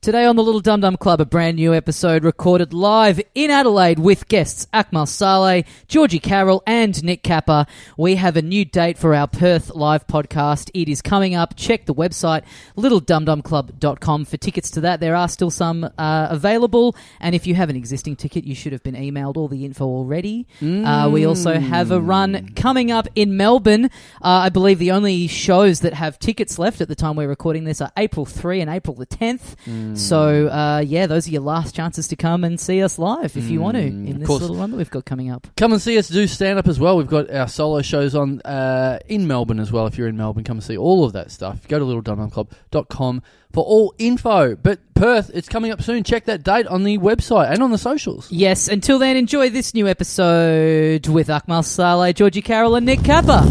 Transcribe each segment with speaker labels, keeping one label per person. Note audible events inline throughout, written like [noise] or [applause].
Speaker 1: Today on the Little Dum Dum Club, a brand new episode recorded live in Adelaide with guests Akmal Saleh, Georgie Carroll, and Nick Kappa. We have a new date for our Perth live podcast. It is coming up. Check the website littledumdumclub.com for tickets to that. There are still some uh, available, and if you have an existing ticket, you should have been emailed all the info already. Uh, we also have
Speaker 2: Mm.
Speaker 1: a run coming up in Melbourne. Uh, I believe the only shows that have tickets left at the time we're recording this are April 3 and April the 10th.
Speaker 2: Mm.
Speaker 1: So, uh, yeah, those are your last chances to come and see us live if you want to
Speaker 2: Mm,
Speaker 1: in
Speaker 2: of
Speaker 1: this
Speaker 2: course.
Speaker 1: little one that we've got coming up.
Speaker 2: Come and see us do stand up as well. We've got our solo shows on uh, in Melbourne as well. If you're in Melbourne, come and see all of that stuff. Go to littledumdumclub.com for all info. But Perth, it's coming up soon. Check that date on the website and on the socials.
Speaker 1: Yes, until then, enjoy this new episode with Akmal Saleh, Georgie Carroll, and Nick Kappa.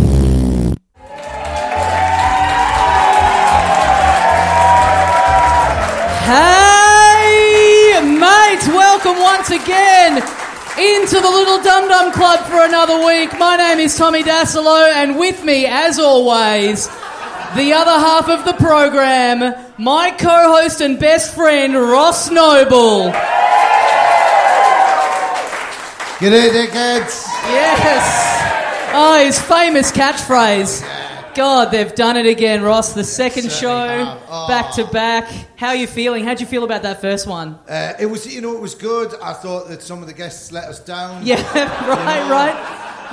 Speaker 1: Hey, mates, welcome once again into the Little Dum Dum Club for another week. My name is Tommy Dasilo, and with me, as always, the other half of the program, my co host and best friend, Ross Noble.
Speaker 3: G'day, dickheads.
Speaker 1: Yes. Oh, his famous catchphrase. God, they've done it again, Ross. The second show,
Speaker 3: have. Oh.
Speaker 1: back to back. How are you feeling? How'd you feel about that first one?
Speaker 3: [laughs] Uh, it was, you know, it was good. I thought that some of the guests let us down.
Speaker 1: Yeah, [laughs] right, right.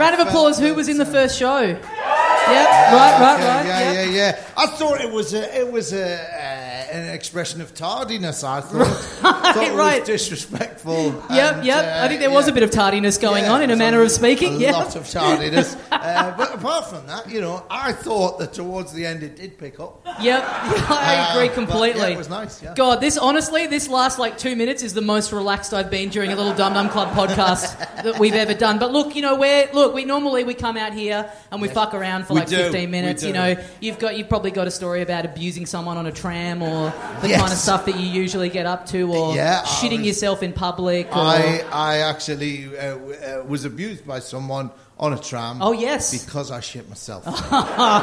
Speaker 1: Round of applause. Who was in the first show? Yep, right, right,
Speaker 3: Yeah,
Speaker 1: right.
Speaker 3: yeah,
Speaker 1: yep.
Speaker 3: yeah, yeah. I thought it was a, it was a, uh, an expression of tardiness. [laughs] I thought, right, thought it
Speaker 1: right.
Speaker 3: was disrespectful.
Speaker 1: Yep,
Speaker 3: and,
Speaker 1: yep. I
Speaker 3: uh,
Speaker 1: think there was
Speaker 3: yeah.
Speaker 1: a bit of tardiness going
Speaker 3: Yeah,
Speaker 1: on in a
Speaker 3: there's
Speaker 1: manner of speaking.
Speaker 3: A
Speaker 1: yeah.
Speaker 3: lot of tardiness. uh, but apart from that, you know, I thought that towards the end it did pick up.
Speaker 1: Yep, [laughs] I
Speaker 3: Uh,
Speaker 1: agree
Speaker 3: but,
Speaker 1: completely.
Speaker 3: yeah, it was nice, yeah.
Speaker 1: God, this honestly, this last like two minutes is the most relaxed I've been during a little Dum Dum Club
Speaker 3: [laughs]
Speaker 1: podcast that we've ever done. But look, you know, we're look, we normally we come out here and we fuck around for
Speaker 3: We
Speaker 1: like
Speaker 3: do,
Speaker 1: fifteen
Speaker 3: we
Speaker 1: minutes. You
Speaker 3: do.
Speaker 1: know, you've got you've probably got a story about abusing someone on a tram or the
Speaker 3: Yes.
Speaker 1: kind of stuff that you usually get up to, or
Speaker 3: Yeah, I
Speaker 1: shitting
Speaker 3: was-
Speaker 1: yourself in public. Or,
Speaker 3: I, I actually uh, w- uh, was abused by someone on a tram.
Speaker 1: Oh, yes.
Speaker 3: because I shit myself.
Speaker 2: Oh.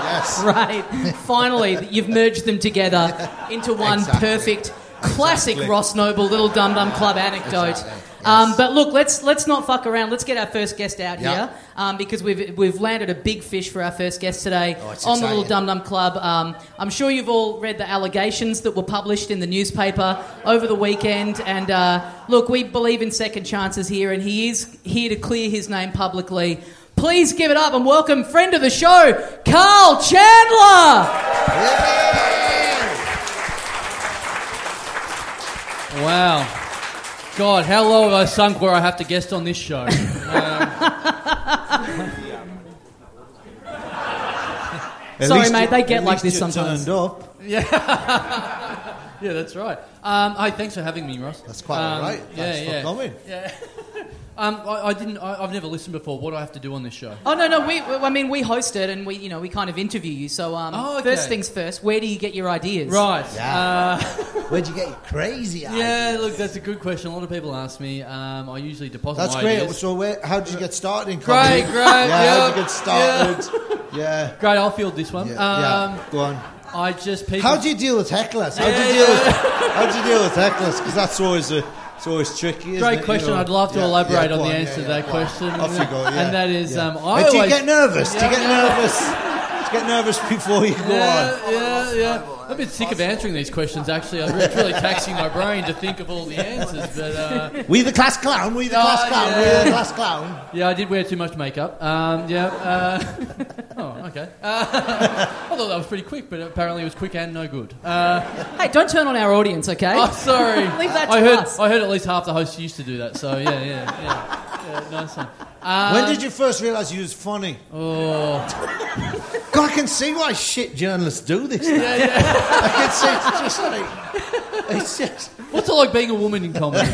Speaker 3: yes,
Speaker 1: [laughs] Right. Finally, you've merged them together into one
Speaker 3: Exactly.
Speaker 1: perfect, classic
Speaker 3: Exactly.
Speaker 1: Ross Noble little Dum Dum Club anecdote.
Speaker 3: Exactly.
Speaker 1: Um,
Speaker 3: Yes.
Speaker 1: but look, let's let's not fuck around. Let's get our first guest out
Speaker 3: Yeah.
Speaker 1: here um, because we've we've landed a big fish for our first guest today
Speaker 3: Oh, it's
Speaker 1: on the Little
Speaker 3: exciting.
Speaker 1: Dum Dum Club. Um, I'm sure you've all read the allegations that were published in the newspaper over the weekend. And uh, look, we believe in second chances here, and he is here to clear his name publicly. Please give it up and welcome friend of the show, Carl Chandler.
Speaker 3: [laughs] Yeah.
Speaker 2: Wow. God, how low have I sunk where I have to guest on this [laughs] show?
Speaker 1: Sorry, mate, they get like this sometimes.
Speaker 3: up.
Speaker 2: yeah, that's right. Um, hi, thanks for having me, Ross.
Speaker 3: That's quite all right. Thanks for coming.
Speaker 2: Um, I, I didn't. I, I've never listened before. What do I have to do on this show?
Speaker 1: Oh no, no, we, we- I mean, we host it and we, you know, we kind of interview you. So um,
Speaker 2: Oh, okay.
Speaker 1: first things first, where do you get your ideas?
Speaker 2: Right.
Speaker 3: Yeah.
Speaker 2: Uh,
Speaker 3: Where'd you get your
Speaker 2: [laughs]
Speaker 3: crazy eyes?
Speaker 2: yeah. Look, that's a good question. A lot of people ask me. Um, I usually deposit.
Speaker 3: That's
Speaker 2: my
Speaker 3: great.
Speaker 2: Ideas.
Speaker 3: So, where, how did you get started in
Speaker 2: Great,
Speaker 3: comedy?
Speaker 2: great,
Speaker 3: Yeah, how did
Speaker 2: yeah,
Speaker 3: you
Speaker 2: [laughs]
Speaker 3: get started? Yeah.
Speaker 2: Great, I'll field this one.
Speaker 3: Yeah,
Speaker 2: um,
Speaker 3: yeah. Go on.
Speaker 2: I just people.
Speaker 3: How do you deal with hecklers? How do you deal with, how do you deal with hecklers? Because that's always a, it's always tricky. Isn't
Speaker 2: Great
Speaker 3: it, you
Speaker 2: question.
Speaker 3: know?
Speaker 2: I'd love to
Speaker 3: Yeah,
Speaker 2: elaborate
Speaker 3: yeah,
Speaker 2: on
Speaker 3: go
Speaker 2: the answer to
Speaker 3: yeah,
Speaker 2: that
Speaker 3: yeah, go on.
Speaker 2: question.
Speaker 3: Off you go. Yeah.
Speaker 2: And that is, um, I
Speaker 3: But do you
Speaker 2: always-
Speaker 3: get nervous? Do you
Speaker 2: Yeah.
Speaker 3: get nervous? do you get nervous before you go on?
Speaker 2: Yeah, yeah, yeah. I'm a bit sick of answering these questions. Actually, I'm it's really taxing my brain to think of all the answers. But uh,
Speaker 3: We the class clown. We the
Speaker 2: Oh,
Speaker 3: class clown.
Speaker 2: yeah.
Speaker 3: We the class clown.
Speaker 2: yeah, I did wear too much makeup. Um, yeah. Uh, [laughs] oh, okay. Uh, [laughs] I thought that was pretty quick, but apparently it was quick and no good. Uh,
Speaker 1: Hey, don't turn on our audience, okay? [laughs]
Speaker 2: oh, sorry.
Speaker 1: Leave that
Speaker 2: I
Speaker 1: to
Speaker 2: heard.
Speaker 1: us.
Speaker 2: I heard at least half the hosts used to do that. So yeah, yeah, yeah. yeah nice one.
Speaker 3: when did you first realise you was funny?
Speaker 2: Um, Oh.
Speaker 3: God, I can see why shit journalists do this. now. I can see it's just like it's just.
Speaker 2: What's it like being a woman in comedy?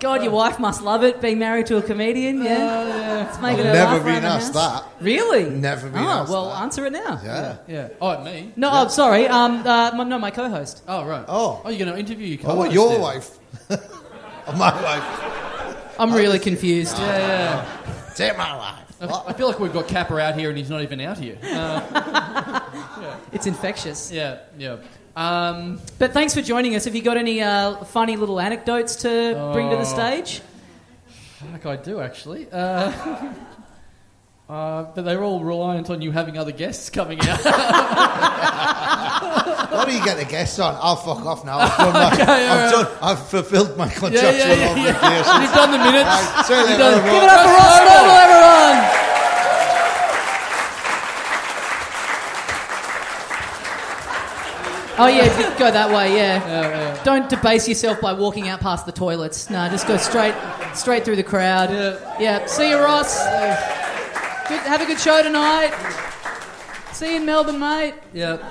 Speaker 1: God, your wife must love it being married to a comedian.
Speaker 2: Oh,
Speaker 1: Yeah, it's making her
Speaker 3: Never
Speaker 1: laugh around
Speaker 3: been
Speaker 1: the
Speaker 3: asked
Speaker 1: house.
Speaker 3: that.
Speaker 1: Really?
Speaker 3: Never been
Speaker 1: Oh,
Speaker 3: asked
Speaker 1: well,
Speaker 3: that.
Speaker 1: answer it now.
Speaker 3: Yeah.
Speaker 2: yeah. Oh, me?
Speaker 1: No, I'm sorry. Um, uh, my, no, my co-host.
Speaker 2: Oh, right.
Speaker 3: Oh.
Speaker 2: Oh, you're going to interview your
Speaker 3: Oh, what
Speaker 2: co-host
Speaker 3: your
Speaker 2: now.
Speaker 3: wife? oh, [laughs] my wife. Oh,
Speaker 1: I'm really confused.
Speaker 2: Yeah, yeah.
Speaker 3: Take my wife.
Speaker 2: I- I feel like we've got Capper out here and he's not even out here. Uh,
Speaker 1: It's infectious.
Speaker 2: [laughs] Yeah, yeah. Um,
Speaker 1: But thanks for joining us. Have you got any uh, funny little anecdotes to bring to the
Speaker 2: Oh.
Speaker 1: stage?
Speaker 2: fuck, I do actually. Uh, [laughs] uh, but they're all reliant on you having other guests coming out. [laughs]
Speaker 3: What do you get the guests on? Oh, fuck off now. I've,
Speaker 2: [laughs]
Speaker 3: done my, I've, done, I've fulfilled my contractual
Speaker 2: yeah, yeah, yeah.
Speaker 3: obligations.
Speaker 2: You've done the minutes.
Speaker 3: I've certainly
Speaker 2: You've done-
Speaker 3: done
Speaker 1: Give it up for Ross Noble, everyone! Oh yeah, go that way.
Speaker 3: [laughs]
Speaker 1: Yeah. Don't debase yourself by walking out past the toilets. No, just go straight, straight through the crowd.
Speaker 2: Yeah.
Speaker 1: Yeah. See you, Ross. Good, have a good show tonight. See you in Melbourne, mate.
Speaker 2: Yeah.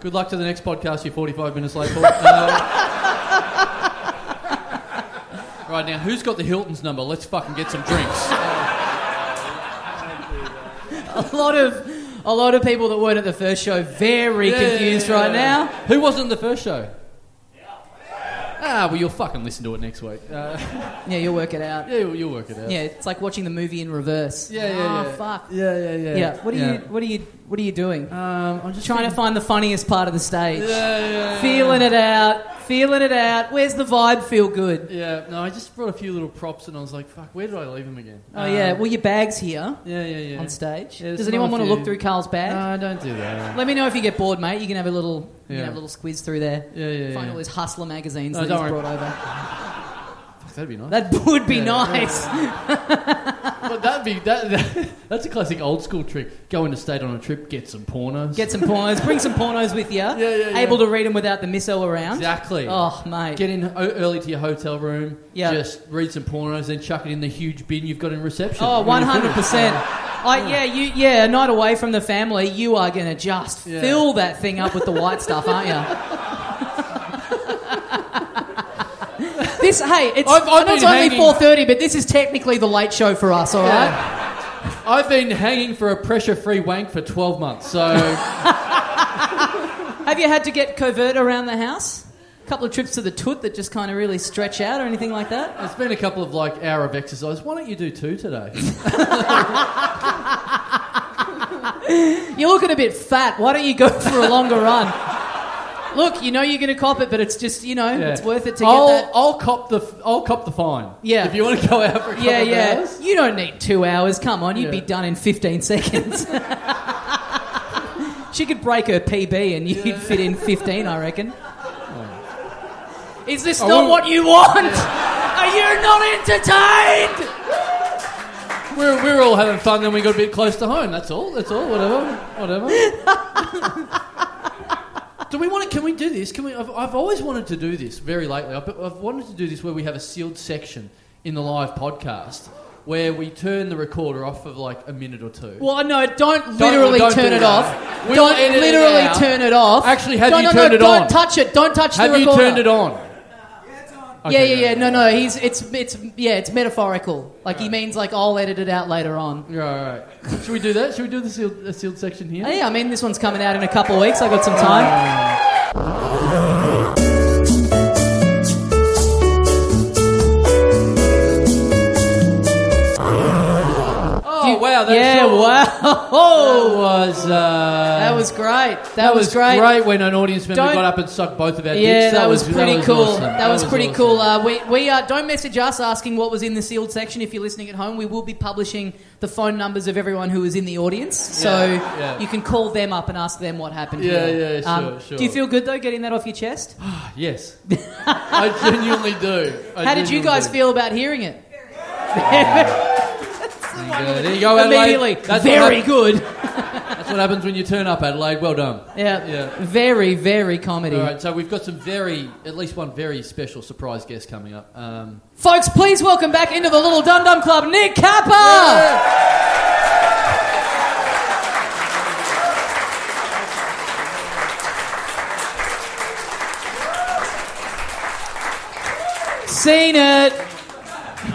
Speaker 2: Good luck to the next podcast. You're 45 minutes late for. Uh, [laughs] right now, who's got the Hilton's number? Let's fucking get some drinks.
Speaker 1: [laughs] A lot of, a lot of people that weren't at the first show very confused right now.
Speaker 2: Who wasn't in the first show? Ah, well, you'll fucking listen to it next week. Uh,
Speaker 1: Yeah, you'll work it out.
Speaker 2: yeah, you'll, you'll work it out.
Speaker 1: Yeah, it's like watching the movie in reverse.
Speaker 2: yeah, yeah.
Speaker 1: Oh,
Speaker 2: yeah.
Speaker 1: fuck.
Speaker 2: Yeah, yeah, yeah.
Speaker 1: Yeah. What are you? What are you? What are you doing?
Speaker 2: Um, I'm just
Speaker 1: Trying to find the funniest part of the stage.
Speaker 2: Yeah, yeah, yeah.
Speaker 1: Feeling it out. Feeling it out. Where's the vibe? Feel good.
Speaker 2: Yeah, no, I just brought a few little props, and I was like, "Fuck, where did I leave them again?"
Speaker 1: Oh
Speaker 2: Um,
Speaker 1: yeah. Well, your bag's here
Speaker 2: yeah, yeah, yeah.
Speaker 1: on stage.
Speaker 2: Yeah, there's
Speaker 1: Does anyone
Speaker 2: not
Speaker 1: want
Speaker 2: a
Speaker 1: to look
Speaker 2: few.
Speaker 1: through Carl's bag?
Speaker 2: No, don't do that.
Speaker 1: Let me know if you get bored, mate. You can have a little, you
Speaker 2: Yeah.
Speaker 1: can have a little squeeze through there.
Speaker 2: Yeah, yeah,
Speaker 1: Find
Speaker 2: yeah.
Speaker 1: all these hustler magazines
Speaker 2: No,
Speaker 1: that he's
Speaker 2: don't worry.
Speaker 1: brought over.
Speaker 2: Fuck, that'd be nice.
Speaker 1: That would be
Speaker 2: Yeah.
Speaker 1: nice.
Speaker 2: But that'd be that, that- [laughs] That's a classic old school trick. Go into state on a trip, get some pornos.
Speaker 1: Get some pornos. Bring some pornos with you.
Speaker 2: yeah, yeah.
Speaker 1: Able to read them without the miso around.
Speaker 2: exactly.
Speaker 1: Oh, mate.
Speaker 2: Get in o- early to your hotel room.
Speaker 1: Yeah.
Speaker 2: Just read some pornos, then chuck it in the huge bin you've got in reception.
Speaker 1: Oh,
Speaker 2: When
Speaker 1: one
Speaker 2: you're
Speaker 1: hundred
Speaker 2: finished.
Speaker 1: percent. I yeah, you yeah, a night away from the family, you are gonna just
Speaker 2: Yeah.
Speaker 1: fill that thing up with the white stuff, aren't
Speaker 2: [laughs]
Speaker 1: you? this hey, it's,
Speaker 2: I've- I've
Speaker 1: and it's
Speaker 2: been
Speaker 1: only
Speaker 2: hanging-
Speaker 1: four thirty, but this is technically the late show for us, all right?
Speaker 2: I've been hanging for a pressure-free wank for twelve months,
Speaker 1: [laughs]
Speaker 2: so
Speaker 1: Have you had to get covert around the house? A couple of trips to the toot that just kind of really stretch out or anything like that?
Speaker 2: it's been a couple of like hour of exercise. Why don't you do two today?
Speaker 1: You're looking a bit fat. Why don't you go [laughs] for a longer run? Look, you know you're going to cop it, but it's just, you know, [laughs]
Speaker 2: Yeah.
Speaker 1: it's worth it to
Speaker 2: I'll,
Speaker 1: get that.
Speaker 2: I'll cop the f- I'll cop the fine.
Speaker 1: Yeah.
Speaker 2: If you want to go out for a couple
Speaker 1: Yeah,
Speaker 2: of
Speaker 1: yeah.
Speaker 2: hours.
Speaker 1: You don't need two hours. Come on, you'd
Speaker 2: Yeah.
Speaker 1: be done in 15
Speaker 2: [laughs]
Speaker 1: seconds. she could break her PB and you'd fit in 15, I reckon. Is this
Speaker 2: Oh. I
Speaker 1: not
Speaker 2: will-
Speaker 1: what you want? Are you not entertained?
Speaker 2: We're, we're all having fun, then we got a bit close to home. That's all. That's all. Whatever. Whatever. do we want to? Can we do this? Can we? I've, I've always wanted to do this. Very lately, I've, I've wanted to do this where we have a sealed section in the live podcast where we turn the recorder off for like a minute or two.
Speaker 1: Well, no, don't literally
Speaker 2: don't
Speaker 1: turn
Speaker 2: do
Speaker 1: it
Speaker 2: that.
Speaker 1: off.
Speaker 2: We'll
Speaker 1: don't
Speaker 2: edit it
Speaker 1: literally
Speaker 2: out.
Speaker 1: turn it off.
Speaker 2: Actually, have
Speaker 1: no,
Speaker 2: you
Speaker 1: no,
Speaker 2: turned
Speaker 1: no,
Speaker 2: it
Speaker 1: don't
Speaker 2: on?
Speaker 1: touch it. Don't touch
Speaker 2: have
Speaker 1: the
Speaker 2: you
Speaker 1: recorder.
Speaker 2: turned it on?
Speaker 1: yeah,
Speaker 2: Okay,
Speaker 1: yeah, yeah.
Speaker 2: right,
Speaker 1: No, no, he's it's it's yeah, it's metaphorical. Like he means like I'll edit it out later on.
Speaker 2: Yeah, all right. Should we do that? Should we do the sealed, the sealed section here?
Speaker 1: Yeah, I mean, this one's coming out in a couple of weeks. I got some time.
Speaker 2: Oh
Speaker 1: You-
Speaker 2: wow! That
Speaker 1: yeah,
Speaker 2: sure
Speaker 1: wow. [laughs]
Speaker 2: was uh,
Speaker 1: That was great. That,
Speaker 2: That
Speaker 1: was, great.
Speaker 2: when an audience member
Speaker 1: Don't-
Speaker 2: got up and sucked both of our dicks.
Speaker 1: Yeah, that, was, pretty cool.
Speaker 2: awesome.
Speaker 1: That, was, pretty
Speaker 2: awesome.
Speaker 1: cool. Uh, we we uh, don't message us asking what was in the sealed section. If you're listening at home, we will be publishing the phone numbers of everyone who was in the audience, so
Speaker 2: yeah.
Speaker 1: you can call them up and ask them what happened.
Speaker 2: Yeah,
Speaker 1: here. Um,
Speaker 2: yeah, sure, sure.
Speaker 1: Do you feel good though, getting that off your chest?
Speaker 2: yes,
Speaker 1: [laughs]
Speaker 2: I genuinely do. I
Speaker 1: How did you
Speaker 2: genuinely
Speaker 1: guys
Speaker 2: do.
Speaker 1: feel about hearing it?
Speaker 2: Yeah, there you go, Adelaide.
Speaker 1: Immediately,
Speaker 2: That's what,
Speaker 1: very
Speaker 2: hap-
Speaker 1: good.
Speaker 2: that's what happens when you turn up, Adelaide. Well done.
Speaker 1: Yeah.
Speaker 2: Yeah.
Speaker 1: very, very comedy.
Speaker 2: All right, so we've got some very, at least one very special surprise guest coming up. Um,
Speaker 1: Folks, please welcome back into the Little Dum Dum Club, Nick Kappa. Ah! Seen it.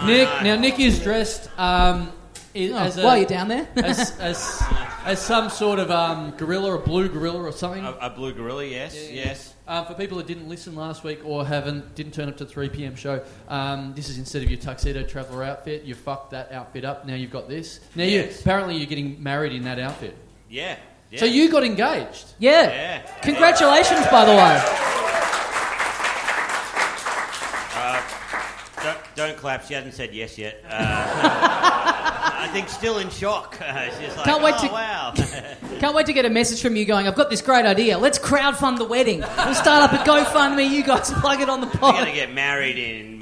Speaker 2: Nick, now Nick is dressed um, i-
Speaker 1: Oh,
Speaker 2: as a,
Speaker 1: while you're down there,
Speaker 2: [laughs] as, as, as some sort of um, gorilla, a blue gorilla or something.
Speaker 4: A, a blue gorilla, yes, yes.
Speaker 2: Uh, for people that didn't listen last week or haven't didn't turn up to the 3 p.m. show, um, this is instead of your tuxedo traveller outfit, you fucked that outfit up. Now you've got this. Now you
Speaker 4: Yes.
Speaker 2: apparently you're getting married in that outfit.
Speaker 4: Yeah,
Speaker 2: So you got engaged.
Speaker 1: [laughs] Yeah.
Speaker 4: Yeah.
Speaker 1: Congratulations, by the way.
Speaker 4: Don't, don't clap. She hasn't said
Speaker 1: [laughs]
Speaker 4: yes yet. Uh, I think still in shock. [laughs] She's like,
Speaker 1: Can't wait
Speaker 4: oh,
Speaker 1: to- [laughs]
Speaker 4: wow.
Speaker 1: Can't wait to get a message from you going, I've got this great idea. Let's crowdfund the wedding. We'll start up a GoFundMe. You guys [laughs] plug it on the
Speaker 4: We're going
Speaker 1: pod.
Speaker 4: to get married in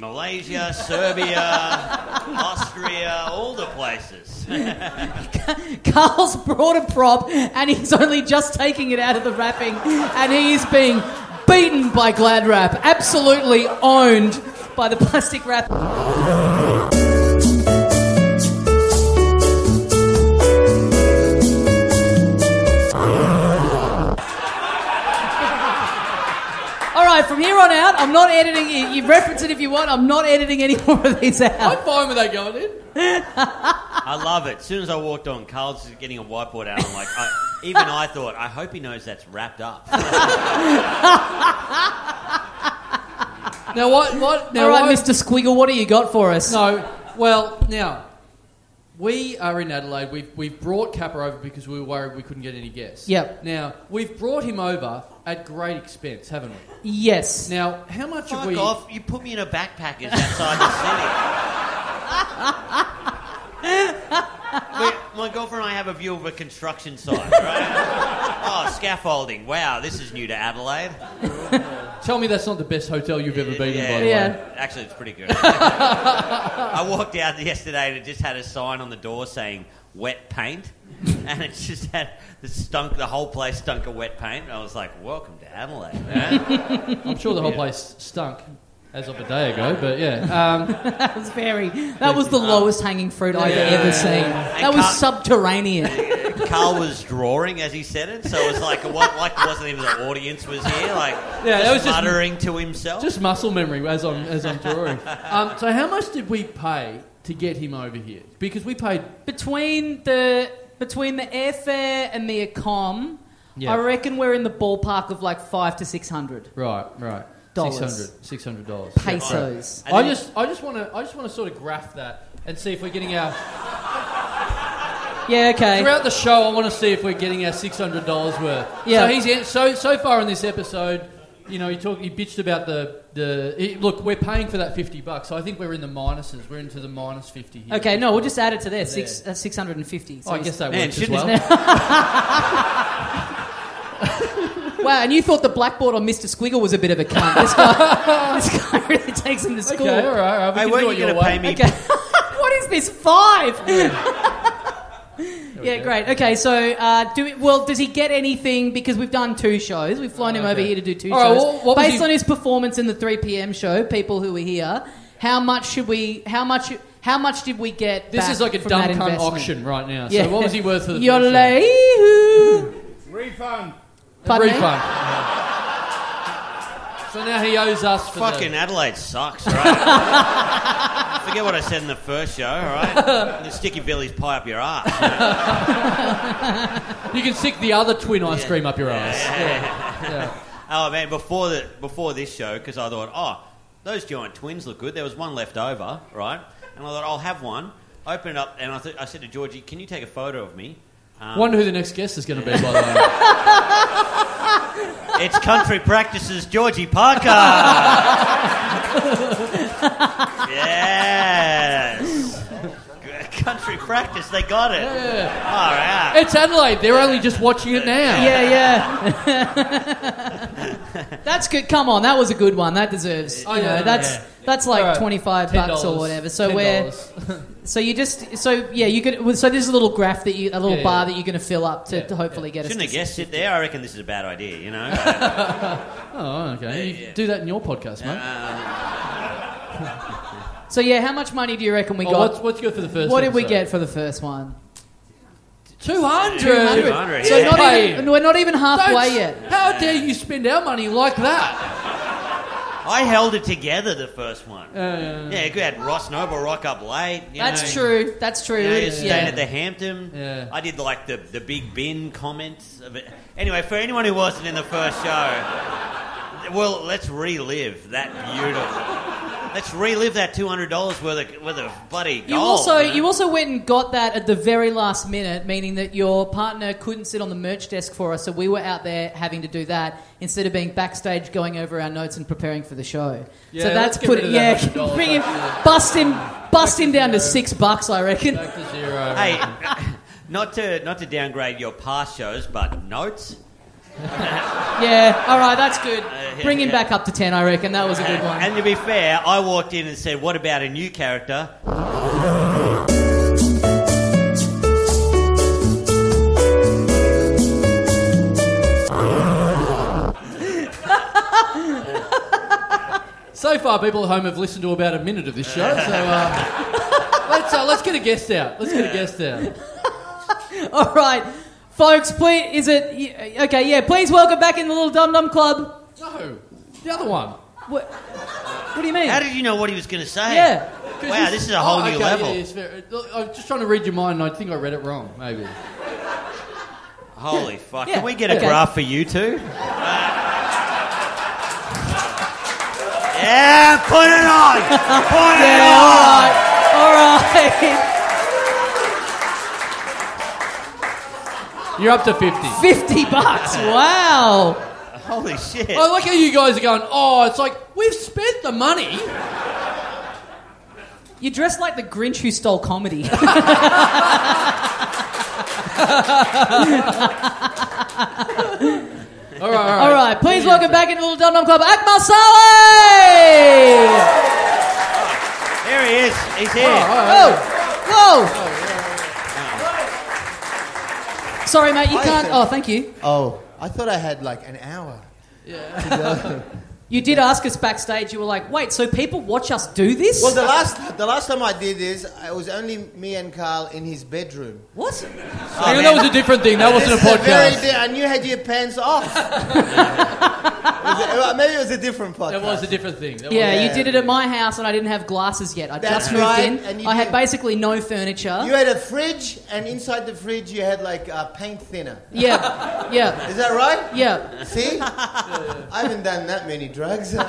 Speaker 1: [laughs]
Speaker 4: Malaysia, Serbia, Austria, all the places.
Speaker 1: [laughs] Carl's brought a prop and he's only just taking it out of the wrapping and he is being beaten by Glad Wrap. Absolutely owned by the plastic wrap. [laughs] All right, from here on out, I'm not editing. You, you reference it if you want. I'm not editing any [laughs] more of these out.
Speaker 2: I'm fine with that going in.
Speaker 4: I love it. As soon as I walked on, Carl's just getting a whiteboard out. I'm like, I, even I thought, I hope he knows that's wrapped up.
Speaker 2: Now what? What? Now
Speaker 1: All right,
Speaker 2: I-
Speaker 1: Mr. Squiggle, what do you got for us?
Speaker 2: No. Well, now we are in Adelaide. We've we've brought Kappa over because we were worried we couldn't get any guests.
Speaker 1: Yep.
Speaker 2: Now we've brought him over at great expense, haven't we?
Speaker 1: Yes.
Speaker 2: Now how much have
Speaker 4: Fuck
Speaker 2: we?
Speaker 4: off. You put me in a backpackers outside the city. We- my girlfriend and I have a view of a construction site, right? oh, scaffolding. Wow, this is new to Adelaide.
Speaker 2: Tell me that's not the best hotel you've ever been in. By the
Speaker 1: Yeah.
Speaker 2: way.
Speaker 4: Actually, it's pretty
Speaker 2: [laughs]
Speaker 4: good. I walked out yesterday and it just had a sign on the door saying wet paint. And it just had the stunk, the whole place stunk of wet paint. I was like, welcome to Adelaide. man."
Speaker 2: I'm sure the whole place stunk as of a day ago, but yeah. Um,
Speaker 1: That was very. That was the lowest hanging fruit I've
Speaker 4: Yeah.
Speaker 1: ever seen. That was
Speaker 4: can't-
Speaker 1: subterranean.
Speaker 4: Carl was drawing as he said it, so it was like, what, like it wasn't even the audience was here. Like,
Speaker 2: Yeah, that
Speaker 4: just
Speaker 2: was just-
Speaker 4: muttering to himself.
Speaker 2: Uh, just muscle memory as I'm as I'm drawing. Um, so how much did we pay to get him over here? Because we paid
Speaker 1: [laughs] between the between the airfare and the ecom,
Speaker 2: Yeah.
Speaker 1: I reckon we're in the ballpark of like five to six hundred
Speaker 2: right, right,
Speaker 1: Dollars.
Speaker 2: six hundred dollars.
Speaker 1: pesos.
Speaker 4: And
Speaker 2: I
Speaker 4: then-
Speaker 2: just, I just want to, I just want to sort of graph that and see if we're getting our
Speaker 1: Yeah. Okay.
Speaker 2: throughout the show. I want to see if we're getting our six hundred dollars worth.
Speaker 1: Yeah.
Speaker 2: So he's in- so so far in this episode, you know, he talked, he bitched about the the he- look. We're paying for that fifty bucks, so I think we're in the minuses. We're into the minus fifty here.
Speaker 1: Okay. No, we'll just add it to there. Six. That's six hundred and fifty.
Speaker 2: Oh, I guess that
Speaker 4: Man,
Speaker 2: works as
Speaker 4: shouldn't-
Speaker 2: well.
Speaker 1: Wow. And you thought the blackboard on Mr. Squiggle was a bit of a cunt. This guy, [laughs] this guy really takes him to school.
Speaker 2: Okay, all right, all right. We
Speaker 4: Hey,
Speaker 2: can do
Speaker 4: weren't you
Speaker 2: it your
Speaker 4: gonna pay
Speaker 2: way.
Speaker 4: me?
Speaker 1: Okay. [laughs] what is this five? [laughs]
Speaker 2: There we
Speaker 1: Yeah,
Speaker 2: go.
Speaker 1: great. Okay, so uh, do we, well, does he get anything? Because we've done two shows. We've flown him
Speaker 2: Oh,
Speaker 1: over
Speaker 2: okay.
Speaker 1: here to do two
Speaker 2: All right,
Speaker 1: shows.
Speaker 2: well, what was
Speaker 1: Based
Speaker 2: he-
Speaker 1: on his performance in the three PM show, people who were here, how much should we? How much? How much did we get?
Speaker 2: This
Speaker 1: back
Speaker 2: is like a
Speaker 1: from
Speaker 2: dumb
Speaker 1: that
Speaker 2: cunt
Speaker 1: investment?
Speaker 2: auction right now.
Speaker 1: Yeah.
Speaker 2: So what was he
Speaker 1: [laughs]
Speaker 2: worth for the
Speaker 1: Yole-
Speaker 2: first show?
Speaker 5: Refund.
Speaker 1: Pardon me?
Speaker 2: refund? so now he owes us for the-
Speaker 4: Fucking Adelaide sucks, right?
Speaker 2: [laughs]
Speaker 4: Forget what I said in the first show, all right? You stick your Billy's pie up your ass.
Speaker 2: You can stick the other twin ice cream up your ass.
Speaker 4: Oh man, before the before this show, because I thought, oh, those giant twins look good. There was one left over, right? And I thought, I'll have one. Open it up, and I, th- I said to Georgie, can you take a photo of me? Um,
Speaker 2: Wonder who the next guest is going to be, by the way.
Speaker 4: It's Country Practices Georgie Parker. yes. Country practice, they got it.
Speaker 1: [laughs]
Speaker 4: All right.
Speaker 2: It's Adelaide. They're only just watching it now.
Speaker 1: Yeah, yeah.
Speaker 2: [laughs]
Speaker 1: that's good. Come on, that was a good one. That deserves.
Speaker 2: Oh,
Speaker 1: you know,
Speaker 2: yeah,
Speaker 1: that's
Speaker 2: yeah.
Speaker 1: that's like
Speaker 2: All right.
Speaker 1: twenty five bucks or
Speaker 2: $10.
Speaker 1: whatever. So
Speaker 2: $10.
Speaker 1: we're So you just so yeah you could so there's a little graph that you a little
Speaker 2: Yeah,
Speaker 1: bar
Speaker 2: yeah.
Speaker 1: that you're going to fill up to,
Speaker 2: Yeah,
Speaker 1: to hopefully get
Speaker 4: Shouldn't a
Speaker 1: us. to-
Speaker 4: guest sit there? I reckon this is a bad idea, you know?
Speaker 2: Oh, okay. You
Speaker 4: Yeah, yeah.
Speaker 2: do that in your podcast, mate.
Speaker 1: So yeah, how much money do you reckon we
Speaker 2: Oh, what's,
Speaker 1: got?
Speaker 2: what's good for the first
Speaker 1: What did we
Speaker 2: episode?
Speaker 1: get for the first one?
Speaker 2: 200.
Speaker 1: 200.
Speaker 4: 200,
Speaker 1: So
Speaker 4: yeah.
Speaker 1: not
Speaker 2: Hey.
Speaker 1: even, we're not even
Speaker 2: Don't-
Speaker 1: halfway yet.
Speaker 2: How dare you spend our money like that?
Speaker 4: I held it together the first one.
Speaker 2: Uh,
Speaker 4: yeah, you had Ross Noble rock up late. You
Speaker 1: That's
Speaker 4: know.
Speaker 1: true. That's true.
Speaker 4: You know,
Speaker 1: Yeah,
Speaker 4: you stayed at the Hampton.
Speaker 2: Yeah.
Speaker 4: I did like the, the big bin comments of it. Anyway, for anyone who wasn't in the first show, well, let's relive that beautiful. Let's relive that two hundred dollars worth of worth of bloody gold.
Speaker 1: You also
Speaker 4: you know?
Speaker 1: you also went and got that at the very last minute, meaning that your partner couldn't sit on the merch desk for us, so we were out there having to do that instead of being backstage going over our notes and preparing for the show.
Speaker 2: Yeah,
Speaker 1: so that's
Speaker 2: let's get
Speaker 1: put
Speaker 2: rid of
Speaker 1: yeah,
Speaker 2: that $100
Speaker 1: bring him,
Speaker 2: back, yeah.
Speaker 1: bust him, bust him down to six bucks, I reckon.
Speaker 2: Back to zero.
Speaker 4: [laughs] Hey, [laughs] not to not to downgrade your past shows, but notes.
Speaker 1: Yeah, all right, that's good.
Speaker 4: yeah,
Speaker 1: Bring him
Speaker 4: yeah.
Speaker 1: back up to ten, I reckon. That was a good one.
Speaker 4: And to be fair, I walked in and said, "What about a new character?"
Speaker 2: So far, people at home have listened to about a minute of this show. So uh,
Speaker 4: [laughs]
Speaker 2: let's uh, let's get a guest out. Let's get a guest out.
Speaker 1: All right, folks, please. Is it y- okay? Yeah, please welcome back in the little Dum Dum Club.
Speaker 2: No, the other one.
Speaker 1: What, what do you mean?
Speaker 4: How did you know what he was going to say?
Speaker 1: Yeah.
Speaker 2: 'Cause
Speaker 4: Wow, this is a whole
Speaker 2: oh,
Speaker 4: new
Speaker 2: okay,
Speaker 4: level.
Speaker 2: yeah, it's fair. Look, I'm just trying to read your mind, and I think I read it wrong. Maybe.
Speaker 4: Holy fuck!
Speaker 1: Yeah.
Speaker 4: Can we get a
Speaker 1: Okay.
Speaker 4: graph for you two? yeah, put it on. Put it
Speaker 1: Yeah,
Speaker 4: on.
Speaker 1: all right, all right. [laughs]
Speaker 2: You're up to
Speaker 4: [laughs]
Speaker 2: fifty.
Speaker 1: Fifty bucks. Wow.
Speaker 4: Holy shit!
Speaker 2: I like how you guys are going. Oh, it's like we've spent the
Speaker 4: [laughs]
Speaker 2: money.
Speaker 1: You dressed like the Grinch who stole comedy.
Speaker 2: All right, all right.
Speaker 1: All right, please welcome back into Little Dum Dum Club, Akmal Saleh.
Speaker 4: there he is. He's here.
Speaker 2: oh.
Speaker 1: Whoa, whoa. Sorry, mate, you
Speaker 6: I
Speaker 1: can't.
Speaker 6: think-
Speaker 1: Oh, thank you.
Speaker 6: Oh, I thought I had like an hour.
Speaker 1: You did ask us backstage. You were like, "Wait, so people watch us do this?"
Speaker 6: Well, the last the last time I did this, it was only me and Carl in his bedroom.
Speaker 1: what?
Speaker 2: Hang on,
Speaker 4: Oh, man.
Speaker 2: that was a different thing. That wasn't a
Speaker 6: This is very
Speaker 2: podcast.
Speaker 6: di- and you had your pants off.
Speaker 2: [laughs]
Speaker 6: Was it- maybe it was a different podcast.
Speaker 2: That was a different thing. That
Speaker 1: Yeah,
Speaker 6: Yeah.
Speaker 1: you did it at my house, and I didn't have glasses yet. I
Speaker 6: That's
Speaker 1: just moved
Speaker 6: right,
Speaker 1: in.
Speaker 6: and you
Speaker 1: I had
Speaker 6: did-
Speaker 1: basically no furniture.
Speaker 6: You had a fridge, and inside the fridge you had like uh, paint thinner.
Speaker 1: yeah, yeah,
Speaker 6: Is that right?
Speaker 1: yeah.
Speaker 2: [laughs]
Speaker 6: See, I haven't done that many drugs. [laughs] I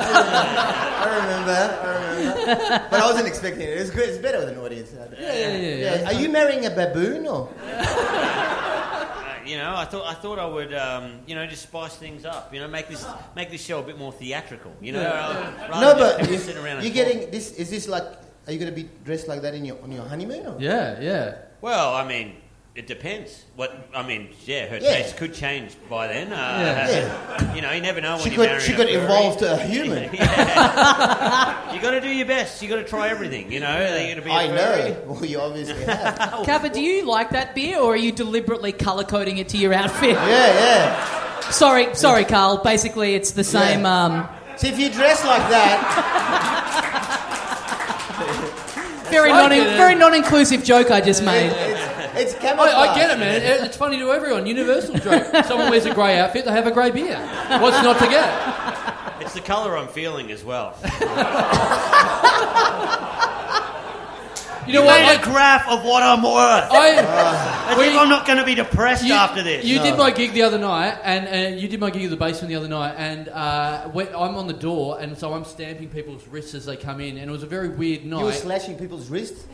Speaker 6: remember. I remember. But I wasn't expecting it. It was good. It's better with an audience. Yeah,
Speaker 2: yeah, yeah,
Speaker 6: Are you marrying a baboon or?
Speaker 4: Uh, You know, I thought I thought I would, um, you know, just spice things up. You know, make this make this show a bit more theatrical. You know, rather, rather
Speaker 6: No,
Speaker 4: than [laughs]
Speaker 6: but
Speaker 4: just
Speaker 6: you-
Speaker 4: people sitting around. and
Speaker 6: you're
Speaker 4: talking.
Speaker 6: getting this. Is this like? Are you going to be dressed like that in your on your honeymoon? Or?
Speaker 2: Yeah, yeah.
Speaker 4: Well, I mean, it depends. What I mean, yeah, her
Speaker 6: Yeah.
Speaker 4: taste could change by then. Uh, [laughs]
Speaker 6: Yeah.
Speaker 4: You know, you never know when
Speaker 6: She
Speaker 4: you
Speaker 6: could
Speaker 4: marry
Speaker 6: she
Speaker 4: a
Speaker 6: could
Speaker 4: furry.
Speaker 6: evolve
Speaker 4: [laughs]
Speaker 6: to a human.
Speaker 4: You got to do your best. You got to try everything. You know, Are you gonna be. a
Speaker 6: I
Speaker 4: furry?
Speaker 6: know. [laughs] Well, you obviously have. yeah,
Speaker 1: Kappa, do you like that beer, or are you deliberately color coding it to your outfit?
Speaker 6: yeah.
Speaker 1: Sorry, sorry, Carl. Basically, it's the same.
Speaker 6: Yeah.
Speaker 1: Um,
Speaker 6: See, if you dress like that,
Speaker 1: very
Speaker 2: I
Speaker 1: non
Speaker 2: get it.
Speaker 1: very non inclusive joke I just made.
Speaker 6: it's, it's
Speaker 2: I,
Speaker 6: camouflage.
Speaker 2: I get it, man. It- It's funny to everyone. Universal joke.
Speaker 4: [laughs]
Speaker 2: Someone wears a grey outfit, they have a grey beer. What's not to get?
Speaker 4: It's the color I'm feeling as [laughs] well.
Speaker 2: You know
Speaker 4: I
Speaker 2: what?
Speaker 4: made a Oh.
Speaker 2: I,
Speaker 4: graph of what I'm worth. [laughs]
Speaker 2: I,
Speaker 4: I
Speaker 2: we-
Speaker 4: think I'm not going to be depressed
Speaker 2: you,
Speaker 4: after this.
Speaker 2: you did my gig the other night, and, and you did my gig at the basement the other night, and uh, when, I'm on the door, and so I'm stamping people's wrists as they come in, and it was a very weird night.
Speaker 6: You were slashing people's wrists.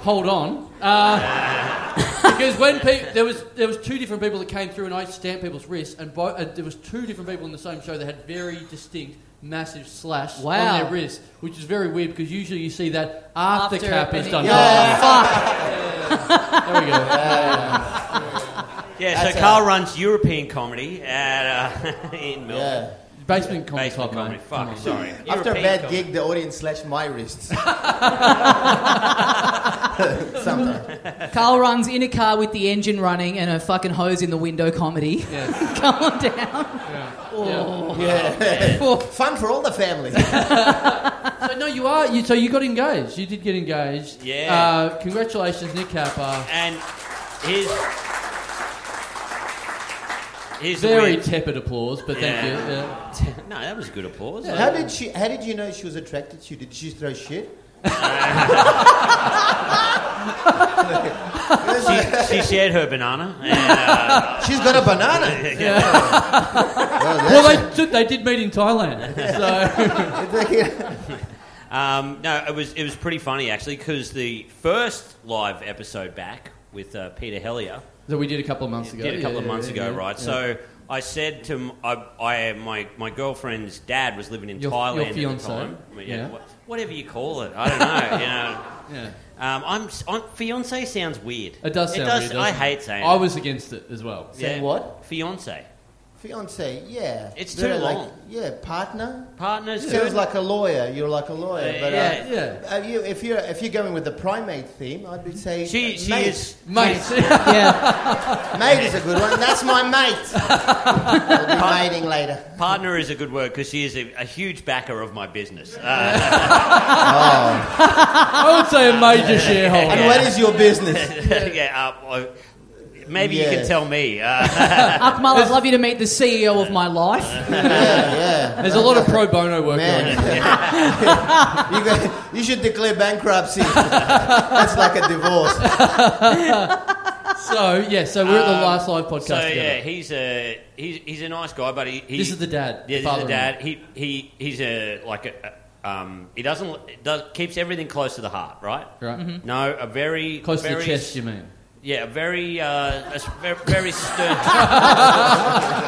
Speaker 2: hold on. Uh,
Speaker 4: [laughs]
Speaker 2: because when pe- there was there was two different people that came through and I stamped people's wrists and bo- uh, there was two different people in the same show that had very distinct massive slash
Speaker 1: Wow.
Speaker 2: on their wrists, which is very weird because usually you see that after,
Speaker 1: After
Speaker 2: cap
Speaker 1: a
Speaker 2: is
Speaker 1: penny.
Speaker 2: done.
Speaker 6: Yeah.
Speaker 2: There we go.
Speaker 4: yeah, so
Speaker 6: That's
Speaker 4: Carl runs European comedy at, uh, [laughs] in Melbourne.
Speaker 6: Yeah.
Speaker 2: Basement comedy
Speaker 4: Basement
Speaker 2: club,
Speaker 4: comedy.
Speaker 2: mate.
Speaker 4: Fuck,
Speaker 2: Come on.
Speaker 4: sorry.
Speaker 6: After a
Speaker 4: European
Speaker 6: bad
Speaker 4: comedy.
Speaker 6: gig, the audience slashed my wrists. [laughs] Sometimes.
Speaker 1: Carl runs in a car with the engine running and a fucking hose in the window comedy. [laughs]
Speaker 2: Yeah.
Speaker 1: Come on down.
Speaker 6: Oh. Yeah.
Speaker 1: Oh,
Speaker 6: Fun for all the family.
Speaker 2: So no, you are. You, so you got engaged. You did get engaged.
Speaker 4: Yeah.
Speaker 2: Uh, congratulations, Nick Kappa.
Speaker 4: And his. Here's the
Speaker 2: Very
Speaker 4: weird-
Speaker 2: tepid applause, but thank
Speaker 4: Yeah.
Speaker 2: you. Yeah.
Speaker 4: no, that was good applause.
Speaker 6: How did she? How did you know she was attracted to you? Did she
Speaker 4: [laughs]
Speaker 6: throw shit?
Speaker 4: She shared her banana. And, uh,
Speaker 6: She's got
Speaker 4: [laughs]
Speaker 6: a banana.
Speaker 4: [laughs]
Speaker 6: Well,
Speaker 2: Well, they, did- they did meet in Thailand. So
Speaker 6: that's-
Speaker 4: Um, no, it was it was pretty funny actually because the first live episode back with uh, Peter Hellier
Speaker 2: That we did a couple of months ago.
Speaker 4: did a couple
Speaker 2: Yeah,
Speaker 4: of months
Speaker 2: yeah,
Speaker 4: ago,
Speaker 2: yeah,
Speaker 4: right?
Speaker 2: yeah.
Speaker 4: So I said to m I I my my girlfriend's dad was living in
Speaker 2: Your-
Speaker 4: Thailand
Speaker 2: your
Speaker 4: at
Speaker 2: fiancé,
Speaker 4: the time. I mean, yeah,
Speaker 2: yeah.
Speaker 4: wha- whatever you call it, I don't know. you know. [laughs]
Speaker 2: yeah.
Speaker 4: Um, I'm, s- I'm fiance sounds weird.
Speaker 2: It does sound weird,
Speaker 4: I
Speaker 2: doesn't it?
Speaker 4: hate saying.
Speaker 2: I
Speaker 4: it.
Speaker 2: was against it as well.
Speaker 6: Saying what?
Speaker 4: Fiance.
Speaker 6: Fiance, yeah.
Speaker 4: It's
Speaker 6: They're
Speaker 4: too
Speaker 6: like-
Speaker 4: long.
Speaker 6: yeah, partner.
Speaker 4: Partners.
Speaker 6: Sounds
Speaker 4: good.
Speaker 6: like a lawyer. You're like a lawyer,
Speaker 4: Uh,
Speaker 6: but
Speaker 4: yeah,
Speaker 6: uh,
Speaker 2: yeah.
Speaker 6: uh, you, if you're if you're going with the primate theme, I'd be saying
Speaker 4: she she
Speaker 6: mate.
Speaker 4: is. [laughs]
Speaker 2: Mate,
Speaker 1: Yeah.
Speaker 6: Mate is a good one. That's
Speaker 4: [laughs]
Speaker 6: my mate. I'll be mating later.
Speaker 4: Partner is a good word because she is a, a huge backer of my business.
Speaker 2: [laughs]
Speaker 4: Uh,
Speaker 2: I would say a major shareholder.
Speaker 6: And
Speaker 4: Yeah.
Speaker 6: what is your
Speaker 4: [laughs]
Speaker 6: business?
Speaker 4: yeah. uh, uh, maybe you
Speaker 6: Yeah.
Speaker 4: can tell me. Uh,
Speaker 1: Akmal, I'd love you to meet the CEO of my life.
Speaker 6: yeah, yeah.
Speaker 2: There's a lot of pro bono work going on.
Speaker 6: Man, you, got, you should declare bankruptcy. That's like a divorce.
Speaker 2: So, yeah, so we're at the last live podcast
Speaker 4: Um, so
Speaker 2: together.
Speaker 4: yeah, he's a he's, he's a nice guy, but he, he
Speaker 2: This is the dad,
Speaker 4: Yeah, this is the
Speaker 2: father-in-law.
Speaker 4: dad. He he he's a like a. a, Um, he doesn't does keeps everything close to the heart, right?
Speaker 2: Right. Mhm.
Speaker 4: No, a very
Speaker 2: Close to
Speaker 4: Mm-hmm. very
Speaker 2: the chest, you mean?
Speaker 4: Yeah, a very, uh, a s- ver- very
Speaker 2: [laughs]
Speaker 4: stern.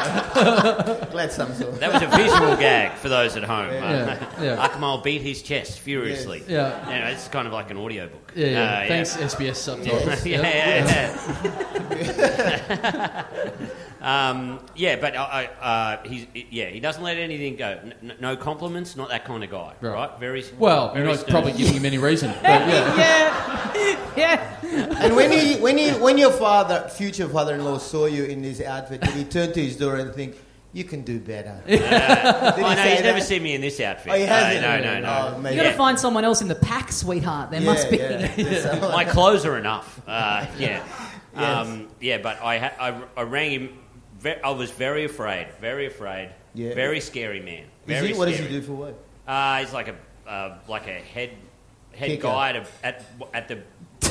Speaker 6: Glad some sort.
Speaker 4: that was a visual
Speaker 2: [laughs]
Speaker 4: gag for those at home.
Speaker 2: Yeah,
Speaker 4: Uh,
Speaker 2: yeah.
Speaker 4: [laughs] Akmal beat his chest furiously.
Speaker 2: Yeah.
Speaker 4: You know, it's kind of like an audiobook.
Speaker 2: Yeah, yeah.
Speaker 4: Uh,
Speaker 2: Thanks, SBS subtitles.
Speaker 4: [laughs] yeah, yeah,
Speaker 2: [laughs]
Speaker 4: yeah. [laughs] um, yeah, but I, I, uh, he's yeah, he doesn't let anything go. N- n- no compliments, not that kind of guy,
Speaker 2: Right.
Speaker 4: right? Very
Speaker 2: Well, you're
Speaker 4: very
Speaker 2: not
Speaker 4: stern.
Speaker 2: probably giving him any reason. But yeah.
Speaker 1: Yeah. Yeah.
Speaker 6: And when you, when you, when your father, future father-in-law, saw you in this outfit, did he turn to his daughter and think, "You can do better"? Did he
Speaker 4: Oh, no,
Speaker 6: say
Speaker 4: he's never
Speaker 6: that?
Speaker 4: seen me in this outfit.
Speaker 6: Oh, he
Speaker 4: Uh,
Speaker 6: hasn't.
Speaker 4: no, no, no.
Speaker 6: Oh,
Speaker 1: you
Speaker 6: mate.
Speaker 1: got to find someone else in the pack, sweetheart. There
Speaker 6: Yeah,
Speaker 1: must be. [laughs]
Speaker 4: [laughs]
Speaker 6: yeah, there's someone-
Speaker 4: My clothes are enough. Uh, yeah. Um,
Speaker 6: [laughs] Yes.
Speaker 4: yeah, but I, ha- I, I rang him. Ve- I was very afraid, very afraid.
Speaker 6: Yeah.
Speaker 4: Very scary man.
Speaker 6: Is
Speaker 4: Very
Speaker 6: he- what does he
Speaker 4: scary.
Speaker 6: do for work?
Speaker 4: Uh, he's like a uh, like a head head
Speaker 6: Kicker.
Speaker 4: guy at, a, at at the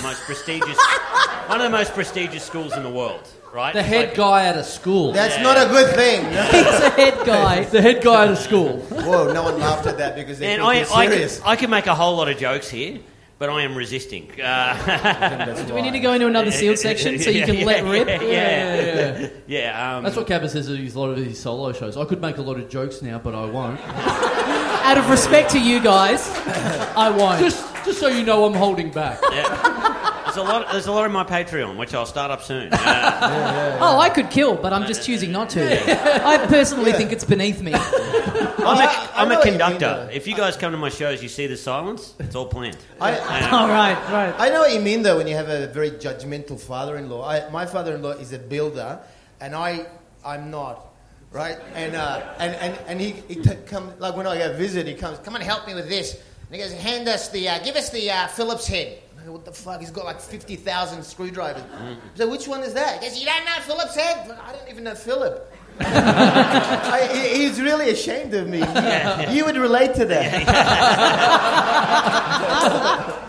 Speaker 4: most prestigious [laughs] one of the most prestigious schools in the world, right?
Speaker 2: The
Speaker 4: It's
Speaker 2: head
Speaker 4: like-
Speaker 2: guy at a school.
Speaker 6: That's not a good thing. [laughs]
Speaker 1: He's a head guy.
Speaker 2: the head guy at a school.
Speaker 6: Whoa! No one laughed at that because they
Speaker 4: And
Speaker 6: think
Speaker 4: I,
Speaker 6: you're
Speaker 4: I,
Speaker 6: serious.
Speaker 4: can, I can make a whole lot of jokes here, but I am resisting. Uh,
Speaker 6: do
Speaker 1: We need to go into another sealed section so you can let rip.
Speaker 4: Yeah, yeah, yeah. Yeah, um,
Speaker 2: That's what Cabba says at his, a lot of his solo shows. I could make a lot of jokes now, but I won't.
Speaker 1: Out of respect to you guys, I won't.
Speaker 2: Just, just so you know, I'm holding back.
Speaker 4: yeah. There's a lot. There's a lot in my Patreon, which I'll start up
Speaker 6: [laughs]
Speaker 4: soon. Uh,
Speaker 1: Oh, I could kill, but I'm just choosing not to. I personally think it's beneath me.
Speaker 4: I'm,
Speaker 6: I-
Speaker 4: a,
Speaker 6: I
Speaker 4: I'm
Speaker 6: know
Speaker 4: a
Speaker 6: what you mean,
Speaker 4: conductor.
Speaker 6: though.
Speaker 4: If you guys come to my shows, you see the silence. It's all planned.
Speaker 6: [laughs] I,
Speaker 1: All right, right.
Speaker 6: I know what you mean though when you have a very judgmental father-in-law. I, my father-in-law is a builder, and I I'm not. Right, and uh, and and, and he, he t- come like when I go visit, he comes, come and help me with this, and he goes, hand us the, uh, give us the uh, Phillips head. I go, what the fuck? He's got like fifty thousand screwdrivers. So which one is that? He goes, you don't know Phillips head. I don't even know Philip. [laughs] I, he- he's really ashamed of me. You, you would relate to that.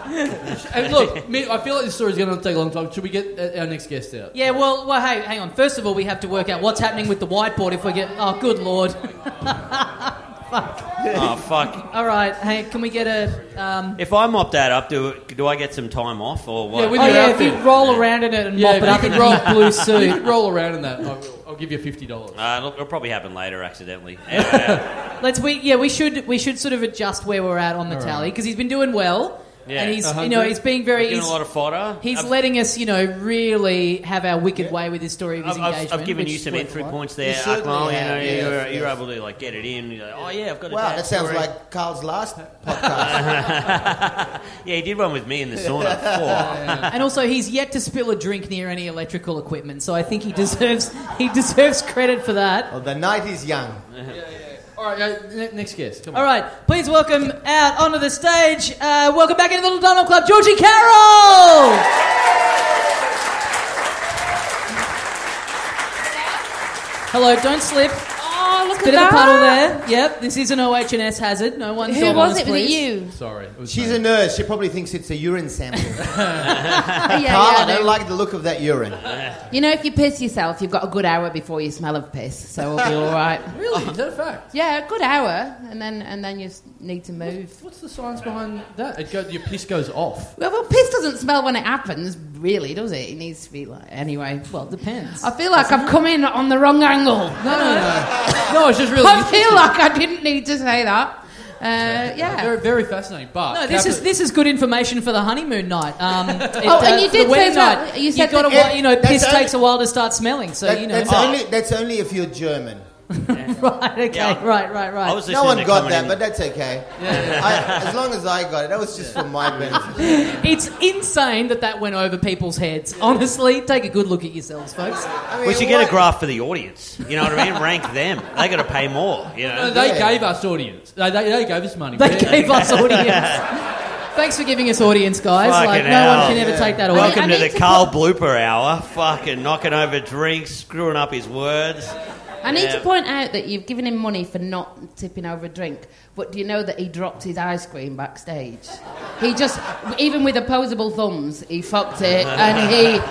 Speaker 2: And look, Mick, I feel like this story's going to take a long time. Should we get uh, our next guest out?
Speaker 1: Yeah, well, well, hey, hang on. First of all, we have to work out what's happening with the whiteboard if we get. Oh, good lord.
Speaker 4: Oh fuck!
Speaker 1: All right, hey, can we get a. Um,
Speaker 4: If I mop that up, do do I get some time off or what?
Speaker 2: Yeah, we-
Speaker 1: oh,
Speaker 2: your
Speaker 1: yeah, if you
Speaker 2: outfit.
Speaker 1: roll around in it and
Speaker 2: Yeah,
Speaker 1: mop it
Speaker 2: if
Speaker 1: up
Speaker 2: you
Speaker 1: in
Speaker 2: could roll-
Speaker 1: your blue
Speaker 2: You
Speaker 1: suit.
Speaker 2: can roll around in that. I will. I'll give you fifty dollars.
Speaker 4: Uh, it'll, it'll probably happen later
Speaker 1: [laughs]
Speaker 4: accidentally. Anyway,
Speaker 1: Let's we yeah we should we should sort of adjust where we're at on the tally because he's been doing well
Speaker 4: Yeah.
Speaker 1: and he's
Speaker 2: A
Speaker 1: you know
Speaker 2: hundred.
Speaker 1: he's being very
Speaker 4: given
Speaker 1: he's,
Speaker 4: a lot of fodder.
Speaker 1: he's
Speaker 4: I've-
Speaker 1: letting us you know really have our wicked way with this story of his
Speaker 4: I've, I've- I've
Speaker 1: engagement.
Speaker 4: given you
Speaker 1: which
Speaker 4: some
Speaker 1: worked
Speaker 4: entry
Speaker 1: a lot.
Speaker 4: points there,
Speaker 6: You certainly
Speaker 4: Akmal. You
Speaker 6: have,
Speaker 4: know,
Speaker 6: yes,
Speaker 4: you're, you're
Speaker 6: yes.
Speaker 4: able to like get it in. You're like, oh yeah, I've got. A
Speaker 6: Wow,
Speaker 4: dad
Speaker 6: that sounds
Speaker 4: story.
Speaker 6: like Carl's last podcast.
Speaker 4: Yeah, he did one with me in the sauna.
Speaker 6: [laughs]
Speaker 4: Four.
Speaker 1: And also, he's yet to spill a drink near any electrical equipment, so I think he deserves he deserves credit for that.
Speaker 6: well, the night is young.
Speaker 2: All right, uh, ne- next guest. Come on.
Speaker 1: All right, please welcome out onto the stage. Uh, welcome back into the Little Donald Club, Georgie Carroll. Hello, don't slip. Oh, look
Speaker 7: was
Speaker 1: Bit of a
Speaker 7: Qatar.
Speaker 1: puddle there. Yep, this is an OH&S hazard. No one
Speaker 7: Who was it? Was it
Speaker 1: please.
Speaker 7: [laughs] you?
Speaker 2: Sorry. It was
Speaker 6: She's
Speaker 2: me.
Speaker 6: a nurse. She probably thinks it's a urine sample.
Speaker 7: Yeah, yeah,
Speaker 6: Carl, I
Speaker 7: I
Speaker 6: don't
Speaker 7: do.
Speaker 6: like the look of that urine.
Speaker 7: You know, if you piss yourself, you've got a good hour before you smell of piss, so [laughs] we'll be all right.
Speaker 2: Really? Is that a fact?
Speaker 7: Yeah, a good hour, and then and then you s- need to move.
Speaker 2: What's the science behind that? It go, your piss goes off.
Speaker 7: Well, well, piss doesn't smell when it happens, really, does it? It needs to be like anyway.
Speaker 1: Well, it depends.
Speaker 7: I feel like I've come in on the wrong angle.
Speaker 2: No, no, no. no, it's just really.
Speaker 7: [laughs] I feel like I didn't need to say that. Uh, yeah.
Speaker 2: Very, very fascinating. But
Speaker 1: no, this is
Speaker 2: Kappa-
Speaker 1: this is good information for the honeymoon night. Um, it,
Speaker 7: Uh, [laughs] Oh, and
Speaker 1: uh,
Speaker 7: you
Speaker 1: the
Speaker 7: did
Speaker 1: wedding
Speaker 7: say that-
Speaker 1: night.
Speaker 7: you said
Speaker 1: got
Speaker 7: that-
Speaker 1: a while, you know,
Speaker 6: That's
Speaker 1: piss
Speaker 6: only-
Speaker 1: takes a while to start smelling. So
Speaker 6: That-
Speaker 1: you know, [laughs]
Speaker 6: that's,
Speaker 1: Oh,
Speaker 6: only, that's only if you're German.
Speaker 1: right, okay,
Speaker 4: Yeah.
Speaker 1: right, right, right.
Speaker 4: I was
Speaker 6: No
Speaker 4: listening
Speaker 6: one
Speaker 4: to
Speaker 6: got
Speaker 4: comedy-
Speaker 6: that, but that's okay. [laughs] I, as long as I got it, that was just for my benefit.
Speaker 1: It's insane that that went over people's heads. Honestly, take a good look at yourselves, folks.
Speaker 6: I
Speaker 4: we
Speaker 6: mean,
Speaker 4: should get
Speaker 6: what-
Speaker 4: a graph for the audience. You know what I mean? Rank them. They got to pay more.
Speaker 6: [laughs]
Speaker 4: You know.
Speaker 2: No, they
Speaker 6: Yeah.
Speaker 2: gave us audience. They, they, they gave us money.
Speaker 1: They
Speaker 2: We-
Speaker 1: gave us audience. Thanks for giving us audience, guys.
Speaker 4: Fucking
Speaker 1: like no
Speaker 4: hell.
Speaker 1: one can ever take that audience.
Speaker 4: Welcome
Speaker 7: I
Speaker 4: to
Speaker 7: need
Speaker 4: the
Speaker 7: to
Speaker 4: Carl Blooper Hour. Fucking knocking over drinks, screwing up his words.
Speaker 7: I need to
Speaker 4: Yeah.
Speaker 7: point out that you've given him money for not tipping over a drink, but do you know that he dropped his ice cream backstage? He just, even with opposable thumbs, he
Speaker 4: [laughs]
Speaker 7: fucked it and he.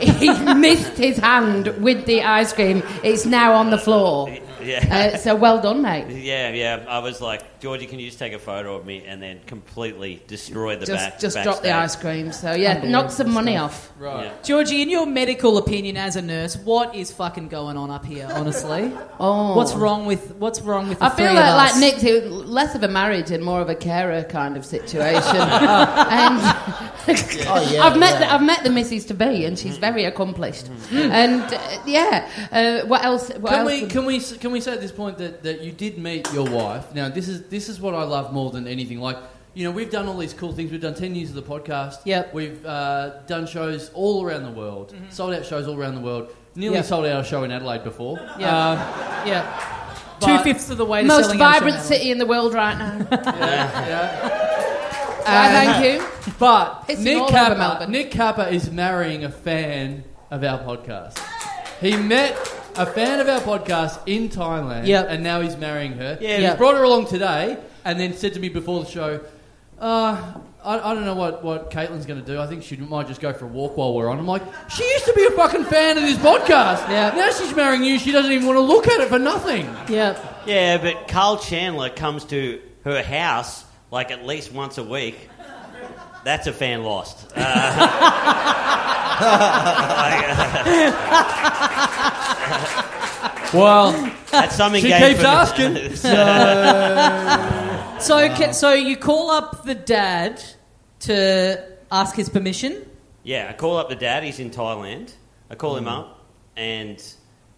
Speaker 7: He missed his hand with the ice cream. It's now on the floor.
Speaker 4: Yeah.
Speaker 7: Uh, so well done, mate.
Speaker 4: Yeah, yeah. I was like, Georgie, can you just take a photo of me and then completely destroy the
Speaker 7: Just,
Speaker 4: back?
Speaker 7: just drop the
Speaker 4: backstage?
Speaker 7: ice cream. So yeah, knock some money off.
Speaker 2: Right.
Speaker 4: Yeah.
Speaker 1: Georgie, in your medical opinion as a nurse, what is fucking going on up here? Honestly,
Speaker 7: Oh,
Speaker 1: what's wrong with what's wrong with? The
Speaker 7: I feel
Speaker 1: three
Speaker 7: like,
Speaker 1: of
Speaker 7: like
Speaker 1: us?
Speaker 7: Nick's it was less of a marriage and more of a carer kind of situation. and
Speaker 6: Oh, yeah,
Speaker 7: I've met
Speaker 6: yeah.
Speaker 7: the, I've met the missus to be, and she's very accomplished. And uh, yeah, uh, what else? What
Speaker 2: Can
Speaker 7: else
Speaker 2: we
Speaker 7: would-
Speaker 2: um, can we s- can we say at this point that, that you did meet your wife? Now this is this is what I love more than anything. Like you know we've done all these cool things. We've done ten years of the podcast.
Speaker 1: Yep.
Speaker 2: We've uh, done shows all around the world.
Speaker 1: Mm-hmm.
Speaker 2: Sold out shows all around the world. Nearly
Speaker 1: Yeah.
Speaker 2: sold out a show in Adelaide before.
Speaker 1: Yeah.
Speaker 2: Uh, [laughs]
Speaker 1: yeah,
Speaker 2: but-
Speaker 1: two fifths of the way. To
Speaker 7: most
Speaker 1: selling out
Speaker 7: vibrant
Speaker 1: Chanel.
Speaker 7: city in the world
Speaker 1: [laughs]
Speaker 7: right now?
Speaker 2: yeah.
Speaker 7: Uh, thank you.
Speaker 2: But
Speaker 7: Pissing all
Speaker 2: Nick
Speaker 7: over
Speaker 2: Kappa,
Speaker 7: Melbourne.
Speaker 2: Nick Kappa is marrying a fan of our podcast. He met a fan of our podcast in Thailand,
Speaker 1: Yep.
Speaker 2: and now he's marrying her.
Speaker 4: Yeah.
Speaker 2: He's
Speaker 1: Yep.
Speaker 2: brought her along today, and then said to me before the show, uh, I, I don't know what, what Caitlin's going to do. I think she might just go for a walk while we're on. I'm like, she used to be a fucking fan of this podcast.
Speaker 1: Yeah.
Speaker 2: Now she's marrying you. She doesn't even want to look at it for nothing.
Speaker 1: Yeah,
Speaker 4: Yeah, but Carl Chandler comes to her house like at least once a week. That's a fan lost. Uh,
Speaker 2: Well,
Speaker 4: that's some
Speaker 2: she
Speaker 4: engagement.
Speaker 2: keeps asking.
Speaker 7: [laughs]
Speaker 1: So, ca so you call up the dad to ask his permission.
Speaker 4: [laughs] Yeah, I call up the dad. He's in Thailand. I call
Speaker 7: Mm.
Speaker 4: him up, and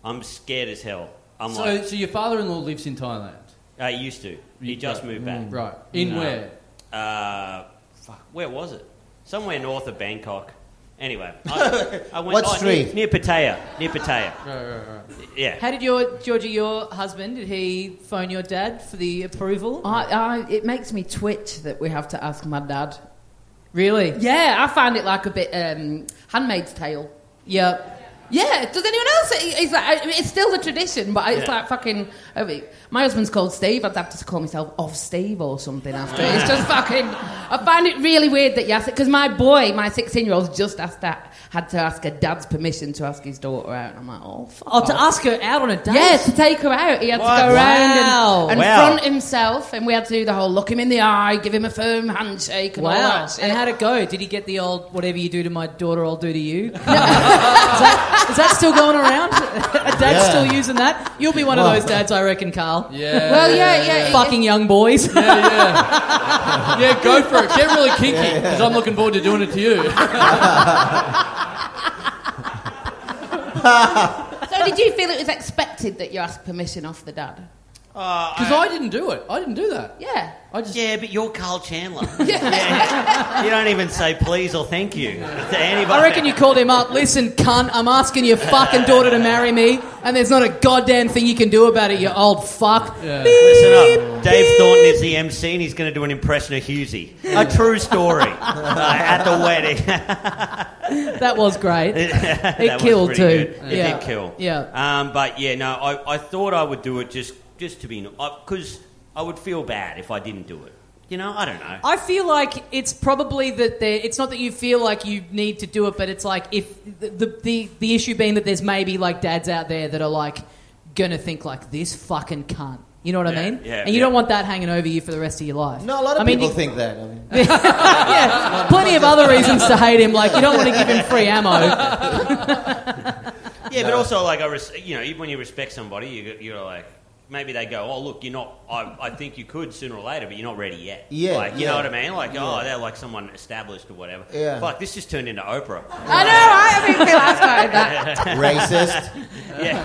Speaker 4: I'm scared as hell. I'm
Speaker 2: so,
Speaker 4: like,
Speaker 2: so your father-in-law lives in Thailand,
Speaker 4: I used to. He just moved back.
Speaker 7: Mm.
Speaker 2: right? In
Speaker 4: No.
Speaker 2: where?
Speaker 4: Uh, fuck, where was it? Somewhere north of Bangkok. Anyway,
Speaker 1: [laughs]
Speaker 4: I, I went
Speaker 6: What
Speaker 4: oh,
Speaker 6: street?
Speaker 4: near, near Pattaya. Near Pattaya.
Speaker 2: Right, right, right.
Speaker 4: Yeah.
Speaker 1: How did your Georgie, your husband, did he phone your dad for the approval?
Speaker 7: I, I, it makes me twitch that we have to ask my dad.
Speaker 1: Really?
Speaker 7: Yeah, I find it like a bit um, Handmaid's Tale.
Speaker 1: Yep.
Speaker 7: Yeah, does anyone else? it- It's like I mean, it's still the tradition, but it's
Speaker 4: Yeah.
Speaker 7: like fucking. I mean, my husband's called Steve. I'd have to call myself off Steve or something after. It's just fucking. I find it really weird that you ask it because my boy, my sixteen-year-old, just asked that had to ask her dad's permission to ask his daughter out. And I'm like, oh fuck.
Speaker 1: Oh, to
Speaker 7: off.
Speaker 1: ask her out on a date?
Speaker 7: Yeah, to take her out. He had
Speaker 4: What?
Speaker 7: to go around
Speaker 1: Wow.
Speaker 7: and, and
Speaker 4: Wow.
Speaker 7: front himself, and we had to do the whole look him in the eye, give him a firm handshake, and all
Speaker 1: Wow.
Speaker 7: that shit.
Speaker 1: And how'd it go? Did he get the old whatever you do to my daughter, I'll do to [laughs] you? is, that, is that still going around? [laughs] Dad's
Speaker 6: Yeah.
Speaker 1: still using that? You'll be one of those dads, I reckon, Carl. Oh,
Speaker 2: Yeah.
Speaker 7: well, yeah, yeah. it-
Speaker 1: Fucking young [laughs] boys.
Speaker 2: Yeah, yeah. yeah, [laughs] go for it. Get really kinky because I'm looking forward to doing it to [laughs] you.
Speaker 7: So, did you feel it was expected that you asked permission off the dad?
Speaker 4: Uh, I-
Speaker 2: Because I didn't do it. I didn't do that.
Speaker 7: Yeah.
Speaker 2: I just
Speaker 4: Yeah, but you're Carl Chandler. [laughs] yeah. You don't even say please or thank you to anybody.
Speaker 1: I reckon you called him up. Listen, cunt, I'm asking your fucking daughter to marry me, and there's not a goddamn thing you can do about it, you old fuck.
Speaker 3: [laughs]
Speaker 2: Yeah.
Speaker 4: Listen up. Dave Thornton is the MC and he's going to do an impression of Husey. A true story. Uh, at the wedding. [laughs]
Speaker 1: That was great.
Speaker 4: That was
Speaker 1: killed
Speaker 4: pretty
Speaker 1: too.
Speaker 4: good. It
Speaker 1: Yeah.
Speaker 4: did kill.
Speaker 1: Yeah.
Speaker 4: Um, but yeah, no, I, I thought I would do it just just to be because I would feel bad if I didn't do it. You know, I don't know.
Speaker 3: I feel like it's probably that there. It's not that you feel like you need to do it, but it's like if the the, the, the issue being that there's maybe like dads out there that are like gonna think like this fucking cunt. You know what
Speaker 4: Yeah,
Speaker 3: I mean?
Speaker 4: yeah,
Speaker 3: and you
Speaker 4: yeah.
Speaker 3: don't want that hanging over you for the rest of your life.
Speaker 6: No, a lot of
Speaker 3: I mean,
Speaker 6: people
Speaker 3: you-
Speaker 6: think that. I mean,
Speaker 3: yeah, plenty of other reasons to hate him. Like you don't want to give him free
Speaker 4: [laughs]
Speaker 3: ammo.
Speaker 4: Yeah, but also like I, res- you know, even when you respect somebody, you, you're like maybe they go, oh look, you're not. I, I think you could sooner or later, but you're not ready yet.
Speaker 6: Yeah,
Speaker 4: like you
Speaker 6: yeah.
Speaker 4: know what I mean? Like
Speaker 6: Yeah.
Speaker 4: oh, they're like someone established or whatever.
Speaker 6: Yeah.
Speaker 4: Fuck, this just turned into Oprah. [laughs]
Speaker 7: I know, right? I mean, Phil, I started that.
Speaker 6: racist.
Speaker 4: yeah,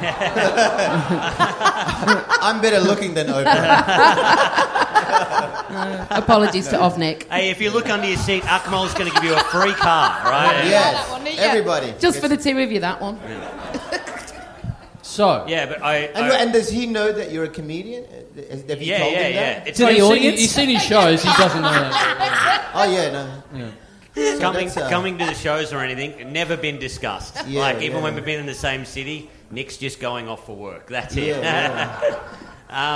Speaker 6: I'm better looking than Oprah.
Speaker 7: Apologies to Ovnik.
Speaker 4: hey, if you look under your seat, Akmal's going to give you a free car, right?
Speaker 6: yes,
Speaker 7: That one, yeah.
Speaker 6: everybody.
Speaker 7: Just for the two of you, that one.
Speaker 2: So,
Speaker 4: Yeah, but I.
Speaker 6: And,
Speaker 4: I-
Speaker 6: and does he know that you're a comedian? Uh, Have you
Speaker 4: yeah,
Speaker 6: told
Speaker 4: yeah,
Speaker 6: him
Speaker 4: yeah.
Speaker 6: that?
Speaker 4: It's
Speaker 3: To the
Speaker 4: it's-
Speaker 2: You've seen-
Speaker 3: audience?
Speaker 2: You've seen his shows. He doesn't know that.
Speaker 6: Oh yeah, no. So
Speaker 4: coming
Speaker 6: that's, uh,
Speaker 4: coming to the shows or anything never been discussed.
Speaker 6: Yeah,
Speaker 4: like even
Speaker 6: yeah.
Speaker 4: when we've been in the same city, Nick's just going off for work. That's it.
Speaker 6: Yeah, yeah.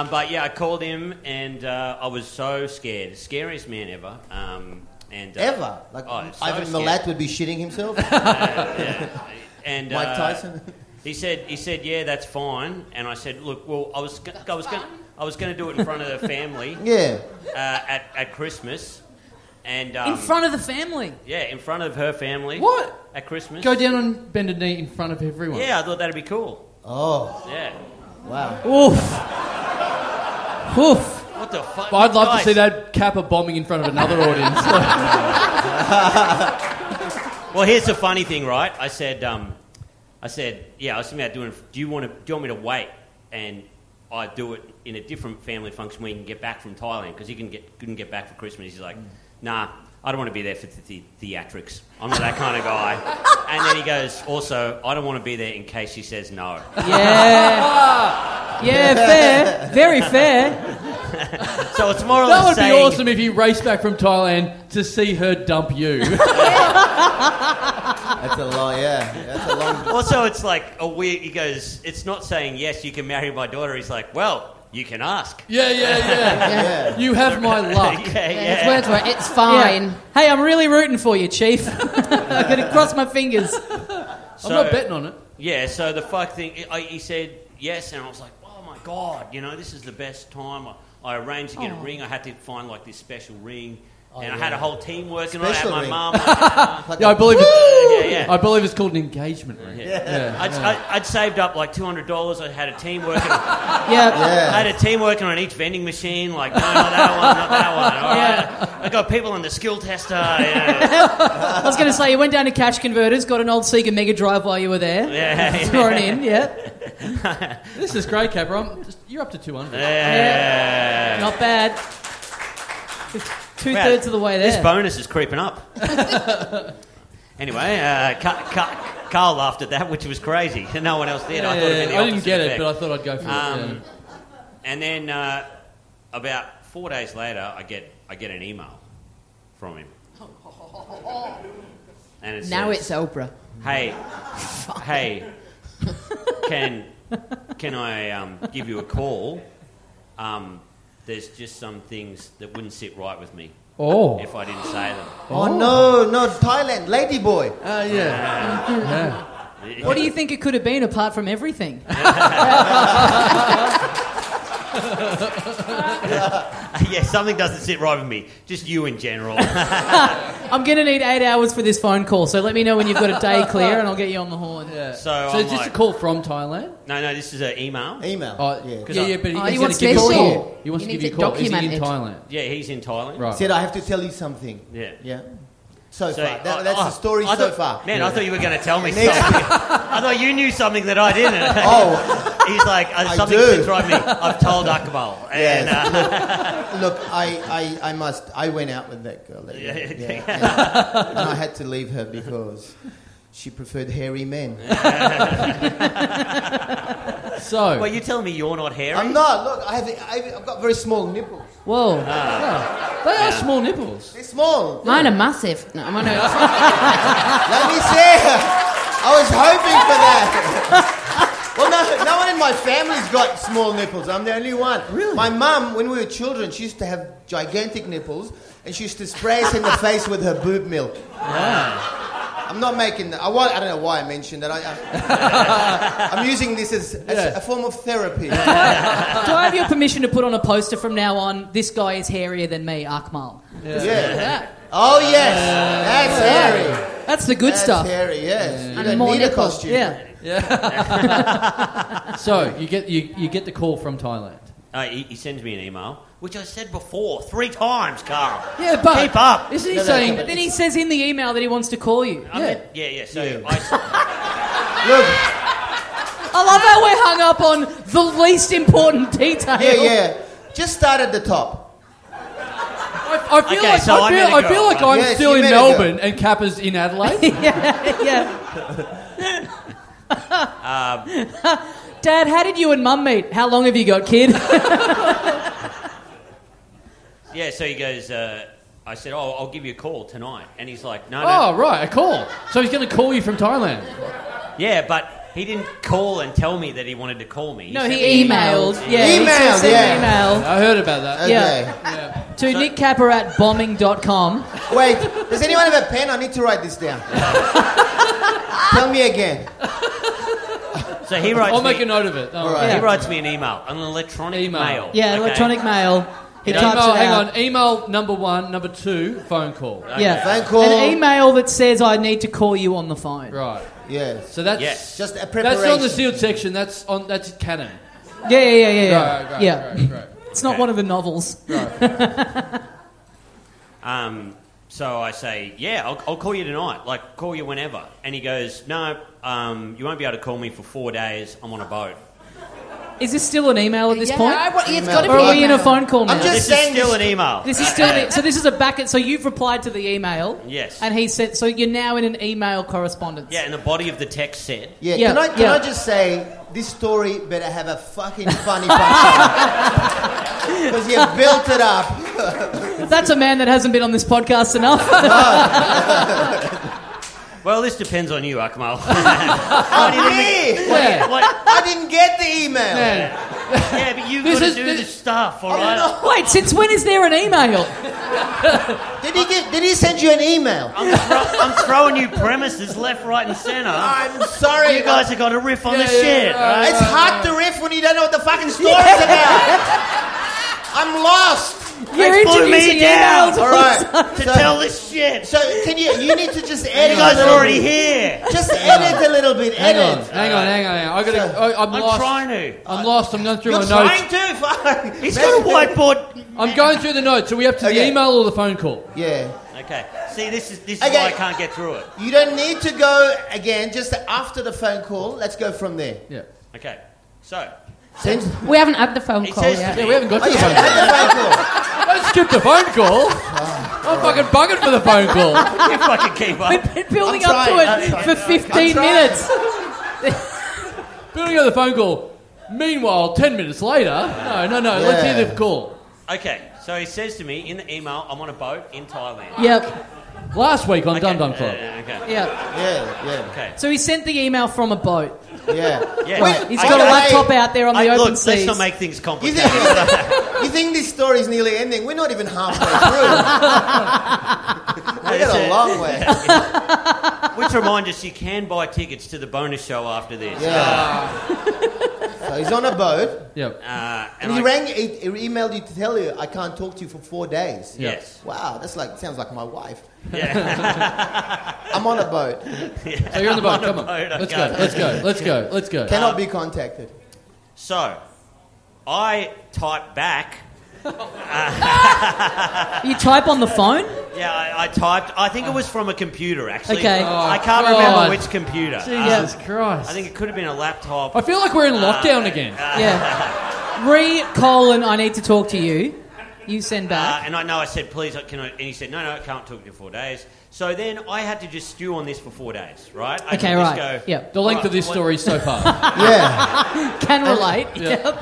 Speaker 4: um, but yeah, I called him and uh, I was so scared, scariest man ever. Um, and uh,
Speaker 6: Ever like
Speaker 4: Oh, it's so
Speaker 6: Ivan
Speaker 4: scary.
Speaker 6: Milat would be shitting himself.
Speaker 4: and
Speaker 6: Mike
Speaker 4: uh,
Speaker 6: Tyson. [laughs]
Speaker 4: He said, he said, yeah, that's fine. And I said, look, well, I was, go- I was going, I was going to do it in front of the family [laughs] uh,
Speaker 6: Yeah.
Speaker 4: at, at Christmas, and um,
Speaker 3: In front of the family.
Speaker 4: yeah, in front of her family.
Speaker 2: What?
Speaker 4: at Christmas?
Speaker 2: [laughs] Go down on bended knee in front of everyone.
Speaker 4: Yeah, I thought that'd be cool.
Speaker 6: Oh
Speaker 4: Yeah.
Speaker 6: wow.
Speaker 3: Oof. Oof.
Speaker 4: [laughs] What the fuck?
Speaker 2: But I'd love
Speaker 4: Guys,
Speaker 2: to see that Kappa bombing in front of
Speaker 4: [laughs]
Speaker 2: another audience.
Speaker 4: Well, here's the funny thing, right? I said, um, I said, yeah, I was thinking about doing. Do you want to? Do you want me to wait and I do it in a different family function where you can get back from Thailand because he can get couldn't get back for Christmas. He's like, nah, I don't want to be there for the, the theatrics. I'm not that kind
Speaker 2: [laughs]
Speaker 4: of guy. and then he goes, also, I don't want to be there in case she
Speaker 2: [laughs]
Speaker 4: says no.
Speaker 3: Yeah. Yeah, fair. Very fair.
Speaker 4: So it's more or
Speaker 2: that would
Speaker 4: less
Speaker 2: be
Speaker 4: saying,
Speaker 2: awesome if you raced back from Thailand to see her dump you. [laughs]
Speaker 4: [laughs]
Speaker 6: That's a long. Yeah. That's a
Speaker 4: [laughs]
Speaker 6: long.
Speaker 4: Also, it's like a weird. He goes, it's not saying yes, you can marry my daughter. He's like, well, you can ask.
Speaker 2: yeah, yeah, yeah.
Speaker 6: Yeah.
Speaker 2: You have
Speaker 4: [laughs]
Speaker 2: my luck.
Speaker 4: yeah,
Speaker 7: Yeah,
Speaker 4: yeah.
Speaker 7: It's words were, it's
Speaker 3: Yeah.
Speaker 7: fine.
Speaker 3: Hey, I'm really rooting for you, Chief. [laughs] I'm going to cross my fingers.
Speaker 4: So-
Speaker 2: I'm not betting on it.
Speaker 4: Yeah, so the fuck thing, I, he said yes, and I was like, oh my god, you know, this is the best time. I, I arranged to get a ring. I had to find like this special ring, and I had a whole team working
Speaker 6: Special
Speaker 4: on it. I had
Speaker 6: ring.
Speaker 4: my mum.
Speaker 6: Like
Speaker 2: Yeah, I
Speaker 6: a-
Speaker 2: believe
Speaker 4: yeah,
Speaker 2: it's,
Speaker 4: yeah.
Speaker 2: I believe it's called an engagement ring.
Speaker 4: yeah. I'd, I'd, I'd saved up like two hundred dollars. I had a team working. I
Speaker 3: Yeah.
Speaker 4: had
Speaker 6: yeah.
Speaker 4: a team working on each vending machine. Like, no, not that one, not that one. All right. I got people in the skill tester. Yeah,
Speaker 3: I was going to say, you went down to Cash Converters, got an old Sega Mega Drive while you were
Speaker 1: [laughs]
Speaker 3: there.
Speaker 4: yeah, yeah.
Speaker 3: Thrown in, yeah.
Speaker 2: This is great, Kappa. I'm just, you're up to 200.
Speaker 4: Yeah.
Speaker 3: Not bad. Two
Speaker 4: Wow,
Speaker 3: thirds of the way there.
Speaker 4: This bonus is
Speaker 2: [laughs]
Speaker 4: creeping up. anyway, uh, Ca- Ca- Carl laughed at that, which was crazy. No one else did. I thought it
Speaker 2: Yeah, I didn't get it, but
Speaker 4: But
Speaker 2: I thought I'd go for it. yeah.
Speaker 4: Um, And then uh, about four days later, I get I get an email from him. And it
Speaker 7: Now
Speaker 4: says,
Speaker 7: it's Oprah.
Speaker 2: [laughs]
Speaker 4: hey, hey, can can I um, give you a call? Um, there's just some things that wouldn't sit right with me
Speaker 2: Oh.
Speaker 4: if I didn't say them.
Speaker 6: Oh no, no Thailand, lady boy.
Speaker 2: Uh, yeah. yeah.
Speaker 3: what do you think it could have been apart from everything?
Speaker 4: yeah, something doesn't sit right with me. Just you in general.
Speaker 3: I'm going to need eight hours for this phone call, so let me know when you've got a day clear and I'll get you on the horn.
Speaker 2: yeah.
Speaker 4: So
Speaker 2: so
Speaker 4: I'm
Speaker 2: it's just a
Speaker 4: like-
Speaker 2: call from Thailand?
Speaker 4: no, no, this is an email.
Speaker 6: Email.
Speaker 2: Oh,
Speaker 6: yeah.
Speaker 2: yeah, yeah, but he,
Speaker 7: Oh,
Speaker 2: he's
Speaker 7: he
Speaker 2: going
Speaker 7: wants
Speaker 2: to give you a
Speaker 7: special.
Speaker 2: call. He wants
Speaker 7: He
Speaker 2: to give
Speaker 7: needs
Speaker 2: you a
Speaker 7: it
Speaker 2: call. Is he in
Speaker 7: documented.
Speaker 2: Thailand?
Speaker 4: Yeah, he's in Thailand.
Speaker 2: Right.
Speaker 6: Said I have to tell you something.
Speaker 4: Yeah.
Speaker 6: Yeah. So,
Speaker 4: So-
Speaker 6: far, that,
Speaker 4: oh,
Speaker 6: that's
Speaker 4: oh,
Speaker 6: the story
Speaker 4: I
Speaker 6: so
Speaker 4: thought-
Speaker 6: far.
Speaker 4: Man, I thought you were going to
Speaker 6: [laughs]
Speaker 4: tell me [laughs]
Speaker 6: Next-
Speaker 4: something. I thought you knew something that I didn't. [laughs]
Speaker 6: Oh,
Speaker 4: He's like, uh,
Speaker 6: I
Speaker 4: something
Speaker 6: do.
Speaker 4: sits right with me. I've
Speaker 6: [laughs]
Speaker 4: told Akmal. [laughs] And,
Speaker 6: Yes.
Speaker 4: uh,
Speaker 6: look, I, I, I must. I went out with that girl. that-
Speaker 4: Yeah, yeah. [laughs]
Speaker 6: And, and I had to leave her because she preferred hairy men.
Speaker 2: So,
Speaker 4: well, you're telling me you're not hairy?
Speaker 6: I'm not. Look, I have, I- I've got very small nipples.
Speaker 2: whoa. Yeah. They are small nipples.
Speaker 6: They're small.
Speaker 7: Mine are massive. No,
Speaker 6: [laughs]
Speaker 7: mine are,
Speaker 6: Let me see. I was hoping for that. Well, no, no one in my family's got small nipples. I'm the only one. Really? My mum, when we were children, she used to have gigantic nipples, and she used to spray us in the face with her boob milk. I'm not making that. I, wa- I don't know why I mentioned that. I,
Speaker 7: [laughs]
Speaker 6: I, I'm using this as, as a form of therapy.
Speaker 1: [laughs] Do I have your permission to put on a poster from now on? This guy is hairier than me, Akmal.
Speaker 6: Yeah. Oh yes, that's hairy.
Speaker 1: That's the good
Speaker 6: That's
Speaker 1: stuff.
Speaker 6: hairy. Yes. You
Speaker 7: And
Speaker 6: don't
Speaker 7: more
Speaker 6: need a
Speaker 7: nipples.
Speaker 6: costume.
Speaker 1: Yeah.
Speaker 2: So you get you, you get the call from Thailand.
Speaker 4: Uh, he, he sends me an email, which I said before three times, Carl.
Speaker 1: Yeah, but
Speaker 4: keep up.
Speaker 1: Isn't he
Speaker 6: No, no,
Speaker 1: saying?
Speaker 6: no,
Speaker 1: But then he says in the email that he wants to call you.
Speaker 4: I meant- yeah, yeah. So
Speaker 6: Yeah.
Speaker 4: I s-
Speaker 6: Look.
Speaker 1: I love how we're hung up on the least important detail.
Speaker 6: Yeah, yeah. Just start at the top.
Speaker 2: I, I feel
Speaker 4: Okay,
Speaker 2: like
Speaker 4: so
Speaker 2: I
Speaker 4: I
Speaker 2: feel,
Speaker 4: met a
Speaker 2: I feel
Speaker 4: girl,
Speaker 2: like
Speaker 4: right?
Speaker 2: I'm
Speaker 6: Yes,
Speaker 2: still
Speaker 6: you
Speaker 2: in
Speaker 6: met a girl.
Speaker 2: Melbourne and Kappa's in
Speaker 1: [laughs]
Speaker 2: Adelaide.
Speaker 1: yeah, yeah.
Speaker 6: [laughs]
Speaker 1: [laughs] Dad, how did you and Mum meet? How long have you got,
Speaker 4: [laughs]
Speaker 1: kid?
Speaker 4: yeah. So he goes. Uh, I said, "Oh, I'll give you a call tonight," and he's like, "No, no."
Speaker 2: oh right, a call. So he's going to call you from Thailand.
Speaker 4: Yeah, but he didn't call and tell me that he wanted to call me.
Speaker 1: no,
Speaker 4: sent
Speaker 1: he
Speaker 4: me an email.
Speaker 1: emailed. Yeah, he
Speaker 6: Emailed,
Speaker 1: sent an
Speaker 6: yeah.
Speaker 1: email
Speaker 2: I heard about that.
Speaker 6: Okay.
Speaker 1: to Nick Capper at bombing.com.
Speaker 6: Wait, does anyone have a pen? I need to write this
Speaker 1: [laughs]
Speaker 6: down. Tell me again.
Speaker 4: So he writes.
Speaker 2: I'll make
Speaker 4: me,
Speaker 2: a note of it. All
Speaker 6: All
Speaker 2: right.
Speaker 6: right.
Speaker 4: He writes me an email, an electronic
Speaker 2: Email.
Speaker 4: mail.
Speaker 1: Yeah,
Speaker 4: Okay.
Speaker 1: electronic mail. He
Speaker 2: Email,
Speaker 1: types it
Speaker 2: Oh, hang
Speaker 1: out.
Speaker 2: on. Email number one, number two, phone call.
Speaker 1: Yeah.
Speaker 6: Phone call.
Speaker 1: An email that says I need to call you on the phone.
Speaker 2: Right.
Speaker 6: Yes.
Speaker 2: So that's
Speaker 4: Yes.
Speaker 6: Just a
Speaker 2: that's
Speaker 6: preparation.
Speaker 2: not the sealed section. That's on that's canon.
Speaker 1: Yeah, yeah, yeah, yeah. yeah.
Speaker 2: Right, right,
Speaker 1: yeah.
Speaker 2: right, right.
Speaker 1: It's not
Speaker 4: Okay.
Speaker 1: one of the novels.
Speaker 4: Um, so I say, yeah, I'll, I'll call you tonight. Like, call you whenever. And he goes, no, um, you won't be able to call me for four days. I'm on a boat.
Speaker 1: Is this still an email at this
Speaker 7: yeah,
Speaker 1: point?
Speaker 7: I, wa- it's
Speaker 6: Email.
Speaker 7: got to be
Speaker 1: or are we in a
Speaker 7: email.
Speaker 1: phone call now?
Speaker 6: I'm just
Speaker 4: This is
Speaker 6: saying
Speaker 4: still
Speaker 6: this-
Speaker 4: an email.
Speaker 1: This is still the, so. This is a back. So you've replied to the email.
Speaker 4: Yes.
Speaker 1: And he said. So you're now in an email correspondence.
Speaker 4: Yeah, and the body of the text said,
Speaker 6: Yeah.
Speaker 1: Yeah,
Speaker 6: Can I can
Speaker 1: yeah.
Speaker 6: I just say this story better have a fucking
Speaker 1: [laughs]
Speaker 6: funny punchline because you built it up.
Speaker 1: That's a man that hasn't been on this podcast enough. [laughs]
Speaker 4: well, this depends on you, Akmal. [laughs] Why do you think we-
Speaker 2: Yeah.
Speaker 4: what- what-
Speaker 6: I didn't get the email.
Speaker 2: Man,
Speaker 4: yeah, but you've
Speaker 2: This
Speaker 4: got to
Speaker 2: is-
Speaker 4: do
Speaker 2: this-
Speaker 4: this stuff, all
Speaker 6: I
Speaker 4: right?
Speaker 6: don't know.
Speaker 1: Wait, since when is there an email?
Speaker 6: Did he get? Did he send you an email?
Speaker 4: I'm, thro- I'm throwing you premises left, right, and centre.
Speaker 6: I'm sorry.
Speaker 4: You guys have got to riff on the
Speaker 2: yeah,
Speaker 4: shit.
Speaker 2: right.
Speaker 6: Uh, It's hard to riff when you don't know what the fucking story's [laughs] about. I'm lost.
Speaker 1: You're
Speaker 4: They blew me
Speaker 1: introducing
Speaker 4: down.
Speaker 1: emails.
Speaker 6: All right.
Speaker 4: To
Speaker 6: So-
Speaker 4: tell this shit.
Speaker 6: [laughs] So can you? You need to just edit.
Speaker 4: you guys
Speaker 6: a
Speaker 4: are
Speaker 6: little
Speaker 4: already
Speaker 6: bit.
Speaker 4: here.
Speaker 6: Just edit a little bit.
Speaker 2: hang
Speaker 6: edit.
Speaker 2: on, hang on, hang on, hang on. I gotta,
Speaker 6: So-
Speaker 2: I, I'm,
Speaker 4: I'm
Speaker 2: lost.
Speaker 4: trying to.
Speaker 2: I'm lost. I'm going through
Speaker 6: You're
Speaker 2: my
Speaker 6: trying
Speaker 2: notes.
Speaker 6: to. Fuck.
Speaker 4: He's got a whiteboard.
Speaker 2: I'm going through the notes. So we have to the
Speaker 6: Okay.
Speaker 2: email or the phone call.
Speaker 6: Yeah.
Speaker 4: Okay. See, this is this is
Speaker 6: Okay.
Speaker 4: why I can't get through it.
Speaker 6: You don't need to go again. Just after the phone call. Let's go from there.
Speaker 2: Yeah.
Speaker 4: Okay. So
Speaker 6: Send.
Speaker 7: We haven't had the phone
Speaker 4: It
Speaker 7: call
Speaker 4: says-
Speaker 7: yet.
Speaker 2: Yeah, we haven't got
Speaker 6: [laughs] Oh,
Speaker 2: to the
Speaker 6: you
Speaker 2: phone
Speaker 6: haven't
Speaker 2: call.
Speaker 6: had the phone call.
Speaker 2: Don't skip the phone call. I'm fucking bugging for the phone call.
Speaker 4: you fucking keep
Speaker 1: [laughs]
Speaker 4: up.
Speaker 1: Been building
Speaker 6: I'm
Speaker 1: up
Speaker 6: trying,
Speaker 1: to
Speaker 6: I'm
Speaker 1: it
Speaker 6: trying.
Speaker 1: for 15
Speaker 6: trying.
Speaker 1: minutes.
Speaker 2: Building on the phone call. Meanwhile, ten minutes later. No, no, no. Let's hear the call.
Speaker 4: Okay. So he says to me in the email, "I'm on a boat in Thailand."
Speaker 1: Yep.
Speaker 2: Last week on
Speaker 4: Okay.
Speaker 2: Dum Dum Club.
Speaker 4: Uh, okay.
Speaker 1: Yep.
Speaker 6: Yeah, yeah,
Speaker 4: Okay.
Speaker 1: So he sent the email from a boat.
Speaker 6: yeah.
Speaker 4: Yeah.
Speaker 6: Wait,
Speaker 1: He's
Speaker 4: I-
Speaker 1: got a
Speaker 6: I-
Speaker 1: laptop out there on the
Speaker 4: I-
Speaker 1: open
Speaker 4: look, let's
Speaker 1: seas.
Speaker 4: not make things
Speaker 6: You
Speaker 4: complicated.
Speaker 6: think, you think this story's nearly ending? We're not even halfway [laughs] through. we got a long way.
Speaker 4: Which reminds us, you can buy tickets to the bonus show after this.
Speaker 6: Yeah. [laughs] so he's on a boat.
Speaker 2: Yep.
Speaker 4: Uh, and
Speaker 6: And he
Speaker 4: I-
Speaker 6: rang, he, he emailed you to tell you, I can't talk to you for four days.
Speaker 4: Yes.
Speaker 6: Wow, that's like, sounds like my wife.
Speaker 4: [laughs] Yeah.
Speaker 6: I'm on a boat.
Speaker 4: [laughs]
Speaker 2: So you're on the boat.
Speaker 4: I'm on
Speaker 2: Come
Speaker 4: a
Speaker 2: on.
Speaker 4: boat, [laughs] I
Speaker 2: Let's go.
Speaker 4: can't.
Speaker 2: Let's go. Let's go. Let's go.
Speaker 6: Cannot be contacted.
Speaker 4: So, I type back.
Speaker 1: You type on the phone.
Speaker 4: Yeah, I, I typed. I think it was from a computer, actually.
Speaker 1: Okay. Oh,
Speaker 4: I can't
Speaker 2: God.
Speaker 4: remember which computer. Um,
Speaker 2: Jesus Christ.
Speaker 4: I think it could have been a laptop.
Speaker 2: I feel like we're in lockdown again.
Speaker 1: Yeah. Re colon. I need to talk to you. You send
Speaker 4: Uh,
Speaker 1: back.
Speaker 4: and I know I said, please, can I? And he said, no, no, I can't talk to you for four days. So then I had to just stew on this for four days, right? I
Speaker 1: Okay,
Speaker 4: could just
Speaker 1: right.
Speaker 4: go,
Speaker 1: Yep.
Speaker 2: The length of this
Speaker 4: What-
Speaker 2: story so
Speaker 6: [laughs]
Speaker 2: far.
Speaker 6: Yeah.
Speaker 1: Can relate.
Speaker 2: Yeah.
Speaker 1: Yep.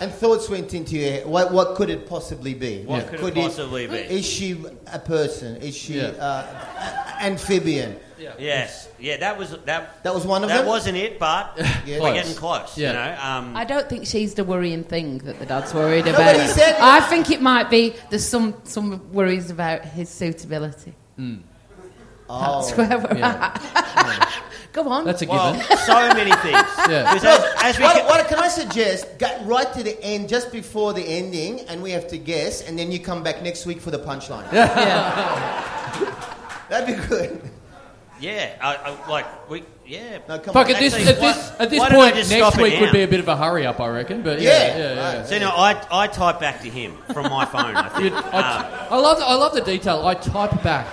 Speaker 6: and thoughts went into your head. What, what could it possibly be?
Speaker 4: What could it possibly be?
Speaker 6: Is she a person? Is she
Speaker 2: Yeah.
Speaker 6: uh, a- amphibian?
Speaker 4: Yeah. Yes. Yeah. That was that.
Speaker 6: That was one of
Speaker 4: that
Speaker 6: them?
Speaker 4: wasn't it,
Speaker 6: [laughs]
Speaker 4: but
Speaker 6: Close.
Speaker 4: we're getting close.
Speaker 2: Yeah.
Speaker 4: You know. Um,
Speaker 7: I don't think she's the worrying thing that the dad's worried about.
Speaker 6: Nobody said that.
Speaker 7: I think it might be there's some some worries about his suitability. That's
Speaker 6: Oh.
Speaker 7: where we're at. [laughs] Go on.
Speaker 2: That's a
Speaker 4: well,
Speaker 2: given.
Speaker 4: so many things.
Speaker 2: [laughs] Yeah.
Speaker 4: 'Cause as, [laughs] as we
Speaker 6: What,
Speaker 4: get-
Speaker 6: what can I suggest? Get right to the end, just before the ending, and we have to guess, and then you come back next week for the punchline. [laughs] That'd be good.
Speaker 4: yeah, I, I, like we yeah.
Speaker 6: No, come
Speaker 2: Fuck,
Speaker 6: on.
Speaker 2: at this,
Speaker 4: Actually,
Speaker 2: at this,
Speaker 4: why-
Speaker 2: at this
Speaker 4: why don't
Speaker 2: point,
Speaker 4: I just
Speaker 2: next
Speaker 4: stop it
Speaker 2: week would
Speaker 4: now?
Speaker 2: be a bit of a hurry up, I reckon. But yeah,
Speaker 6: Yeah.
Speaker 2: yeah, yeah.
Speaker 6: Right.
Speaker 4: So now I I type back to him from my phone. I
Speaker 2: You'd-
Speaker 4: think. Um,
Speaker 2: I, I love, the, I love the detail. I type back.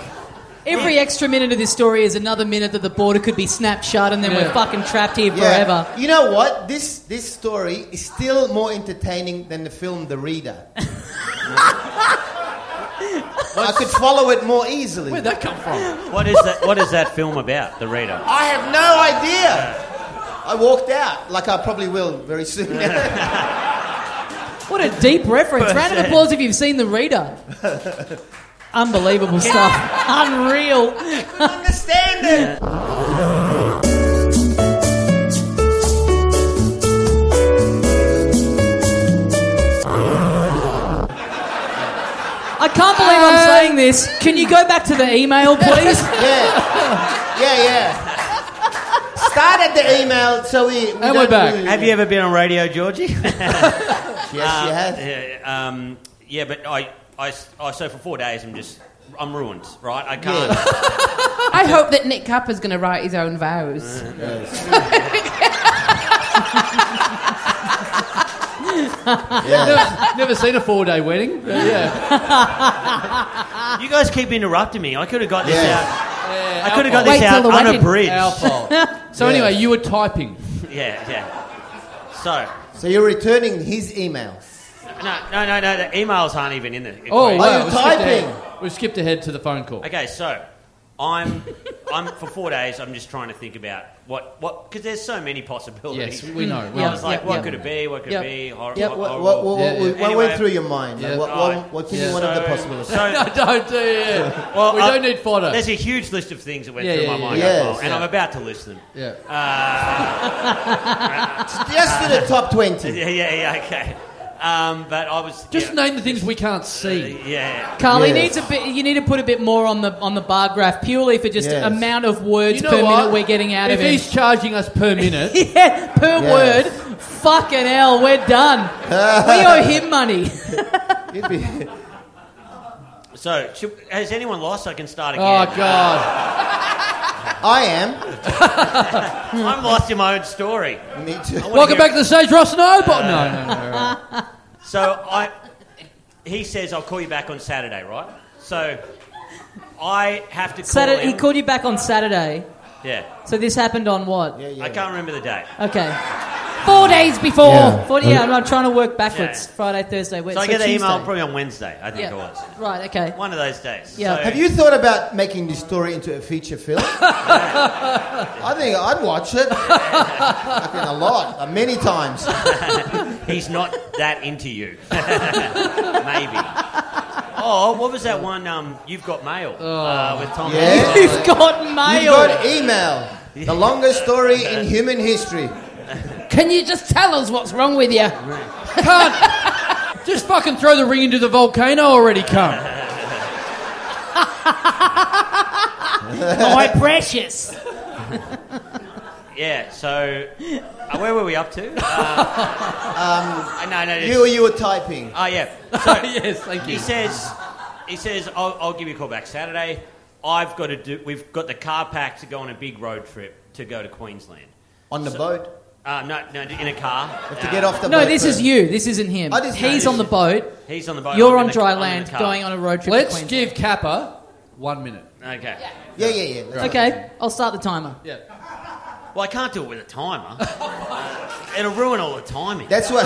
Speaker 1: [laughs] Every extra minute of this story is another minute that the border could be snapped shut, and then
Speaker 2: Yeah.
Speaker 1: we're fucking trapped here
Speaker 6: Yeah.
Speaker 1: forever.
Speaker 6: You know what? This this story is still more entertaining than the film The Reader. I could follow it more easily.
Speaker 2: Where'd that come from?
Speaker 4: what is that? What is that film about? The reader.
Speaker 6: I have no idea. I walked out, like I probably will very soon. [laughs]
Speaker 1: What a deep reference! Round of applause if you've seen the reader. Unbelievable stuff. Unreal.
Speaker 6: Understand it?
Speaker 1: I can't believe I'm saying this. Can you go back to the email, please?
Speaker 6: Yeah, yeah, yeah. Start at the email, so we. we
Speaker 2: And we're
Speaker 6: don't
Speaker 2: back.
Speaker 6: really-
Speaker 4: Have you ever been on radio, Georgie?
Speaker 6: Yes,
Speaker 4: Um,
Speaker 6: you
Speaker 4: [laughs]
Speaker 6: have.
Speaker 4: Yeah, um, yeah, but I, I, I, so for four days I'm just, I'm ruined, right? I can't.
Speaker 7: I hope that Nick Capper's going to write his own vows.
Speaker 6: Yeah.
Speaker 2: Never, never seen a four day wedding. but yeah.
Speaker 4: You guys keep interrupting me. I could have got this
Speaker 6: Yeah.
Speaker 4: out. I could have got
Speaker 7: Wait
Speaker 4: this
Speaker 7: till
Speaker 4: out
Speaker 7: the wedding.
Speaker 4: unabridged.
Speaker 2: Our fault. So, anyway, you were typing.
Speaker 4: Yeah, yeah. So,
Speaker 6: So you're returning his email.
Speaker 4: no, no, no, no. The emails aren't even in the.
Speaker 2: Oh,
Speaker 4: equation.
Speaker 2: wow.
Speaker 6: you
Speaker 2: we've skipped
Speaker 6: typing?
Speaker 2: ahead- We've skipped ahead to the phone call.
Speaker 4: Okay, so I'm, I'm for four days. I'm just trying to think about what, what, because there's so many possibilities.
Speaker 2: Yes, we know. We
Speaker 4: [laughs] I
Speaker 2: know.
Speaker 4: was like,
Speaker 1: yeah,
Speaker 4: what
Speaker 1: yeah.
Speaker 4: could it be? What could
Speaker 1: Yeah.
Speaker 4: it be? Hor-
Speaker 6: Yeah,
Speaker 4: hor-
Speaker 6: what, what,
Speaker 4: horrible.
Speaker 6: what, what,
Speaker 2: Yeah, yeah.
Speaker 6: what went
Speaker 4: Anyway.
Speaker 6: through your mind? Like,
Speaker 2: Yeah.
Speaker 6: what,
Speaker 4: Alright.
Speaker 6: what, what can
Speaker 2: Yeah.
Speaker 6: you one of the
Speaker 4: So- [laughs]
Speaker 2: [laughs]
Speaker 6: possibilities?
Speaker 4: so-
Speaker 2: No, don't do it.
Speaker 4: Well, uh,
Speaker 2: we
Speaker 4: I-
Speaker 2: don't need fodder.
Speaker 4: There's a huge list of things that went
Speaker 2: Yeah,
Speaker 4: through
Speaker 2: yeah,
Speaker 4: my
Speaker 2: yeah,
Speaker 4: mind,
Speaker 6: yeah.
Speaker 4: as well,
Speaker 6: Yes,
Speaker 4: and
Speaker 2: yeah.
Speaker 4: I'm about to list them. [laughs]
Speaker 2: Yeah.
Speaker 6: Just to the top 20.
Speaker 4: Yeah, yeah, yeah. Okay. Um, but I was
Speaker 2: Just
Speaker 4: yeah,
Speaker 2: name the things we can't
Speaker 4: Uh,
Speaker 2: see.
Speaker 4: yeah.
Speaker 1: Carl, he
Speaker 6: Yeah.
Speaker 1: needs a bit. You need to put a bit more on the on the bar graph purely for just
Speaker 6: Yes.
Speaker 1: amount of words
Speaker 2: You know
Speaker 1: per
Speaker 2: what?
Speaker 1: minute we're getting out
Speaker 2: if
Speaker 1: of [laughs] him.
Speaker 2: he's charging us per [laughs] minute,
Speaker 1: Yeah, per
Speaker 6: Yes.
Speaker 1: word. Fucking hell, we're done. we
Speaker 6: [laughs]
Speaker 1: owe him money.
Speaker 6: It'd be-
Speaker 4: So should, has anyone lost? I can start
Speaker 2: oh
Speaker 4: again.
Speaker 2: god,
Speaker 6: I am.
Speaker 4: I'm lost in my own story.
Speaker 6: Me too.
Speaker 4: I wanna
Speaker 2: welcome
Speaker 4: hear-
Speaker 2: back to the stage, Ross. No, but no, no, no, no.
Speaker 4: So I, he says I'll call you back on Saturday, right? So I have to call
Speaker 1: [laughs] Saturday, he
Speaker 4: him.
Speaker 1: called you back on Saturday.
Speaker 4: yeah.
Speaker 1: So this happened on what?
Speaker 6: Yeah, yeah.
Speaker 4: I can't remember the date.
Speaker 1: Okay.
Speaker 7: Four days before.
Speaker 6: Yeah. Um,
Speaker 1: Forty. Yeah, I'm, I'm trying to work backwards.
Speaker 4: Yeah.
Speaker 1: Friday, Thursday, Wednesday.
Speaker 4: So I get the
Speaker 1: Tuesday.
Speaker 4: email probably on Wednesday. I think
Speaker 1: Yeah.
Speaker 4: it was
Speaker 1: Right. Okay.
Speaker 4: one of those days.
Speaker 1: Yeah.
Speaker 4: So-
Speaker 6: Have you thought about making this story into a feature [laughs] film? I think I'd watch it. Fucking a lot, uh, many times.
Speaker 4: He's not that into you. [laughs] Maybe. Oh, what was that one? Um, you've got mail
Speaker 1: Oh.
Speaker 4: uh, with Tom.
Speaker 6: Yeah.
Speaker 4: Hanks?
Speaker 1: [laughs] You've got
Speaker 6: You've
Speaker 1: mail.
Speaker 6: got email. The longest story in human history.
Speaker 7: Can you just tell us what's wrong with you?
Speaker 2: can't. Just fucking throw the ring into the volcano already, cunt.
Speaker 1: My precious.
Speaker 4: Yeah. So, uh, where were we
Speaker 1: [laughs]
Speaker 4: up to? Uh, um, no, no.
Speaker 6: You you were typing.
Speaker 1: [laughs]
Speaker 4: Oh, yeah. So
Speaker 2: yes, thank
Speaker 4: he
Speaker 2: you.
Speaker 4: says, he says, I'll, I'll give you a call back Saturday. I've got to do. We've got the car packed to go on a big road trip to go to Queensland.
Speaker 6: On the boat.
Speaker 4: Uh, no, no, in a car.
Speaker 6: Have to get off the
Speaker 1: No,
Speaker 6: boat.
Speaker 1: this
Speaker 6: first.
Speaker 1: is you. This isn't him.
Speaker 6: I just-
Speaker 1: He's on the boat.
Speaker 4: He's on the boat. I'm
Speaker 1: You're
Speaker 4: in
Speaker 1: on
Speaker 4: the-
Speaker 1: dry
Speaker 4: I'm in the
Speaker 1: land,
Speaker 4: car.
Speaker 1: going on a road trip. to
Speaker 2: Let's
Speaker 1: Queensland.
Speaker 2: give Kappa one minute.
Speaker 4: Okay.
Speaker 6: Yeah, yeah, yeah. That's
Speaker 1: Okay, I'll start the timer.
Speaker 2: Yeah.
Speaker 4: Well, I can't do it with a
Speaker 1: [laughs]
Speaker 4: timer. It'll ruin all the timing.
Speaker 6: That's what.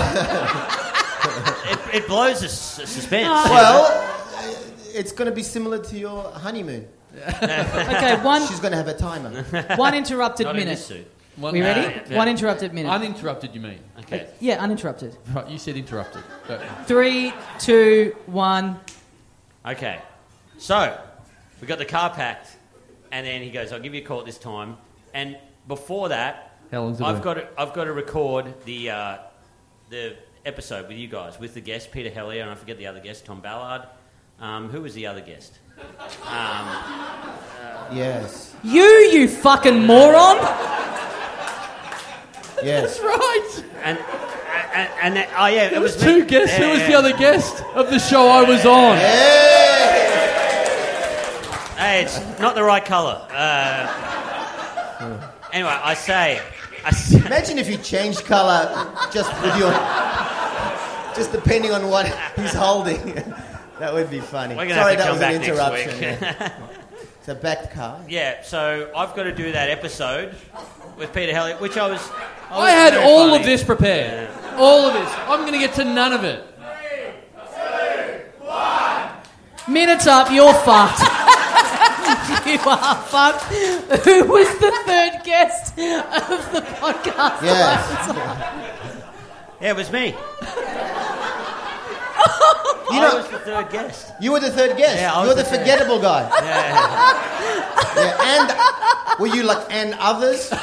Speaker 4: It,
Speaker 6: [laughs]
Speaker 4: it blows the s- suspense.
Speaker 1: Ah.
Speaker 6: Well, it's going to be similar to your honeymoon.
Speaker 4: [laughs]
Speaker 1: Okay, one
Speaker 6: She's going to have a timer.
Speaker 1: one interrupted
Speaker 4: Not in this
Speaker 1: minute.
Speaker 4: suit.
Speaker 2: One,
Speaker 1: We ready?
Speaker 4: yeah, yeah.
Speaker 1: One interrupted minute.
Speaker 2: Uninterrupted, you mean?
Speaker 4: Okay.
Speaker 1: yeah, uninterrupted.
Speaker 2: Right, you said interrupted. But
Speaker 1: Three, two, one.
Speaker 4: Okay. So, we got the car packed and then he goes, I'll give you a call at this time. And before that,
Speaker 2: How long's it
Speaker 4: I've
Speaker 2: been?
Speaker 4: got to, I've got to record the uh, the episode with you guys, with the guest Peter Hellier, and I forget the other guest, Tom Ballard. Um, who was the other guest?
Speaker 6: Yes.
Speaker 3: You, you fucking moron!
Speaker 6: Yes.
Speaker 2: Right.
Speaker 4: And and, and that, oh yeah,
Speaker 2: There
Speaker 4: it
Speaker 2: was
Speaker 4: was
Speaker 2: two
Speaker 4: me.
Speaker 2: guests. Who
Speaker 4: Yeah,
Speaker 2: was
Speaker 4: yeah.
Speaker 2: the other guest of the show I was on?
Speaker 6: Hey!
Speaker 4: Hey, it's not the right colour. Uh,
Speaker 2: [laughs]
Speaker 4: anyway, I say, I say
Speaker 6: Imagine if you changed colour just with your. Just depending on what he's holding. [laughs] that would be funny.
Speaker 4: We're gonna
Speaker 6: Sorry,
Speaker 4: have to
Speaker 6: that
Speaker 4: come
Speaker 6: was
Speaker 4: back
Speaker 6: an
Speaker 4: next
Speaker 6: interruption.
Speaker 4: week. [laughs]
Speaker 6: yeah. so back to car.
Speaker 4: yeah. So I've got to do that episode with Peter Hellier, which I was. I,
Speaker 2: I
Speaker 4: was
Speaker 2: had
Speaker 4: very
Speaker 2: all
Speaker 4: funny.
Speaker 2: of this prepared. All of this. I'm going to get to none of it.
Speaker 3: Minutes up, you're fucked. [laughs] you are fucked. Who was the third guest of the podcast?
Speaker 6: Yes.
Speaker 4: Yeah, it was me.
Speaker 6: You
Speaker 4: I
Speaker 6: know,
Speaker 4: was the third guest.
Speaker 6: you were the third guest.
Speaker 4: Yeah, I was
Speaker 6: You're the
Speaker 4: the third.
Speaker 6: forgettable guy.
Speaker 4: Yeah,
Speaker 6: Yeah, and were you like and others?
Speaker 4: I,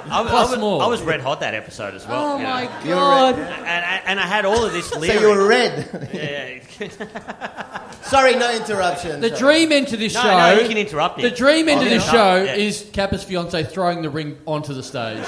Speaker 4: was- I
Speaker 2: Plus
Speaker 4: was,
Speaker 2: more.
Speaker 4: I was red hot that episode as well.
Speaker 3: Oh
Speaker 4: you know.
Speaker 3: my
Speaker 6: You were red.
Speaker 3: god.
Speaker 4: And, and, and I had all of this
Speaker 6: So
Speaker 4: lyric.
Speaker 6: you were red.
Speaker 4: yeah, yeah.
Speaker 6: [laughs] Sorry, no interruption.
Speaker 2: The
Speaker 6: Sorry.
Speaker 2: dream end to this
Speaker 4: No,
Speaker 2: show.
Speaker 4: no, you can interrupt it.
Speaker 2: The dream end
Speaker 4: Oh,
Speaker 2: to this
Speaker 4: yeah.
Speaker 2: show
Speaker 4: Yeah.
Speaker 2: is Kappa's fiance throwing the ring onto the stage.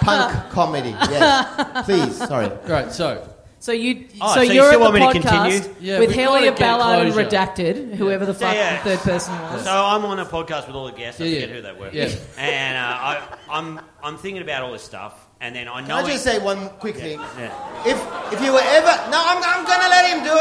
Speaker 6: punk comedy. Yes. Please, sorry.
Speaker 2: Right, so
Speaker 3: So you,
Speaker 4: Oh,
Speaker 3: so,
Speaker 4: so you
Speaker 3: you're
Speaker 4: still
Speaker 3: at the
Speaker 4: want me to
Speaker 3: podcast
Speaker 4: continue?
Speaker 2: Yeah,
Speaker 3: with
Speaker 2: we've gotta
Speaker 3: Hellier
Speaker 2: get
Speaker 3: Ballard and
Speaker 2: closure.
Speaker 3: redacted, whoever the fuck
Speaker 4: Yeah,
Speaker 3: the
Speaker 4: yeah.
Speaker 3: third person was.
Speaker 4: So I'm on a podcast with all the guests. I
Speaker 2: Yeah,
Speaker 4: forget
Speaker 2: yeah.
Speaker 4: who they were.
Speaker 2: Yeah.
Speaker 4: [laughs] And uh, I, I'm, I'm thinking about all this stuff, and then I know.
Speaker 6: Can I just
Speaker 4: it-
Speaker 6: say one quick thing?
Speaker 4: yeah.
Speaker 6: If if you were ever no, I'm, I'm gonna let him do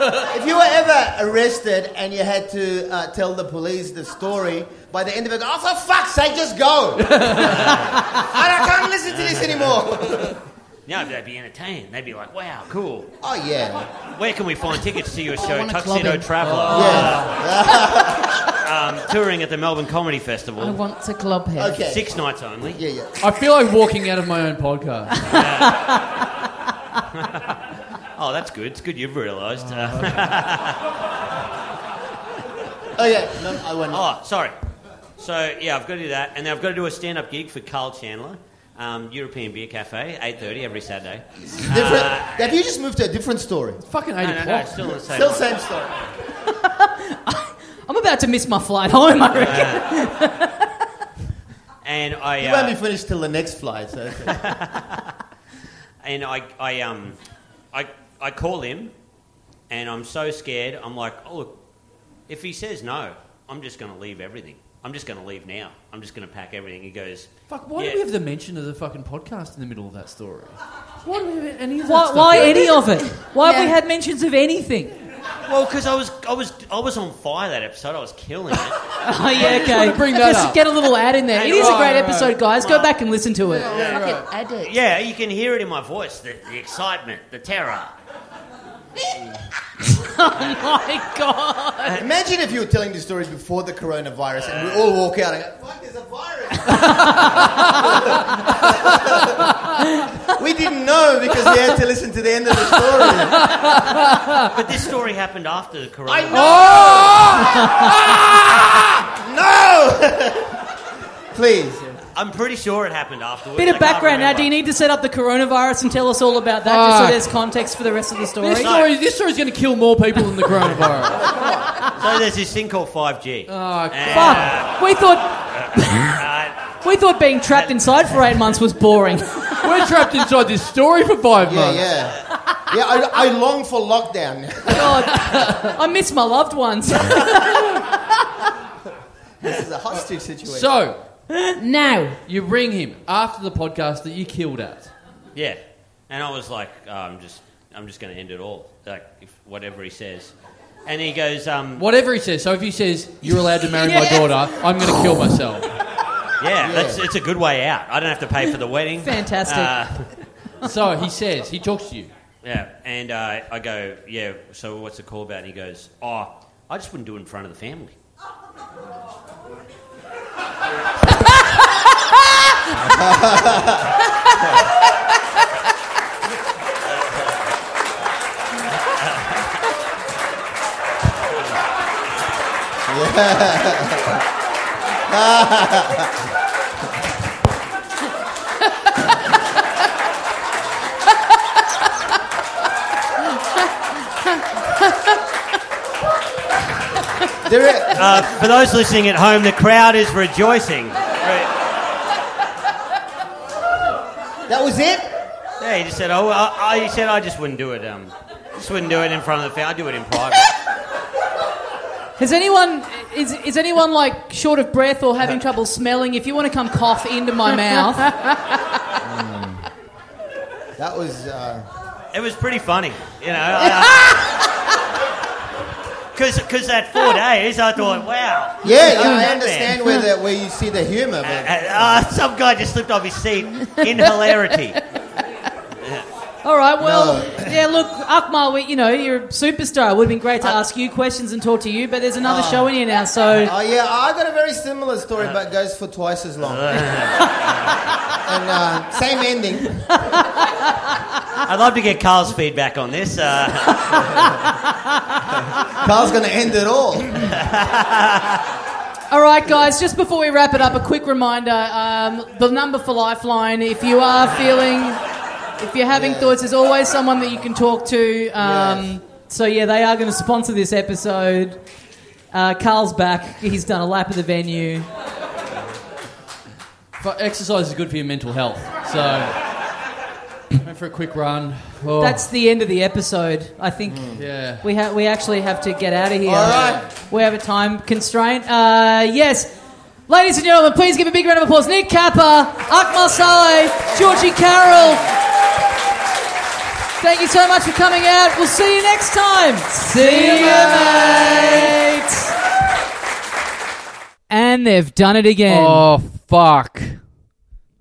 Speaker 6: it. If you were ever arrested and you had to uh, tell the police the story, by the end of it, oh for fuck's sake, just
Speaker 4: [laughs]
Speaker 6: go. I, I can't listen to this anymore.
Speaker 4: No, they'd be entertained. They'd be like, "Wow, cool.
Speaker 6: Oh yeah,
Speaker 4: Where can we find tickets to your show,
Speaker 7: wanna club
Speaker 4: Tuxedo
Speaker 7: him.
Speaker 6: Oh.
Speaker 4: Traveller,
Speaker 6: yeah.
Speaker 4: um, touring at the Melbourne Comedy Festival,
Speaker 7: I want to club him.
Speaker 6: Okay.
Speaker 4: six nights only."
Speaker 6: Yeah, yeah.
Speaker 2: I feel like walking out of my own podcast.
Speaker 4: Oh, that's good. It's good you've realised. Uh,
Speaker 6: Oh yeah. No, I won't.
Speaker 4: Oh, sorry. So yeah, I've got to do that, and then I've got to do a stand-up gig for Carl Chandler, um, European Beer Cafe, eight thirty every Saturday.
Speaker 6: Different. have you just moved to a different story?
Speaker 2: Fucking eight
Speaker 4: No, no, no,
Speaker 2: o'clock.
Speaker 4: still the same.
Speaker 6: Still same story.
Speaker 3: I'm about to miss my flight home, I reckon.
Speaker 4: And I
Speaker 6: You won't be
Speaker 4: uh,
Speaker 6: finished till the next flight. So.
Speaker 4: and I, I um I I call him, and I'm so scared. I'm like, oh look, if he says no, I'm just going to leave everything. I'm just going to leave now. I'm just going to pack everything. He goes,
Speaker 2: Fuck, why
Speaker 4: Yeah.
Speaker 2: do we have the mention of the fucking podcast in the middle of that story? Why do we have any of that
Speaker 3: Why,
Speaker 2: stuff?
Speaker 3: why any of it? Why have we
Speaker 7: Yeah.
Speaker 3: had mentions of anything?
Speaker 4: well, because I was I was I was on fire that episode. I was killing it.
Speaker 3: [laughs] Oh, yeah,
Speaker 2: just wanted
Speaker 3: okay.
Speaker 2: to bring that
Speaker 3: Just
Speaker 2: up.
Speaker 3: get a little ad in there. It is a
Speaker 2: Right,
Speaker 3: great
Speaker 2: right.
Speaker 3: episode, guys. Go back and listen to it.
Speaker 7: Fucking edit.
Speaker 4: Yeah, you can hear it in my voice the, the excitement, the terror.
Speaker 3: Oh, My God.
Speaker 6: Imagine if you were telling these stories before the coronavirus and we all walk out and go, fuck, there's a virus. we didn't know because we had to listen to the end of the story.
Speaker 4: But this story happened after the corona.
Speaker 6: I
Speaker 2: Oh!
Speaker 6: know! no! [laughs] Please.
Speaker 4: I'm pretty sure it happened afterwards.
Speaker 3: Bit
Speaker 4: I
Speaker 3: of
Speaker 4: can't
Speaker 3: background now.
Speaker 4: remember.
Speaker 3: Do you need to set up the coronavirus and tell us all about that just so
Speaker 2: Fuck.
Speaker 3: there's context for the rest of the story?
Speaker 2: This story, this story's going to kill more people than the
Speaker 4: [laughs]
Speaker 2: coronavirus.
Speaker 4: So there's this thing called 5G.
Speaker 3: Uh.
Speaker 2: oh,
Speaker 4: And,
Speaker 3: Fuck. We
Speaker 2: [laughs]
Speaker 3: thought,
Speaker 4: uh,
Speaker 3: we thought being trapped inside for eight months
Speaker 2: [laughs]
Speaker 3: was boring.
Speaker 2: We're trapped inside this story for five
Speaker 6: Yeah,
Speaker 2: months.
Speaker 6: yeah. Yeah, I, I long for lockdown. [laughs]
Speaker 3: God. [laughs] I miss my loved ones.
Speaker 6: this is a hostage situation.
Speaker 2: So,
Speaker 7: Now,
Speaker 2: you ring him after the podcast that you killed at.
Speaker 4: yeah. And I was like, oh, I'm just, I'm just going to end it all. Like, if, whatever he says. And he goes, um,
Speaker 2: Whatever he says. So, if he says, You're allowed to marry my daughter, I'm going to kill myself.
Speaker 4: yeah, that's it's a good way out. I don't have to pay for the wedding.
Speaker 3: Fantastic.
Speaker 4: Uh,
Speaker 2: So, he says, He talks to you.
Speaker 4: yeah. And uh, I go, yeah. So what's the call about? And he goes, oh, I just wouldn't do it in front of the family.
Speaker 6: There is,
Speaker 4: Uh, for those listening at home, the crowd is rejoicing. Right.
Speaker 6: that was it?
Speaker 4: Yeah, he just said, "Oh, I, I, he said I just wouldn't do it. Um, just wouldn't do it in front of the crowd. I do it in private."
Speaker 1: Has anyone is is anyone like short of breath or having trouble smelling? If you want to come cough into my
Speaker 6: [laughs]
Speaker 1: mouth,
Speaker 6: That was. Uh,
Speaker 4: It was pretty funny, you know. [laughs] Because that four days, I thought, wow.
Speaker 6: yeah, yeah,
Speaker 4: Oh,
Speaker 6: I
Speaker 4: that man.
Speaker 6: understand where the, where you see the humour, but
Speaker 4: Uh, uh, some guy just slipped off his seat in hilarity.
Speaker 1: all right. Well,
Speaker 6: No.
Speaker 1: yeah. Look, Akmal, we, you know you're a superstar. It would have been great to
Speaker 6: Uh,
Speaker 1: ask you questions and talk to you, but there's another show in here now, so
Speaker 6: [laughs] Oh yeah, I got a very similar story, but goes for twice as long. and uh, same ending.
Speaker 4: I'd love to get Carl's feedback on this. Uh,
Speaker 6: Carl's gonna end it all.
Speaker 1: All right, guys, just before we wrap it up, a quick reminder um, the number for Lifeline, if you are feeling, if you're having
Speaker 6: Yes.
Speaker 1: thoughts, there's always someone that you can talk to. Um,
Speaker 6: Yes.
Speaker 1: So, yeah, they are going to sponsor this episode. Uh, Carl's back. He's done a lap of the venue.
Speaker 2: But exercise is good for your mental health. So, went for a quick run. Oh, Mm.
Speaker 1: That's the end of the episode. I think
Speaker 2: yeah.
Speaker 1: we, ha- we actually have to get out of here.
Speaker 6: All right.
Speaker 1: We have a time constraint. Uh, yes. Ladies and gentlemen, please give a big round of applause. Nick Kappa, Akmal Saleh, Georgie Carroll. Thank you so much for coming out. We'll see you next time. See you, mates. And they've done it again.
Speaker 2: Oh fuck.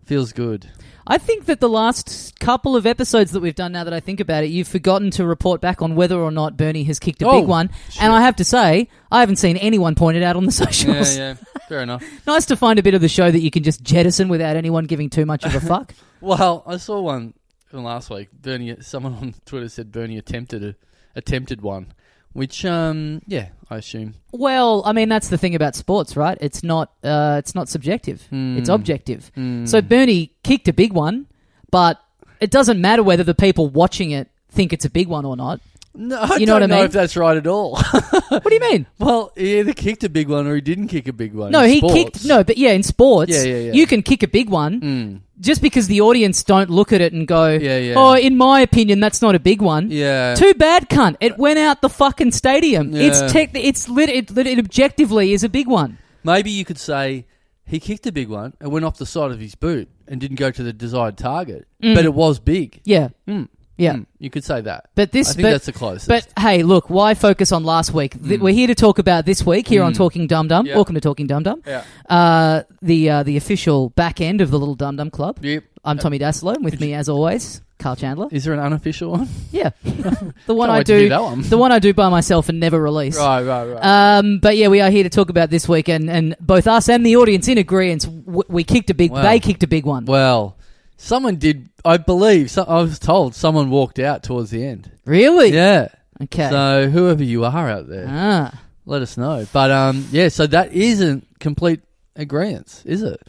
Speaker 2: Feels good.
Speaker 1: I think that the last couple of episodes that we've done, now that I think about it, you've forgotten to report back on whether or not Bernie has kicked a
Speaker 2: Oh,
Speaker 1: big one. And I have to say, I haven't seen anyone point it out on the [laughs] socials.
Speaker 2: Yeah, yeah. Fair enough.
Speaker 1: Nice to find a bit of the show that you can just jettison without anyone giving too much
Speaker 2: [laughs]
Speaker 1: of a fuck.
Speaker 2: Well, I saw one from last week. Bernie, someone on Twitter said Bernie attempted a, attempted one, which um yeah, I assume.
Speaker 1: well, I mean, that's the thing about sports, right? It's not, uh, it's not subjective.
Speaker 2: Hmm.
Speaker 1: It's objective. So Bernie kicked a big one, but it doesn't matter whether the people watching it think it's a big one or not.
Speaker 2: No, I
Speaker 1: You know
Speaker 2: don't
Speaker 1: what I
Speaker 2: know
Speaker 1: mean?
Speaker 2: if that's right at all. [laughs]
Speaker 1: What do you mean?
Speaker 2: well, he either kicked a big one or he didn't kick a big one.
Speaker 1: No,
Speaker 2: in
Speaker 1: he
Speaker 2: sports.
Speaker 1: kicked. No, but yeah, in sports,
Speaker 2: Yeah, yeah, yeah.
Speaker 1: you can kick a big one just because the audience don't look at it and go,
Speaker 2: Yeah, yeah.
Speaker 1: "Oh, in my opinion, that's not a big one."
Speaker 2: Yeah.
Speaker 1: Too bad, cunt. It went out the fucking stadium.
Speaker 2: Yeah.
Speaker 1: It's tech. It's lit. It, lit- it objectively is a big one.
Speaker 2: Maybe you could say he kicked a big one and went off the side of his boot and didn't go to the desired target, but it was big.
Speaker 1: Yeah,
Speaker 2: Mm.
Speaker 1: Mm. yeah.
Speaker 2: Mm. You could say that.
Speaker 1: But this,
Speaker 2: I think
Speaker 1: but,
Speaker 2: that's the closest. Hmm.
Speaker 1: But hey, look, why focus on last week? Th- We're here to talk about this week here on Talking Dum Dum.
Speaker 2: Yeah.
Speaker 1: Welcome to Talking Dum Dum.
Speaker 2: yeah.
Speaker 1: Uh, the uh, the official back end of the Little Dum Dum Club.
Speaker 2: Yep.
Speaker 1: I'm Tommy Daslow, and with me as always, Carl Chandler.
Speaker 2: Is there an unofficial one? [laughs]
Speaker 1: Yeah, the one
Speaker 2: Can't
Speaker 1: I
Speaker 2: wait to hear
Speaker 1: do,
Speaker 2: that one.
Speaker 1: the one I do by myself and never release.
Speaker 2: Right, right, right.
Speaker 1: Um, but yeah, we are here to talk about this week, and, and both us and the audience in agreement. w- We kicked a big,
Speaker 2: Wow.
Speaker 1: they kicked a big one.
Speaker 2: well, someone did. I believe. So, I was told someone walked out towards the end.
Speaker 1: Really?
Speaker 2: Yeah.
Speaker 1: Okay.
Speaker 2: So whoever you are out there,
Speaker 1: ah.
Speaker 2: let us know. But um, yeah. So that isn't complete agreement, is it?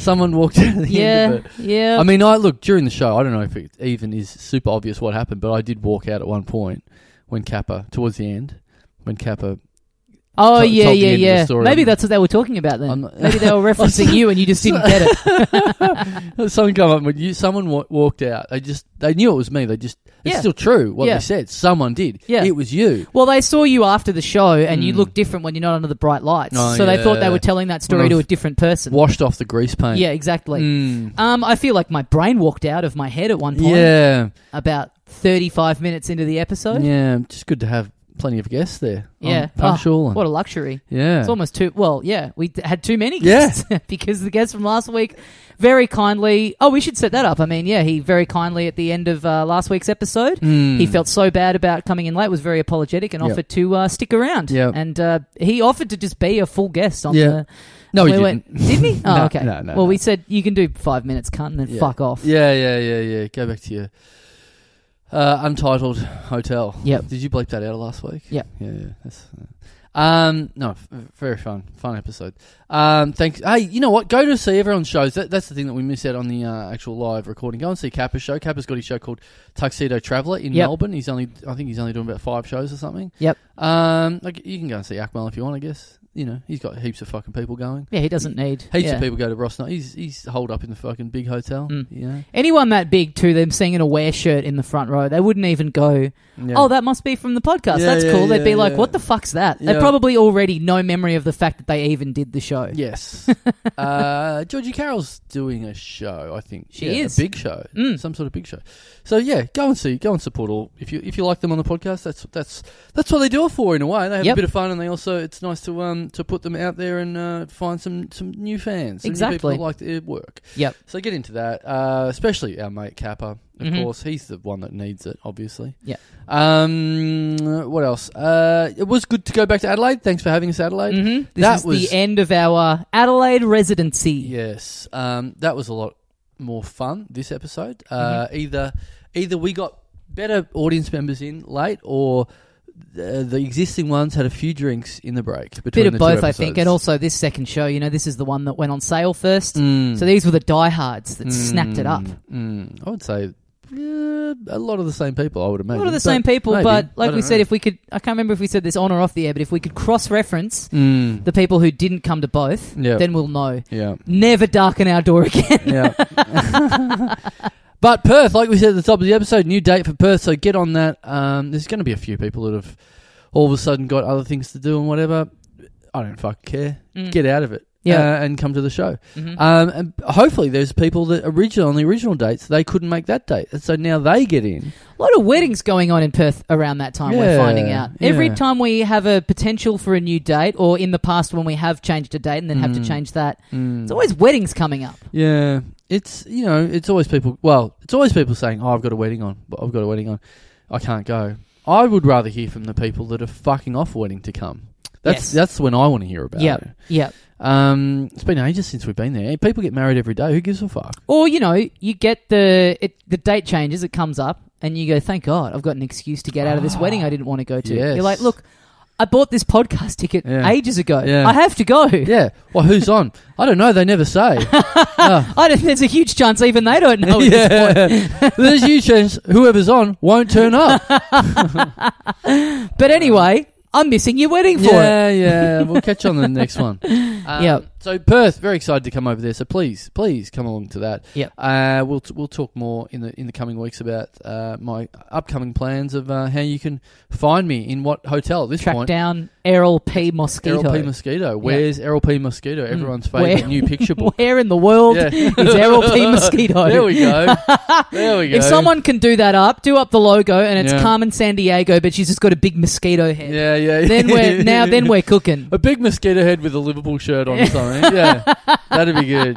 Speaker 2: Someone walked [laughs] out at the
Speaker 1: Mm. Yeah.
Speaker 2: end of it.
Speaker 1: Yeah.
Speaker 2: I mean, I look during the show. I don't know if it even is super obvious what happened, but I did walk out at one point when Kappa towards the end when Kappa.
Speaker 1: oh
Speaker 2: to-
Speaker 1: yeah,
Speaker 2: told the
Speaker 1: yeah,
Speaker 2: end of the
Speaker 1: yeah.
Speaker 2: story.
Speaker 1: Maybe that's what they were talking about then.
Speaker 2: I'm [laughs] not-
Speaker 1: Maybe they were referencing you, and you just didn't get
Speaker 2: [laughs]
Speaker 1: it.
Speaker 2: Someone come up when you. Someone wa- walked out. They just. They knew it was me. They just. It's
Speaker 1: Yeah.
Speaker 2: still true what
Speaker 1: Yeah.
Speaker 2: they said. Someone did.
Speaker 1: Yeah.
Speaker 2: It was you.
Speaker 1: Well, they saw you after the show, and you looked different when you're not under the bright lights.
Speaker 2: Hmm. Oh,
Speaker 1: so they thought
Speaker 2: yeah.
Speaker 1: they were telling that
Speaker 2: When
Speaker 1: story
Speaker 2: I
Speaker 1: to a
Speaker 2: was-
Speaker 1: different person.
Speaker 2: Washed off the grease paint.
Speaker 1: Yeah, exactly.
Speaker 2: Mm.
Speaker 1: Um, I feel like my brain walked out of my head at one point.
Speaker 2: Yeah.
Speaker 1: about 35 minutes into the episode.
Speaker 2: Yeah. Just good to have plenty of guests there. I'm
Speaker 1: Yeah. Oh,
Speaker 2: punctual. and-
Speaker 1: What a luxury.
Speaker 2: yeah.
Speaker 1: It's almost too well, yeah. We d- had too many
Speaker 2: Yeah.
Speaker 1: guests [laughs] because the guest from last week very kindly. Oh, we should set that up. I mean, yeah, he very kindly at the end of uh, last week's episode,
Speaker 2: Mm.
Speaker 1: he felt so bad about coming in late, was very apologetic, and
Speaker 2: Yep.
Speaker 1: offered to uh, stick around.
Speaker 2: Yep.
Speaker 1: And uh, he offered to just be a full guest on
Speaker 2: Yeah.
Speaker 1: the.
Speaker 2: No,
Speaker 1: and
Speaker 2: he
Speaker 1: we
Speaker 2: didn't.
Speaker 1: Went, didn't
Speaker 2: [laughs]
Speaker 1: he? Oh,
Speaker 2: No,
Speaker 1: okay.
Speaker 2: no, no,
Speaker 1: well,
Speaker 2: no.
Speaker 1: we said you can do five minutes, cunt, and then
Speaker 2: Yeah.
Speaker 1: fuck off.
Speaker 2: Yeah, yeah, yeah, yeah. Go back to your uh, untitled hotel.
Speaker 1: Yep.
Speaker 2: Did you bleep that out last week?
Speaker 1: Yep.
Speaker 2: Yeah, yeah. That's, uh, Um, no, f- very fun, fun episode. Um, thanks. Hey, you know what? Go to see everyone's shows. That, that's the thing that we miss out on the uh, actual live recording. Go and see Kappa's show. Kappa's got his show called Tuxedo Traveller in
Speaker 1: Yep.
Speaker 2: Melbourne. He's only, I think he's only doing about five shows or something.
Speaker 1: Yep.
Speaker 2: Um, like you can go and see Akmal if you want. I guess you know he's got heaps of fucking people going.
Speaker 1: Yeah, he doesn't need.
Speaker 2: Heaps
Speaker 1: yeah.
Speaker 2: of people go to Ross. Knight. He's he's holed up in the fucking big hotel.
Speaker 1: Mm.
Speaker 2: You know?
Speaker 1: Anyone that big to them seeing an aware shirt in the front row, they wouldn't even go,
Speaker 2: Yeah.
Speaker 1: "Oh, that must be from the podcast.
Speaker 2: Yeah,
Speaker 1: That's
Speaker 2: yeah,
Speaker 1: cool." They'd be
Speaker 2: yeah,
Speaker 1: like,
Speaker 2: yeah.
Speaker 1: "What the fuck's that?" They
Speaker 2: Yeah.
Speaker 1: probably already no memory of the fact that they even did the show. [laughs]
Speaker 2: Yes. [laughs] uh, Georgie Carroll's doing a show, I think.
Speaker 1: She
Speaker 2: Yeah,
Speaker 1: is.
Speaker 2: a big show,
Speaker 1: Mm.
Speaker 2: some sort of big show. So yeah, go and see, go and support all. If you if you like them on the podcast, that's that's that's what they do it for in a way. They have
Speaker 1: Yep.
Speaker 2: a bit of fun, and they also it's nice to um to put them out there and uh, find some some new fans, some new people
Speaker 1: Exactly.
Speaker 2: that like their work.
Speaker 1: Yep.
Speaker 2: So get into that, uh, especially our mate Kappa. Of
Speaker 1: Mhm.
Speaker 2: course, he's the one that needs it, obviously.
Speaker 1: Yep.
Speaker 2: Um, what else? Uh, it was good to go back to Adelaide. Thanks for having us, Adelaide.
Speaker 1: hmm This
Speaker 2: That
Speaker 1: is
Speaker 2: was-
Speaker 1: the end of our Adelaide residency.
Speaker 2: Yes, um, that was a lot more fun this episode. Uh,
Speaker 1: Mm-hmm.
Speaker 2: Either either we got better audience members in late, or the, the existing ones had a few drinks in the break. Between
Speaker 1: Bit of
Speaker 2: the two
Speaker 1: both, I think, and
Speaker 2: episodes.
Speaker 1: also this second show. You know, this is the one that went on sale first.
Speaker 2: Mm.
Speaker 1: So these were the diehards that snapped it up.
Speaker 2: Mm. I would say uh, a lot of the same people. I would
Speaker 1: A
Speaker 2: imagine
Speaker 1: lot of the same people,
Speaker 2: maybe.
Speaker 1: but
Speaker 2: I
Speaker 1: like we
Speaker 2: don't
Speaker 1: said,
Speaker 2: know.
Speaker 1: if we could, I can't remember if we said this on or off the air, but if we could cross reference
Speaker 2: Mm.
Speaker 1: the people who didn't come to both,
Speaker 2: Yeah.
Speaker 1: then we'll know.
Speaker 2: yeah.
Speaker 1: Never darken our door [laughs] again.
Speaker 2: Yeah. [laughs] but Perth, like we said at the top of the episode, new date for Perth, so get on that. Um, there's going to be a few people that have all of a sudden got other things to do and whatever. I don't fuck care.
Speaker 1: Mm.
Speaker 2: Get out of it.
Speaker 1: Yeah.
Speaker 2: Uh, and come to the show.
Speaker 1: Mhm.
Speaker 2: Um, and hopefully, there's people that originally on the original dates they couldn't make that date, and so now they get in.
Speaker 1: A lot of weddings going on in Perth around that time, we're
Speaker 2: Yeah,
Speaker 1: finding out. Every
Speaker 2: yeah.
Speaker 1: time we have a potential for a new date, or in the past when we have changed a date and then have to
Speaker 2: Mm.
Speaker 1: change that,
Speaker 2: Mm.
Speaker 1: it's always weddings coming up.
Speaker 2: Yeah, it's you know, it's always people. Well, it's always people saying, "Oh, I've got a wedding on, but I've got a wedding on, I can't go." I would rather hear from the people that are fucking off wedding to come. That's
Speaker 1: Yes.
Speaker 2: that's when I want to hear about
Speaker 1: Yep.
Speaker 2: it.
Speaker 1: Yeah.
Speaker 2: Um, it's been ages since we've been there. People get married every day. Who gives
Speaker 1: [laughs]
Speaker 2: a fuck?
Speaker 1: Or, you know, you get the it, the date changes, it comes up, and you go, thank God, I've got an excuse to get out of this
Speaker 2: Ah,
Speaker 1: wedding I didn't want to go to.
Speaker 2: yes.
Speaker 1: You're like, look, I bought this podcast ticket
Speaker 2: Yeah.
Speaker 1: ages ago.
Speaker 2: Yeah.
Speaker 1: I have to go.
Speaker 2: Yeah. Well, who's on? I don't know. They never
Speaker 1: [laughs]
Speaker 2: say. Ah.
Speaker 1: I don't, there's a huge chance even they
Speaker 2: [laughs]
Speaker 1: don't know. at this point.
Speaker 2: yeah. There's huge chance whoever's on won't turn up.
Speaker 1: But anyway, I'm missing your wedding for it. [laughs]
Speaker 2: yeah, yeah. We'll catch you on the next one. Um,
Speaker 1: Yep.
Speaker 2: So Perth, very excited to come over there. So please, please come along to that.
Speaker 1: Yep.
Speaker 2: Uh, we'll t- we'll talk more in the in the coming weeks about uh, my upcoming plans of uh, how you can find me in what hotel at this
Speaker 1: Track
Speaker 2: point.
Speaker 1: down Errol P. Mosquito.
Speaker 2: Errol P. Mosquito. Where's Errol P. Mosquito? Everyone's favorite
Speaker 1: Mm. Where-
Speaker 2: new picture book.
Speaker 1: Where in the [laughs] world
Speaker 2: Yeah.
Speaker 1: [laughs] is Errol
Speaker 2: [laughs]
Speaker 1: P. Mosquito?
Speaker 2: there we go. There we
Speaker 1: [laughs]
Speaker 2: go.
Speaker 1: If someone can do that up, do up the logo, and it's
Speaker 2: Yeah.
Speaker 1: Carmen San Diego, but she's just got a big mosquito head.
Speaker 2: Yeah, yeah.
Speaker 1: Then
Speaker 2: [laughs]
Speaker 1: we're now then we're cooking.
Speaker 2: A big mosquito head with a Liverpool shirt on
Speaker 1: [laughs]
Speaker 2: or something. Yeah, that'd be good.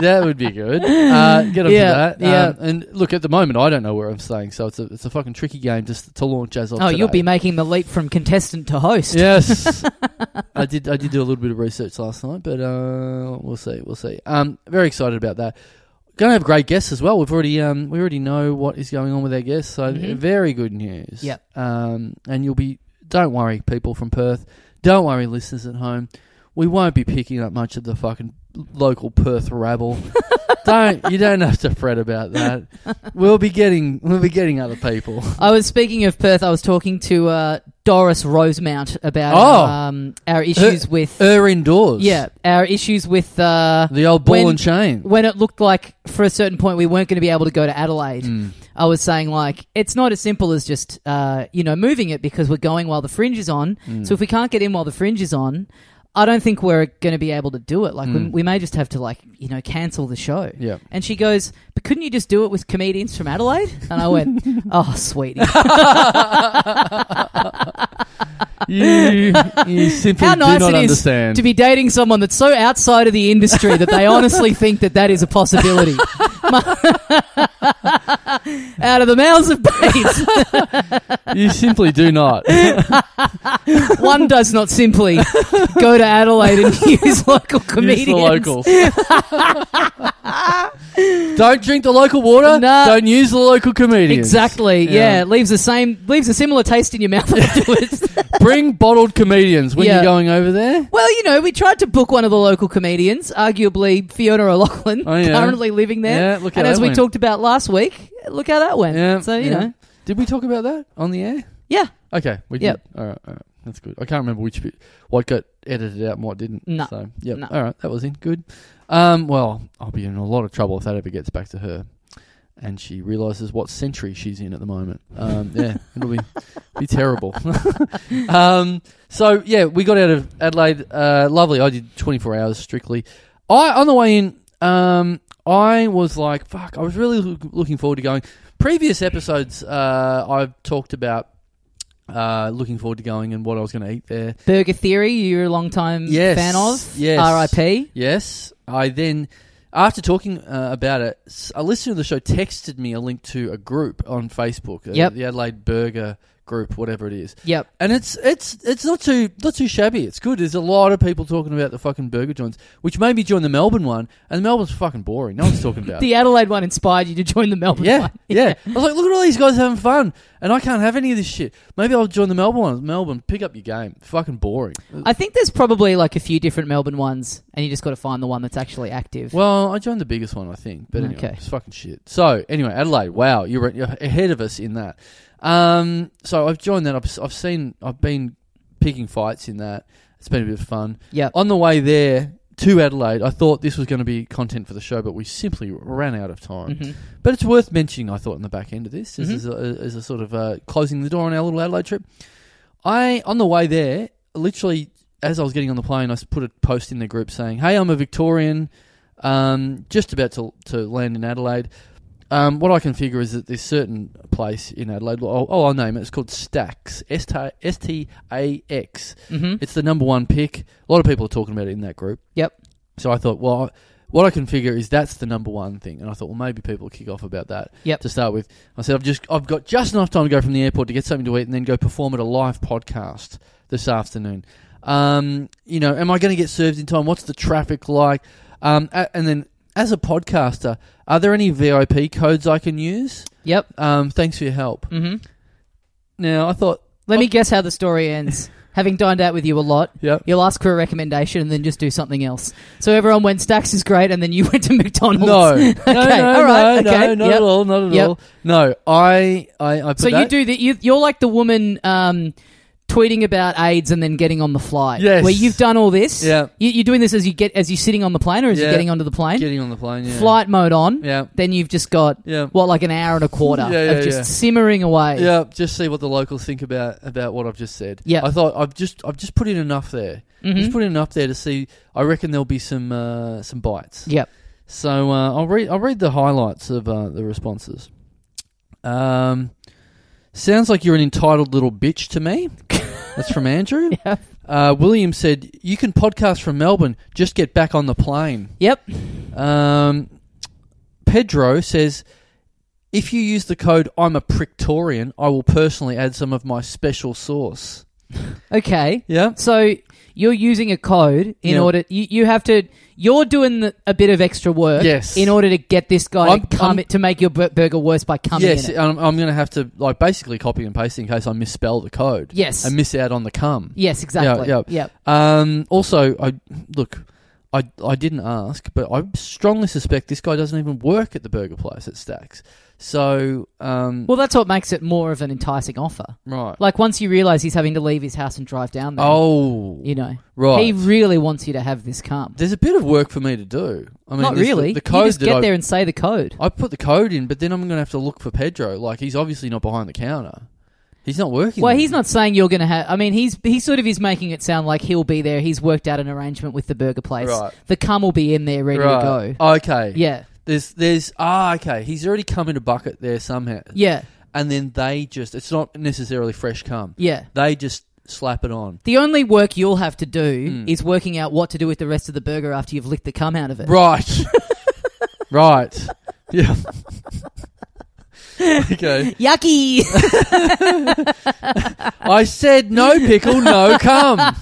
Speaker 2: That would be good. Uh, get on
Speaker 1: Yeah,
Speaker 2: to that.
Speaker 1: yeah.
Speaker 2: Um, and look, at the moment, I don't know where I'm staying, so it's a, it's a fucking tricky game just to launch as of
Speaker 1: Oh,
Speaker 2: today.
Speaker 1: you'll be making the leap from contestant to host. [laughs]
Speaker 2: Yes, I did. I did do a little bit of research last night, but uh, we'll see. We'll see. Um, very excited about that. Going to have great guests as well. We've already um, we already know what is going on with our guests, so
Speaker 1: Mhm.
Speaker 2: very good news.
Speaker 1: Yep.
Speaker 2: Um, and you'll be. Don't worry, people from Perth. Don't worry, listeners at home. We won't be picking up much of the fucking local Perth
Speaker 1: [laughs]
Speaker 2: rabble. don't you don't have to fret about that. We'll be getting we'll be getting other people.
Speaker 1: I was speaking of Perth. I was talking to uh, Doris Rosemount about
Speaker 2: Oh.
Speaker 1: um, our issues with
Speaker 2: Er indoors.
Speaker 1: yeah our issues with uh,
Speaker 2: The old ball
Speaker 1: When-
Speaker 2: and chain.
Speaker 1: when it looked like for a certain point we weren't going to be able to go to Adelaide. I was saying like it's not as simple as just uh, you know moving it because we're going while the fringe is on. So if we can't get in while the fringe is on, I don't think we're going to be able to do it. Like we, we may just have to like you know cancel the show.
Speaker 2: Yeah.
Speaker 1: And she goes, "But couldn't you just do it with comedians from Adelaide?" And I went, "Oh, sweetie,
Speaker 2: you,
Speaker 1: [laughs]
Speaker 2: you simply
Speaker 1: How nice
Speaker 2: do not
Speaker 1: it is
Speaker 2: understand.
Speaker 1: to be dating someone that's so [laughs] outside of the industry that they honestly think that that is a possibility." out of the mouths of babes.
Speaker 2: you simply do not.
Speaker 1: [laughs] One does not simply go to Adelaide and [laughs] use local comedians.
Speaker 2: Use the locals. Don't drink the local water.
Speaker 1: No.
Speaker 2: Don't use the local comedians.
Speaker 1: Exactly. Yeah.
Speaker 2: Yeah.
Speaker 1: it leaves the same, leaves a similar taste in your mouth [laughs] afterwards.
Speaker 2: Bring bottled comedians when
Speaker 1: Yeah.
Speaker 2: you're going over there.
Speaker 1: well, you know, we tried to book one of the local comedians, arguably Fiona O'Loughlin,
Speaker 2: Oh, yeah.
Speaker 1: currently living there.
Speaker 2: Yeah, look how
Speaker 1: and as
Speaker 2: that
Speaker 1: we
Speaker 2: went.
Speaker 1: talked about last week, look how that went.
Speaker 2: Yeah.
Speaker 1: so you
Speaker 2: yeah.
Speaker 1: know,
Speaker 2: Did we talk about that on the air?
Speaker 1: yeah,
Speaker 2: Okay. We
Speaker 1: Yep.
Speaker 2: did. All right, all right. That's good. I can't remember which bit what got edited out and what didn't.
Speaker 1: No.
Speaker 2: So yep.
Speaker 1: No.
Speaker 2: All right. That was in good. Um. Well, I'll be in a lot of trouble if that ever gets back to her, and she realizes what century she's in at the moment. Um. Yeah. it'll be be terrible. [laughs] um. So yeah, we got out of Adelaide. Uh. Lovely. I did twenty four hours strictly. I on the way in. Um. I was like, fuck. I was really loo- looking forward to going. Previous episodes, uh, I've talked about uh, looking forward to going and what I was going to eat there.
Speaker 1: Burger Theory, you're a long time
Speaker 2: Yes,
Speaker 1: fan of.
Speaker 2: yes.
Speaker 1: R.I.P.
Speaker 2: Yes, I then, after talking uh, about it, s- a listener of the show texted me a link to a group on Facebook, uh,
Speaker 1: Yep.
Speaker 2: the Adelaide Burger group, whatever it is,
Speaker 1: Yep.
Speaker 2: and it's it's it's not too not too shabby. It's good. There's a lot of people talking about the fucking burger joints, which made me join the Melbourne one, and the Melbourne's fucking boring. No one's talking about. it.
Speaker 1: [laughs] The Adelaide one inspired you to join the Melbourne
Speaker 2: Yeah,
Speaker 1: one.
Speaker 2: yeah. I was like, look at all these guys having fun, and I can't have any of this shit. Maybe I'll join the Melbourne one. Melbourne, pick up your game. Fucking boring.
Speaker 1: [laughs] I think there's probably like a few different Melbourne ones, and you just got to find the one that's actually active.
Speaker 2: Well, I joined the biggest one, I think. But anyway,
Speaker 1: Okay.
Speaker 2: it's fucking shit. So anyway, Adelaide. Wow, you were you're ahead of us in that. Um, so I've joined that. I've, I've seen. I've been picking fights in that. It's been a bit of fun.
Speaker 1: yeah.
Speaker 2: On the way there to Adelaide, I thought this was going to be content for the show, but we simply ran out of time.
Speaker 1: Mhm.
Speaker 2: But it's worth mentioning, I thought, in the back end of this, as,
Speaker 1: Mhm.
Speaker 2: as, a, as a sort of uh, closing the door on our little Adelaide trip. I, on the way there, literally as I was getting on the plane, I s- put a post in the group saying, "Hey, I'm a Victorian, um, just about to to land in Adelaide. Um, what I can figure is that there's certain place in Adelaide. well, I'll, oh, I'll name it. It's called Stacks. S T S T A X.
Speaker 1: Mhm.
Speaker 2: It's the number one pick. A lot of people are talking about it in that group.
Speaker 1: Yep.
Speaker 2: So I thought, well, I- what I can figure is that's the number one thing, and I thought, well, maybe people will kick off about that
Speaker 1: Yep.
Speaker 2: to start with. I said, I've just I've got just enough time to go from the airport to get something to eat, and then go perform at a live podcast this afternoon. Um, you know, am I going to get served in time? What's the traffic like? Um, a- and then as a podcaster, are there any VIP codes I can use?
Speaker 1: Yep.
Speaker 2: Um, thanks for your help.
Speaker 1: hmm
Speaker 2: Now I thought,
Speaker 1: Let me guess how the story
Speaker 2: [laughs]
Speaker 1: ends. Having dined out with you a lot,
Speaker 2: Yep.
Speaker 1: you'll ask for a recommendation and then just do something else. So everyone went Stacks is great, and then you [laughs] went to McDonald's.
Speaker 2: No, no,
Speaker 1: [laughs] [laughs] Okay,
Speaker 2: no,
Speaker 1: all right,
Speaker 2: no,
Speaker 1: okay,
Speaker 2: no, not
Speaker 1: yep.
Speaker 2: at all, not at
Speaker 1: Yep.
Speaker 2: all. No, I, I, I put
Speaker 1: So you
Speaker 2: that-
Speaker 1: do that. You, you're like the woman um, tweeting about AIDS and then getting on the flight.
Speaker 2: Yes.
Speaker 1: Where you've done all this.
Speaker 2: Yeah.
Speaker 1: You, you're doing this as you get as you sitting on the plane, or as you're
Speaker 2: Yeah.
Speaker 1: getting onto the plane.
Speaker 2: getting on the plane, yeah.
Speaker 1: Flight mode on.
Speaker 2: yeah,
Speaker 1: Then you've just got
Speaker 2: yeah.
Speaker 1: what like an hour and a quarter
Speaker 2: Yeah, yeah,
Speaker 1: of just
Speaker 2: yeah.
Speaker 1: simmering away.
Speaker 2: Yeah, just see what the locals think about about what I've just said.
Speaker 1: Yeah.
Speaker 2: I thought I've just I've just put in enough there. Just
Speaker 1: Mhm.
Speaker 2: put in enough there to see. I reckon there'll be some uh, some bites.
Speaker 1: Yep.
Speaker 2: So uh, I'll read I'll read the highlights of uh, the responses. Um, sounds like you're an entitled little bitch to me. That's from Andrew.
Speaker 1: Yep.
Speaker 2: Uh, William said, "You can podcast from Melbourne. Just get back on the plane."
Speaker 1: Yep.
Speaker 2: Um, Pedro says, if you use the code I'm a Prictorian, I will personally add some of my special sauce.
Speaker 1: Okay.
Speaker 2: Yeah.
Speaker 1: So you're using a code in
Speaker 2: Yeah.
Speaker 1: order you, you have to you're doing the, a bit of extra work
Speaker 2: Yes.
Speaker 1: in order to get this guy
Speaker 2: I'm-
Speaker 1: to come
Speaker 2: I'm-
Speaker 1: to make your bur- burger worse by coming
Speaker 2: Yes,
Speaker 1: in. It.
Speaker 2: I'm, I'm going to have to like basically copy and paste in case I misspell the code.
Speaker 1: Yes.
Speaker 2: And miss out on the cum.
Speaker 1: Yes, exactly.
Speaker 2: yeah.
Speaker 1: Yep.
Speaker 2: Um, also, I look, I I didn't ask, but I strongly suspect this guy doesn't even work at the burger place at Stacks. So, um,
Speaker 1: Well, that's what makes it more of an enticing offer.
Speaker 2: right.
Speaker 1: Like once you realize he's having to leave his house and drive down there,
Speaker 2: oh,
Speaker 1: you know,
Speaker 2: right.
Speaker 1: he really wants you to have this come.
Speaker 2: There's a bit of work for me to do. I mean,
Speaker 1: Not
Speaker 2: there's the-
Speaker 1: really.
Speaker 2: The, code
Speaker 1: you just
Speaker 2: that
Speaker 1: get
Speaker 2: I,
Speaker 1: there and say the code.
Speaker 2: I put the code in, but then I'm going to have to look for Pedro. Like he's obviously not behind the counter. He's not working.
Speaker 1: Well,
Speaker 2: there.
Speaker 1: he's not saying you're going to have. I mean, he's he sort of is making it sound like he'll be there. He's worked out an arrangement with the burger place.
Speaker 2: Right.
Speaker 1: The cum will be in there ready to go.
Speaker 2: Okay.
Speaker 1: Yeah,
Speaker 2: There's there's ah okay. He's already come in a bucket there somehow.
Speaker 1: yeah,
Speaker 2: And then they just it's not necessarily fresh cum.
Speaker 1: yeah.
Speaker 2: They just slap it on.
Speaker 1: The only work you'll have to do
Speaker 2: Mm.
Speaker 1: is working out what to do with the rest of the burger after you've [laughs] licked the cum out of it.
Speaker 2: Right. right. Yeah. [laughs] Okay.
Speaker 1: Yucky.
Speaker 2: I said no pickle, no come.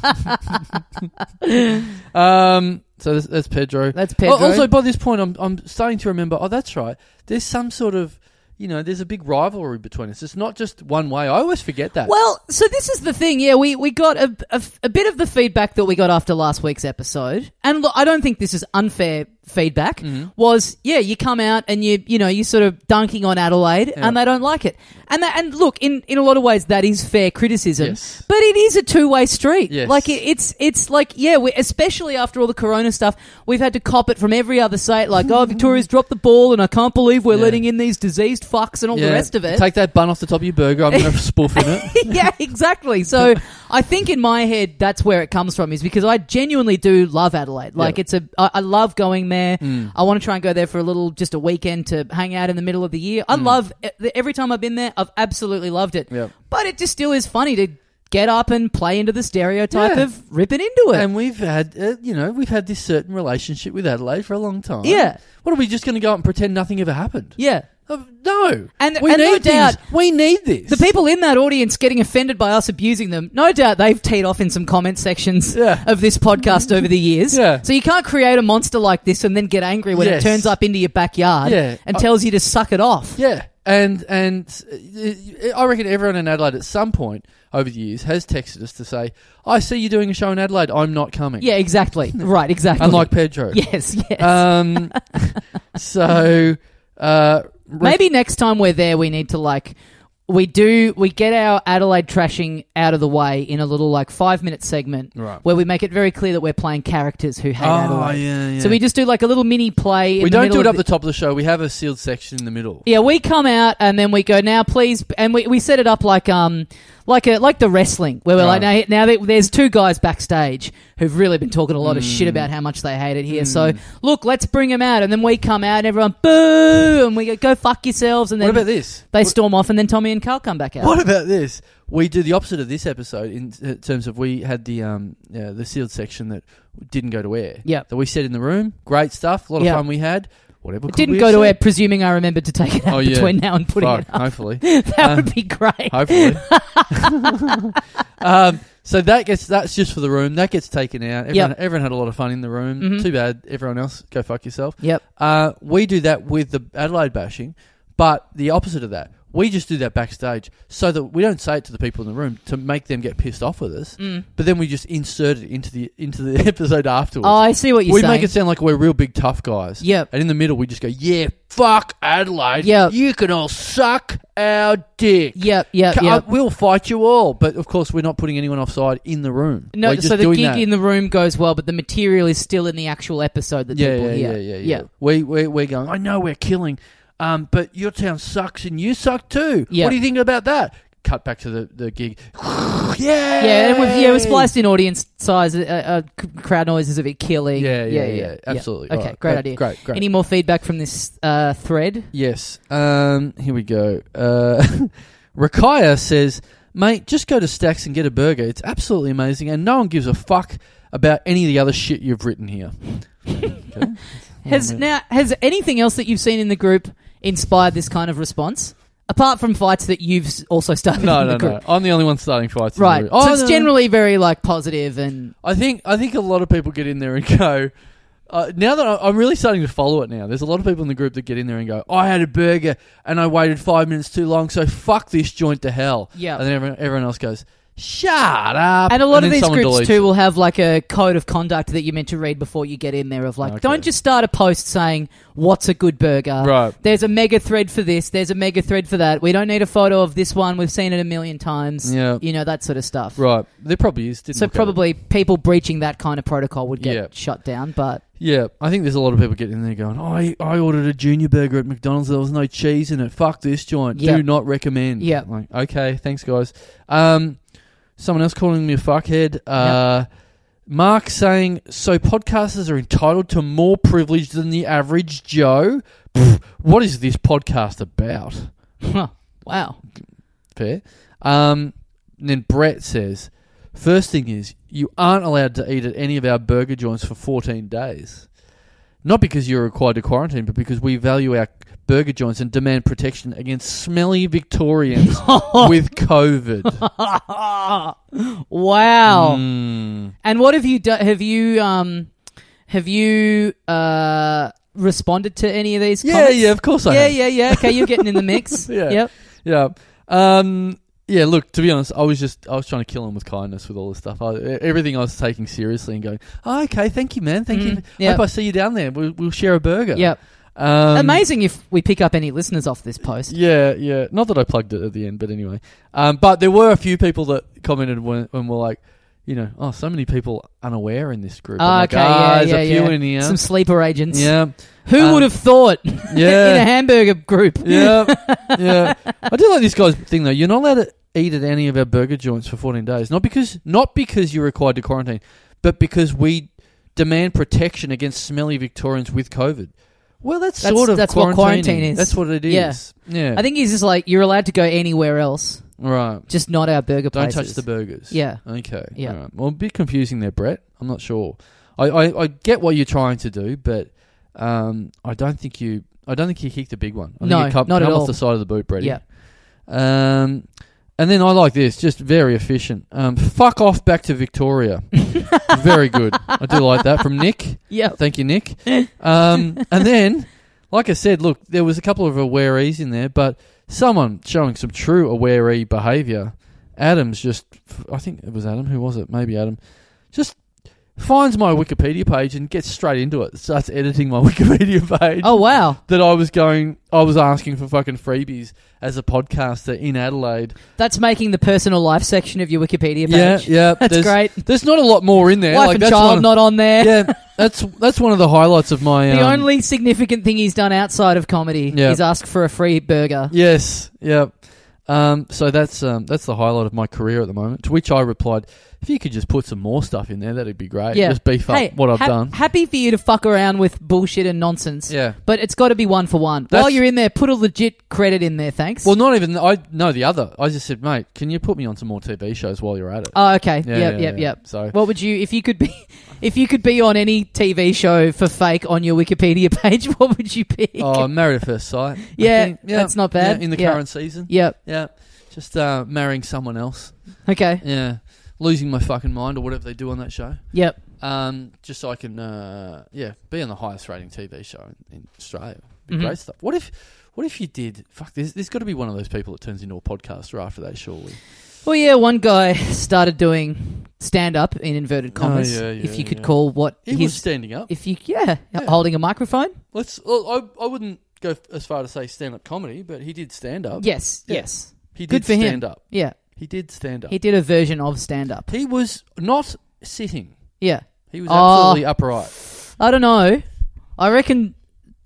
Speaker 2: um, so that's, that's Pedro.
Speaker 1: That's
Speaker 2: Oh,
Speaker 1: Pedro.
Speaker 2: also, by this point, I'm I'm starting to remember. Oh, that's right. There's some sort of you know, there's a big rivalry between us. It's not just one way. I always forget that.
Speaker 1: Well, so this is the thing. Yeah, we, we got a, a, a bit of the feedback that we got after last week's episode. And look, I don't think this is unfair feedback.
Speaker 2: Mm-hmm.
Speaker 1: Was, yeah, you come out and you, you know, you sort of dunking on Adelaide and they don't like it. And that, and look, in, in a lot of ways, that is fair criticism.
Speaker 2: Yes.
Speaker 1: But it is a two way street.
Speaker 2: Yes.
Speaker 1: Like, it, it's, it's like, yeah, we, especially after all the corona stuff, we've had to cop it from every other state. Like,
Speaker 2: [laughs]
Speaker 1: oh, Victoria's dropped the ball and I can't believe we're
Speaker 2: Yeah.
Speaker 1: letting in these diseased fucks and all the rest of it.
Speaker 2: Take that bun off the top of your burger. I'm
Speaker 1: [laughs]
Speaker 2: going to spoof in it.
Speaker 1: yeah, exactly. So I think in my head that's where it comes from is because I genuinely do love Adelaide. Like
Speaker 2: Yeah. Mm.
Speaker 1: it's a I, I love going there. I want to try and go there for a little just a weekend to hang out in the middle of the year. I love e, every time I've been there. I've absolutely loved it.
Speaker 2: Mm. Yep.
Speaker 1: But it just still is funny to get up and play into the stereotype
Speaker 2: Yeah.
Speaker 1: of ripping into it.
Speaker 2: And we've had, uh, you know, we've had this certain relationship with Adelaide for a long time.
Speaker 1: Yeah.
Speaker 2: What are we just going to go out and pretend nothing ever happened?
Speaker 1: yeah.
Speaker 2: Uh, no.
Speaker 1: And-
Speaker 2: we
Speaker 1: and
Speaker 2: need
Speaker 1: no
Speaker 2: things.
Speaker 1: doubt-
Speaker 2: we need this.
Speaker 1: The people in that audience getting offended by us abusing them, no doubt they've teed off in some comment sections
Speaker 2: Yeah.
Speaker 1: of this podcast over the years.
Speaker 2: Yeah.
Speaker 1: So you can't create a monster like this and then get angry when
Speaker 2: Yes.
Speaker 1: it turns up into your backyard
Speaker 2: Yeah.
Speaker 1: and
Speaker 2: I-
Speaker 1: tells you to suck it off.
Speaker 2: Yeah, and and uh, I reckon everyone in Adelaide at some point over the years has texted us to say, "I see you doing a show in Adelaide. I'm not coming."
Speaker 1: Yeah, exactly. right, exactly. [laughs]
Speaker 2: unlike Pedro.
Speaker 1: yes, yes.
Speaker 2: Um. so, uh, re-
Speaker 1: Maybe next time we're there, we need to like we do we get our Adelaide trashing out of the way in a little like five minute segment
Speaker 2: Right.
Speaker 1: where we make it very clear that we're playing characters who hate
Speaker 2: Oh,
Speaker 1: Adelaide.
Speaker 2: yeah, yeah.
Speaker 1: So we just do like a little mini play. in the
Speaker 2: we don't
Speaker 1: middle
Speaker 2: do it
Speaker 1: of
Speaker 2: up the top of the show. We have a sealed section in the middle.
Speaker 1: Yeah, we come out and then we go now, please, and we, we set it up like um like a like the wrestling where we're like now now that there's two guys backstage who've really been talking a lot of
Speaker 2: Hmm.
Speaker 1: shit about how much they hate it here. So look, let's bring them out, and then we come out and everyone boo, and we go go fuck yourselves, and then
Speaker 2: What about this?
Speaker 1: They storm off, and then Tommy and Carl come back out.
Speaker 2: What about this? We do the opposite of this episode in uh, terms of we had the um uh, the sealed section that didn't go to air.
Speaker 1: Yeah.
Speaker 2: that we said in the room. Great stuff. A lot of
Speaker 1: Yeah.
Speaker 2: fun we had. Whatever
Speaker 1: It
Speaker 2: could
Speaker 1: didn't
Speaker 2: we
Speaker 1: go
Speaker 2: have
Speaker 1: to
Speaker 2: said?
Speaker 1: air, presuming I remembered to take it out
Speaker 2: Oh, yeah.
Speaker 1: between now and putting
Speaker 2: Fuck,
Speaker 1: it up. [laughs]
Speaker 2: Hopefully.
Speaker 1: That
Speaker 2: Uh,
Speaker 1: would be great. [laughs]
Speaker 2: Hopefully. [laughs] um, so that gets that's just for the room. That gets taken out. Everyone,
Speaker 1: Yep. Mm-hmm.
Speaker 2: everyone had a lot of fun in the room. Too bad everyone else go fuck yourself.
Speaker 1: Yep.
Speaker 2: Uh, we do that with the Adelaide bashing, but the opposite of that. We just do that backstage so that we don't say it to the people in the room to make them get pissed off with us.
Speaker 1: Mm.
Speaker 2: But then we just insert it into the into the [laughs] episode afterwards.
Speaker 1: Oh, I see what you're
Speaker 2: we
Speaker 1: saying.
Speaker 2: make it sound like we're real big tough guys.
Speaker 1: Yep.
Speaker 2: And in the middle, we just go, "Yeah, fuck Adelaide.
Speaker 1: Yep.
Speaker 2: You can all suck our dick.
Speaker 1: Yep, yep,
Speaker 2: Ca- uh,
Speaker 1: yep.
Speaker 2: I- we'll fight you all, but of course we're not putting anyone offside in the room.
Speaker 1: No,
Speaker 2: We're just
Speaker 1: so the
Speaker 2: doing
Speaker 1: gig
Speaker 2: that.
Speaker 1: in the room goes well, but the material is still in the actual episode that
Speaker 2: yeah,
Speaker 1: people
Speaker 2: yeah, yeah,
Speaker 1: hear.
Speaker 2: yeah, yeah, We we we're going. I know we're killing, um, but your town sucks and you suck too.
Speaker 1: Yeah.
Speaker 2: What do you think about that? Cut back to the the gig. [sighs] yeah,
Speaker 1: Yeah, and we've, yeah, we're spliced in audience size, uh, uh, c- crowd noises of it killing.
Speaker 2: Yeah, yeah, yeah, absolutely.
Speaker 1: Okay,
Speaker 2: Alright,
Speaker 1: great
Speaker 2: great,
Speaker 1: idea.
Speaker 2: great, great.
Speaker 1: Any more feedback from this uh, thread?
Speaker 2: Yes. Um, here we go. Uh, [laughs] Rakaya says, mate, just go to Stacks and get a burger. It's absolutely amazing, and no one gives a fuck about any of the other shit you've written here.
Speaker 1: Has now has anything else that you've seen in the group inspired this kind of response? Apart from fights that you've s- also started
Speaker 2: No,
Speaker 1: in the
Speaker 2: [laughs] no,
Speaker 1: group,
Speaker 2: no. I'm the only one starting fights. in the
Speaker 1: right?
Speaker 2: room. Oh,
Speaker 1: so it's
Speaker 2: no, no, no.
Speaker 1: generally very like positive and
Speaker 2: I think I think a lot of people get in there and [laughs] go. Uh, now that I- I'm really starting to follow it now, there's a lot of people in the group that get in there and go, "I had a burger and I waited five minutes too long, so fuck this joint to hell."
Speaker 1: Yeah.
Speaker 2: and then everyone, everyone else goes, "Shut up!"
Speaker 1: and a lot of
Speaker 2: then
Speaker 1: these
Speaker 2: someone
Speaker 1: groups
Speaker 2: deletes
Speaker 1: too
Speaker 2: it.
Speaker 1: will have like a code of conduct that you're meant to read before you get in there. Of like,
Speaker 2: Okay.
Speaker 1: don't just start a post saying what's a good burger.
Speaker 2: Right.
Speaker 1: There's a mega thread for this. There's a mega thread for that. We don't need a photo of this one. We've seen it a million times.
Speaker 2: Yeah.
Speaker 1: You know that sort of stuff.
Speaker 2: Right, there probably is. Didn't
Speaker 1: So
Speaker 2: look at it.
Speaker 1: probably people breaching that kind of protocol would get
Speaker 2: Yeah.
Speaker 1: shut down. But
Speaker 2: Yeah, I think there's a lot of people getting in there going, I, I ordered a junior burger at McDonald's. There was no cheese in it. Fuck this joint.
Speaker 1: Yeah.
Speaker 2: Do not recommend.
Speaker 1: Yeah.
Speaker 2: Like, okay, thanks, guys. Um, someone else calling me a fuckhead. Uh, Mark saying, so podcasters are entitled to more privilege than the average Joe? Pff, what is this podcast about?
Speaker 1: wow. [laughs]
Speaker 2: Fair. Um, and then Brett says, first thing is you aren't allowed to eat at any of our burger joints for 14 days. Not because you're required to quarantine, but because we value our burger joints and demand protection against smelly [laughs] Victorians with COVID.
Speaker 1: Wow.
Speaker 2: Mm.
Speaker 1: And what have you done? Have you um, have you uh responded to any of these?
Speaker 2: Yeah,
Speaker 1: comments?
Speaker 2: yeah, of course I
Speaker 1: yeah,
Speaker 2: have.
Speaker 1: yeah, yeah. Okay, you're getting in the mix.
Speaker 2: Yeah.
Speaker 1: Yep.
Speaker 2: Yeah. Um, yeah, look, to be honest, I was just, I was trying to kill him with kindness with all this stuff. I, e, everything I was taking seriously and going, oh, okay, thank you, man. Thank
Speaker 1: Mm,
Speaker 2: you.
Speaker 1: yeah.
Speaker 2: Hope I see you down there. We'll, we'll share a burger.
Speaker 1: Yep.
Speaker 2: Um,
Speaker 1: Amazing if we pick up any listeners off this post.
Speaker 2: Yeah, yeah. Not that I plugged it at the end, but anyway. Um, but there were a few people that commented when, when were like, you know, oh, so many people unaware in this group. I'm
Speaker 1: Ah,
Speaker 2: like,
Speaker 1: okay,
Speaker 2: "Ah,
Speaker 1: yeah,
Speaker 2: there's
Speaker 1: yeah,
Speaker 2: a few
Speaker 1: yeah.
Speaker 2: in here.
Speaker 1: Some sleeper agents. [laughs]
Speaker 2: [laughs] yeah,
Speaker 1: Who
Speaker 2: Um,
Speaker 1: would have thought [laughs] in a
Speaker 2: yeah,
Speaker 1: hamburger group?
Speaker 2: yeah,
Speaker 1: [laughs]
Speaker 2: yeah. I do like this guy's thing though. You're not allowed to eat at any of our burger joints for 14 days. Not because, not because you're required to quarantine, but because we demand protection against smelly Victorians with COVID. Well, that's,
Speaker 1: That's-
Speaker 2: sort of
Speaker 1: that's what quarantine
Speaker 2: quarantining.
Speaker 1: is.
Speaker 2: That's what it
Speaker 1: Yeah.
Speaker 2: is. Yeah,
Speaker 1: I think he's just like you're allowed to go anywhere else,
Speaker 2: right.
Speaker 1: just not our burger
Speaker 2: Don't
Speaker 1: places.
Speaker 2: touch the burgers.
Speaker 1: Yeah.
Speaker 2: Okay.
Speaker 1: Yeah.
Speaker 2: All right. Well, a bit confusing there, Brett. I'm not sure. I, I, I get what you're trying to do, but um, I don't think you I don't think you kicked a big one. I think
Speaker 1: No,
Speaker 2: you come,
Speaker 1: not at
Speaker 2: come
Speaker 1: all.
Speaker 2: off the side of the boot, Brett.
Speaker 1: Yeah.
Speaker 2: Um, and then I like this, just very efficient. Um, fuck off back
Speaker 1: [laughs]
Speaker 2: to Victoria. very good. I do like that from Nick.
Speaker 1: Yeah.
Speaker 2: Thank
Speaker 1: [laughs]
Speaker 2: you, Nick.
Speaker 1: Eh.
Speaker 2: Um, and then, like I said, look, there was a couple of awarees in there, but someone showing some true awaree behaviour. Adam's just, I think it was Adam. Who was it? Maybe Adam. Just finds my Wikipedia page and gets straight into it. Starts editing my [laughs] Wikipedia page
Speaker 1: Oh wow,
Speaker 2: that I was going, I was asking for fucking freebies as a podcaster in Adelaide.
Speaker 1: that's making the personal life section of your Wikipedia page.
Speaker 2: Yeah,
Speaker 1: [laughs]
Speaker 2: yeah.
Speaker 1: that's
Speaker 2: there's,
Speaker 1: great.
Speaker 2: There's not a lot more in there.
Speaker 1: Wife
Speaker 2: like,
Speaker 1: and
Speaker 2: that's
Speaker 1: child
Speaker 2: one,
Speaker 1: not on there.
Speaker 2: [laughs]
Speaker 1: [laughs]
Speaker 2: Yeah, that's that's one of the highlights of my.
Speaker 1: The
Speaker 2: um,
Speaker 1: only significant thing he's done outside of comedy
Speaker 2: Yeah.
Speaker 1: is ask for a free burger.
Speaker 2: Yes. Yeah. Um, so that's um, that's the highlight of my career at the moment. To which I replied, "If you could just put some more stuff in there, that'd be great.
Speaker 1: Yeah.
Speaker 2: Just beef up
Speaker 1: Hey,
Speaker 2: what I've
Speaker 1: ha-
Speaker 2: done."
Speaker 1: Happy for you to fuck around with bullshit and nonsense.
Speaker 2: Yeah.
Speaker 1: But it's got to be one for one.
Speaker 2: That's-
Speaker 1: While you're in there, put a legit credit in there, thanks.
Speaker 2: Well, not even I know the other. I just said, "Mate, can you put me on some more TV shows while you're at it?"
Speaker 1: oh, okay.
Speaker 2: Yeah,
Speaker 1: yep,
Speaker 2: yeah,
Speaker 1: yep,
Speaker 2: yeah.
Speaker 1: yep.
Speaker 2: So-
Speaker 1: what would you if you could be [laughs] if you could be on any TV show for fake on your Wikipedia page? [laughs] What would you pick?
Speaker 2: oh, married at first sight. I
Speaker 1: Yeah,
Speaker 2: think.
Speaker 1: that's not bad.
Speaker 2: Yeah, in the
Speaker 1: Yeah.
Speaker 2: current season.
Speaker 1: Yep.
Speaker 2: Yeah, just uh, marrying someone else.
Speaker 1: Okay.
Speaker 2: Yeah, losing my fucking mind or whatever they do on that show.
Speaker 1: Yep.
Speaker 2: Um, just so I can, uh, yeah, be on the highest rating TV show in, in Australia. Be
Speaker 1: Mhm.
Speaker 2: Great stuff. What if, what if you did? Fuck, there's, there's got to be one of those people that turns into a podcaster after that, surely.
Speaker 1: Well, yeah. One guy [laughs] started doing stand up in inverted commas.
Speaker 2: Oh, yeah, yeah,
Speaker 1: if you could
Speaker 2: yeah.
Speaker 1: call what
Speaker 2: He
Speaker 1: his
Speaker 2: was standing up.
Speaker 1: if you yeah,
Speaker 2: Yeah.
Speaker 1: holding a microphone.
Speaker 2: Let's. well, I, I wouldn't go f- as far to say stand up comedy, but he did stand up.
Speaker 1: Yes.
Speaker 2: Yeah.
Speaker 1: Yes.
Speaker 2: he did
Speaker 1: good for him.
Speaker 2: stand up.
Speaker 1: Yeah.
Speaker 2: He did stand up.
Speaker 1: He
Speaker 2: He,
Speaker 1: did a version of stand up.
Speaker 2: was not sitting.
Speaker 1: Yeah.
Speaker 2: He was
Speaker 1: Oh.
Speaker 2: absolutely upright.
Speaker 1: I don't know. I reckon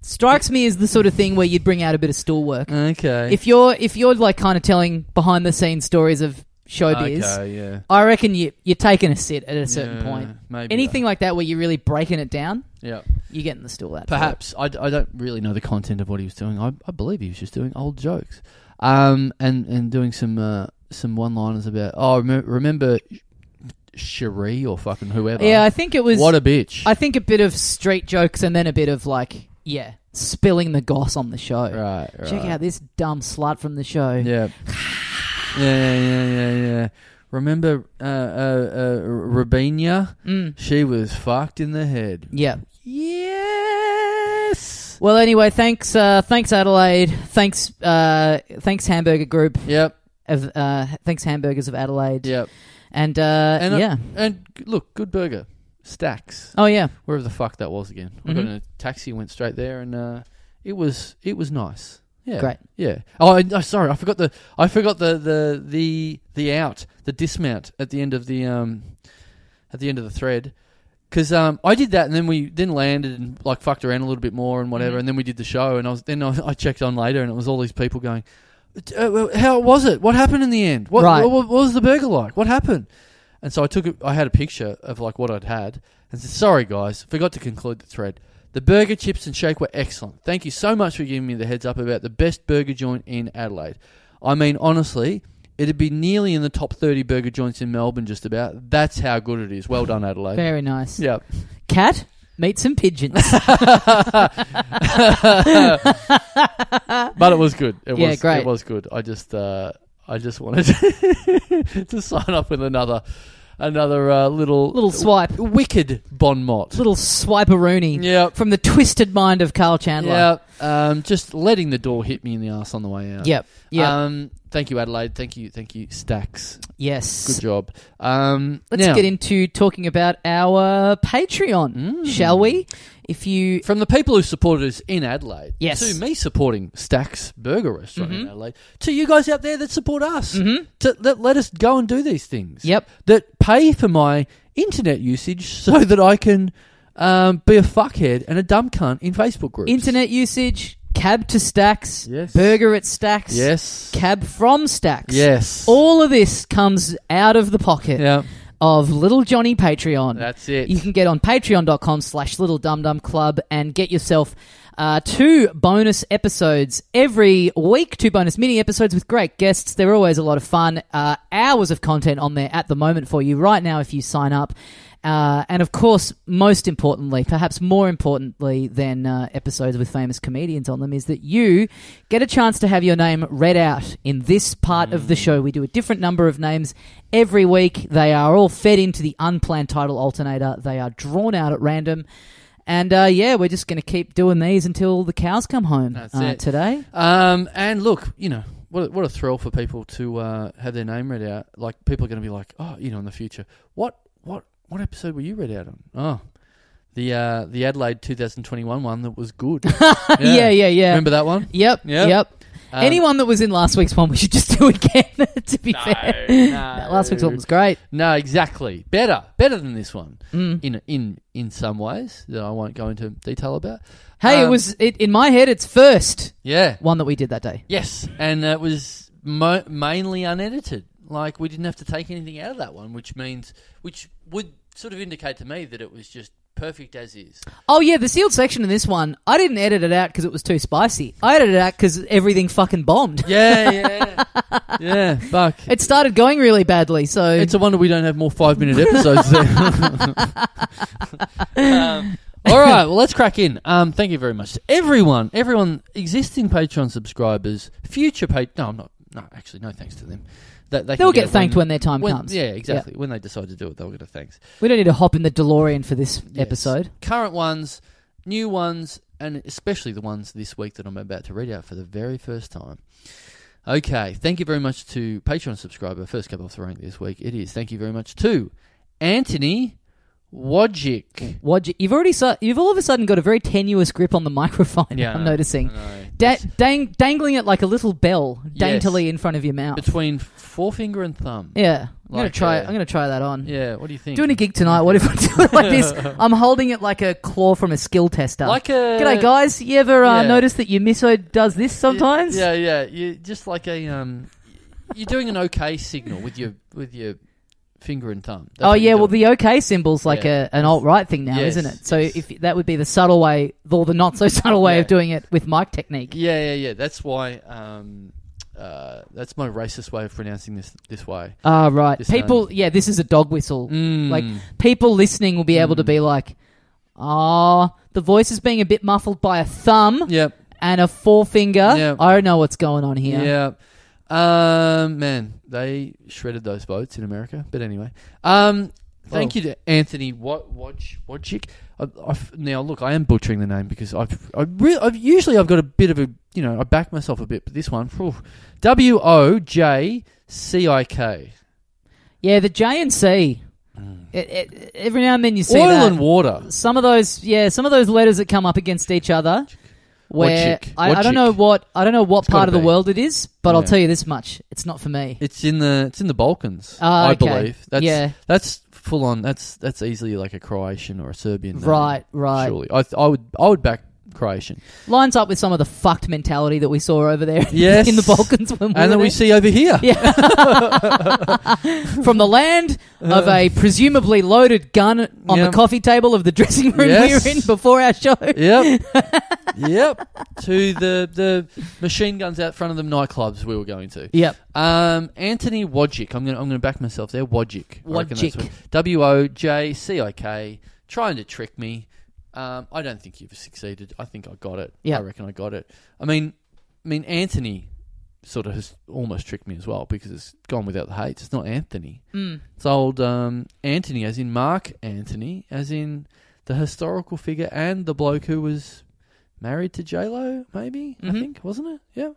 Speaker 1: strikes me as the sort of thing where you'd bring out a bit of stool work.
Speaker 2: Okay.
Speaker 1: If you're if you're like kind of telling behind the scenes stories of showbiz,
Speaker 2: okay, yeah.
Speaker 1: I reckon you you're taking a sit at a certain point.
Speaker 2: Maybe
Speaker 1: Anything like that where you're really breaking it down,
Speaker 2: Yeah.
Speaker 1: you're getting the stool out. for it.
Speaker 2: Perhaps I, d- I don't really know the content of what he was doing. I, I believe he was just doing old jokes, um, and and doing some uh, some one liners about oh remember, remember Cherie or fucking whoever.
Speaker 1: Yeah, I think it was.
Speaker 2: what a bitch.
Speaker 1: I think a bit of street jokes and then a bit of like yeah, spilling the goss on the show.
Speaker 2: right, right.
Speaker 1: Check out this dumb slut from the show. [sighs]
Speaker 2: Yeah. yeah, yeah, yeah, yeah, yeah. Remember uh, uh, uh, Rabina?
Speaker 1: Mm.
Speaker 2: She was fucked in the head.
Speaker 1: Yeah.
Speaker 2: Yes.
Speaker 1: Well, anyway, thanks, uh, thanks Adelaide, thanks, uh, thanks Hamburger Group
Speaker 2: Yep.
Speaker 1: of, uh, thanks Hamburgers of Adelaide,
Speaker 2: Yep.
Speaker 1: and, uh,
Speaker 2: And, uh,
Speaker 1: yeah,
Speaker 2: And look, good burger. Stacks.
Speaker 1: oh yeah,
Speaker 2: wherever the fuck that was again. I got
Speaker 1: Mhm.
Speaker 2: in a taxi, went straight there, and uh, it was it was nice. Yeah,
Speaker 1: Great.
Speaker 2: Yeah. Oh, I, I, sorry, I forgot the I forgot the, the the the out the dismount at the end of the um at the end of the thread because um I did that and then we then landed and like fucked around a little bit more and whatever
Speaker 1: Mhm.
Speaker 2: and then we did the show and I was then I, I checked on later and it was all these people going. Uh, well, how was it? What happened in the end? What,
Speaker 1: Right.
Speaker 2: what, what was the burger like? What happened? And so I took, a, I had a picture of like what I'd had, and said, "Sorry guys, forgot to conclude the thread. The burger, chips, and shake were excellent. Thank you so much for giving me the heads up about the best burger joint in Adelaide. I mean, honestly, it'd be nearly in the top thirty burger joints in Melbourne, just about. That's how good it is. Well done, Adelaide.
Speaker 1: very nice.
Speaker 2: [laughs] Yeah.
Speaker 1: Cat, meet some
Speaker 2: [laughs]
Speaker 1: pigeons.
Speaker 2: but it was good. It
Speaker 1: Yeah,
Speaker 2: was
Speaker 1: great.
Speaker 2: It was good. I just uh, I just wanted [laughs] to, sign up with another another uh, little
Speaker 1: little swipe,
Speaker 2: wicked bon mot.
Speaker 1: little swiperoonie
Speaker 2: Yep.
Speaker 1: from the twisted mind of Carl Chandler.
Speaker 2: Yeah, um, just letting the door hit me in the ass on the way out.
Speaker 1: Yep. Yep.
Speaker 2: Um, thank you, Adelaide. Thank you, thank you, Stacks.
Speaker 1: yes.
Speaker 2: Good job. Um,
Speaker 1: Let's
Speaker 2: now,
Speaker 1: get into talking about our Patreon,
Speaker 2: Mm.
Speaker 1: shall we? If you
Speaker 2: From the people who supported us in Adelaide,
Speaker 1: Yes. Mm-hmm.
Speaker 2: to me supporting Stacks Burger Restaurant in Adelaide, to you guys out there that support us, to that let us go and do these things.
Speaker 1: Yep.
Speaker 2: That pay for my internet usage so that I can um, be a fuckhead and a dumb cunt in Facebook groups.
Speaker 1: internet usage, cab to Stacks,
Speaker 2: Yes.
Speaker 1: burger at Stacks,
Speaker 2: Yes.
Speaker 1: cab from Stacks,
Speaker 2: Yes.
Speaker 1: all of this comes out of the pocket
Speaker 2: Yeah.
Speaker 1: of Little Johnny Patreon.
Speaker 2: That's it.
Speaker 1: You can get on patreon.com slash little dum dum club and get yourself uh, two bonus episodes every week, two bonus mini episodes with great guests. They're always a lot of fun. Uh, hours of content on there at the moment for you right now if you sign up. Uh, and of course, most importantly, perhaps more importantly than uh, episodes with famous comedians on them, is that you get a chance to have your name read out in this part of the
Speaker 2: Mm.
Speaker 1: show. We do a different number of names every week. They are all fed into the unplanned title alternator, they are drawn out at random. And uh, yeah, we're just going to keep doing these until the cows come home
Speaker 2: That's
Speaker 1: uh,
Speaker 2: it.
Speaker 1: today.
Speaker 2: Um, and look, you know, what a, what a thrill for people to uh, have their name read out. Like people are going to be like, oh, you know, in the future, what what what episode were you read out on? Oh, the uh, the Adelaide 2021 one that
Speaker 1: [laughs]
Speaker 2: was good. yeah.
Speaker 1: Yeah, yeah, yeah.
Speaker 2: Remember that one?
Speaker 1: Yep,
Speaker 2: Yep.
Speaker 1: yep.
Speaker 2: Um,
Speaker 1: Anyone that was in last week's one, we should just [laughs] do again, to be fair. That last week's one was great.
Speaker 2: No, exactly. Better, better than this one
Speaker 1: Mm.
Speaker 2: in in in some ways that I won't go into detail about.
Speaker 1: Hey, it
Speaker 2: Um,
Speaker 1: was it, in my head. It's first
Speaker 2: yeah,
Speaker 1: one that we did that day.
Speaker 2: Yes, and it was mo- mainly unedited. Like we didn't have to take anything out of that one, which means which would sort of indicate to me that it was just perfect as is.
Speaker 1: Oh yeah, the sealed section in this one, I didn't edit it out because it was too spicy. I edited it out because everything fucking bombed. [laughs]
Speaker 2: Yeah, yeah, yeah. Fuck.
Speaker 1: It started going really badly, so
Speaker 2: It's a wonder we don't have more
Speaker 1: [laughs]
Speaker 2: five minute episodes there. Um, all right, well, let's crack in. Um, thank you very much to everyone, everyone, existing Patreon subscribers, future Patreon. No, I'm not. No, actually, no thanks to them. That they
Speaker 1: They'll
Speaker 2: can
Speaker 1: get
Speaker 2: it
Speaker 1: thanked when their time comes.
Speaker 2: Yeah,
Speaker 1: Yeah.
Speaker 2: exactly. When they decide to do it, they'll get a thanks.
Speaker 1: we don't need to hop in the DeLorean for this
Speaker 2: Yes.
Speaker 1: episode.
Speaker 2: Current ones, new ones, and especially the ones this week that I'm about to read out for the very first time. Okay, thank you very much to Patreon subscriber, first cab off the rank this week. It is. Thank you very much to Anthony Wojcik.
Speaker 1: What you, you've already su- you've all of a sudden got a very tenuous grip on the [laughs] microphone.
Speaker 2: Yeah, I
Speaker 1: I'm
Speaker 2: know,
Speaker 1: noticing.
Speaker 2: I know.
Speaker 1: Da- dang- dangling it like a little bell daintily in front of your mouth.
Speaker 2: Between forefinger and thumb.
Speaker 1: yeah, I'm gonna
Speaker 2: Like,
Speaker 1: try.
Speaker 2: uh,
Speaker 1: I'm gonna try that on.
Speaker 2: Yeah, what do you think?
Speaker 1: Doing a gig tonight. What if I [laughs] do it like
Speaker 2: [laughs]
Speaker 1: this? I'm holding it like a claw from a skill tester.
Speaker 2: Like a-
Speaker 1: G'day, guys. You ever uh,
Speaker 2: Yeah.
Speaker 1: notice that your miso does this sometimes?
Speaker 2: Yeah, yeah. You just like a um, you're doing an okay signal with your with your finger and thumb. That's
Speaker 1: oh
Speaker 2: what you're
Speaker 1: yeah, well
Speaker 2: doing.
Speaker 1: the OK symbol's like
Speaker 2: Yeah.
Speaker 1: a, an alt right thing now,
Speaker 2: Yes,
Speaker 1: isn't it? So
Speaker 2: yes.
Speaker 1: if that would be the subtle way, or the not so [laughs] subtle way
Speaker 2: Yeah.
Speaker 1: of doing it with mic technique.
Speaker 2: Yeah, yeah, yeah. That's why. Um, uh, that's my racist way of pronouncing this this way.
Speaker 1: Ah, right.
Speaker 2: This Mm.
Speaker 1: people, yeah, this is a dog whistle. Like people listening will be able to be like, "Ah, the voice is being a bit muffled by a thumb
Speaker 2: Yep.
Speaker 1: and a forefinger."
Speaker 2: Yep.
Speaker 1: I don't know what's going on here.
Speaker 2: Yeah. Um, man, they shredded those votes in America. But anyway, um, thank
Speaker 1: Well-
Speaker 2: you to Anthony Wat- Wodg- Wodgick. I, I've, now, look, I am butchering the name because I've, I really, I've usually I've got a bit of a, you know, I back myself a bit, but this one, W O J C I K,
Speaker 1: Yeah, the J and C. It, it, every now and then you see
Speaker 2: Mm. oil
Speaker 1: that.
Speaker 2: and water.
Speaker 1: some of those, yeah, some of those letters that come up against each other. Where
Speaker 2: Wojcik.
Speaker 1: I, I don't know
Speaker 2: Wojcik.
Speaker 1: what I don't know what
Speaker 2: It's gotta
Speaker 1: part of the
Speaker 2: be.
Speaker 1: world it is, but I'll
Speaker 2: Yeah.
Speaker 1: tell you this much: it's not for me.
Speaker 2: It's in the it's in the Balkans,
Speaker 1: Ah,
Speaker 2: I
Speaker 1: okay.
Speaker 2: believe. That's,
Speaker 1: Yeah.
Speaker 2: that's full on. That's that's easily like a Croatian or a Serbian. name,
Speaker 1: Right, right.
Speaker 2: Surely, I, th- I would I would back
Speaker 1: [laughs]
Speaker 2: Croatian.
Speaker 1: Lines up with some of the fucked mentality that we saw over there [laughs]
Speaker 2: Yes.
Speaker 1: in the Balkans when we
Speaker 2: and
Speaker 1: were
Speaker 2: then we
Speaker 1: there.
Speaker 2: see over here.
Speaker 1: from the land
Speaker 2: [laughs]
Speaker 1: of a presumably loaded gun on
Speaker 2: Yeah.
Speaker 1: the coffee table of the dressing room
Speaker 2: Yes.
Speaker 1: we were in before our show.
Speaker 2: Yep,
Speaker 1: [laughs]
Speaker 2: yep. To the the machine guns out front of them nightclubs we were going to.
Speaker 1: Yep.
Speaker 2: Um, Anthony Wodgick. I'm gonna I'm gonna back myself there. Wodgick. I reckon that's
Speaker 1: Wodgick.
Speaker 2: what- W O J C I K. Trying to trick me. Um, I don't think you've succeeded. I think I got it.
Speaker 1: Yeah.
Speaker 2: I reckon I got it. I mean, I mean Anthony sort of has almost tricked me as well because it's gone without the hates. It's not Anthony.
Speaker 1: Mm.
Speaker 2: It's old um, Anthony, as in Mark Anthony, as in the historical figure and the bloke who was married to J Lo. Maybe I
Speaker 1: Mhm.
Speaker 2: think wasn't it? Yeah,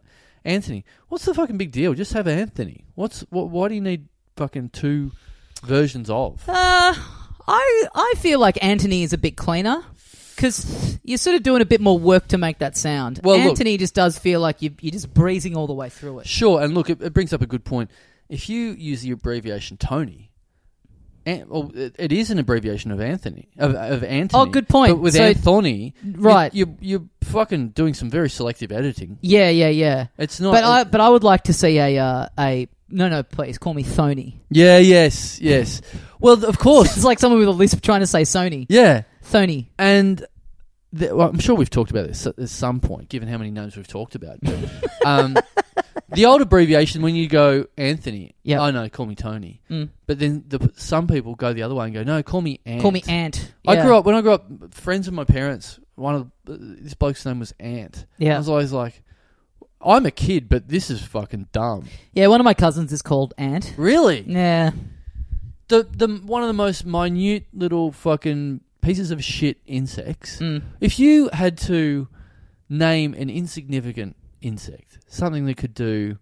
Speaker 2: Anthony. What's the fucking big deal? Just have Anthony. What's what? Why do you need fucking two versions of?
Speaker 1: [laughs] Uh, I I feel like Anthony is a bit cleaner because you're sort of doing a bit more work to make that sound.
Speaker 2: Well, look-
Speaker 1: Anthony just does feel like you, you're just breezing all the way through it.
Speaker 2: Sure, and look, it, it brings up a good point. If you use the abbreviation Tony, an, well, it, it is an abbreviation of Anthony of, of Anthony.
Speaker 1: Oh, good point.
Speaker 2: But with
Speaker 1: So-
Speaker 2: Anthony,
Speaker 1: Right.
Speaker 2: You, you are fucking doing some very selective editing.
Speaker 1: Yeah, yeah, yeah.
Speaker 2: It's not.
Speaker 1: but I but I would like to see a uh, a no no please call me Thony.
Speaker 2: yeah, yes, yes. Well, th- of
Speaker 1: [laughs]
Speaker 2: course,
Speaker 1: It's like someone with a lisp trying to say Sony.
Speaker 2: yeah.
Speaker 1: Thony.
Speaker 2: And the, well, I'm sure we've talked about this at at some point, given how many names we've talked about.
Speaker 1: [laughs]
Speaker 2: But, um, the old abbreviation when you go Anthony,
Speaker 1: Yep.
Speaker 2: oh no, call me Tony.
Speaker 1: Mm.
Speaker 2: But then the, some people go the other way and go, no, call me Ant.
Speaker 1: Call me Ant.
Speaker 2: I
Speaker 1: Yeah.
Speaker 2: grew up when I grew up. Friends of my parents, one of the, this bloke's name was Ant. I
Speaker 1: Yeah,
Speaker 2: was always like, I'm a kid, but this is fucking dumb.
Speaker 1: yeah. One of my cousins is called Ant.
Speaker 2: Really,
Speaker 1: Yeah,
Speaker 2: the the one of the most minute little fucking pieces of shit insects.
Speaker 1: Mm.
Speaker 2: If you had to name an insignificant insect, something that could do,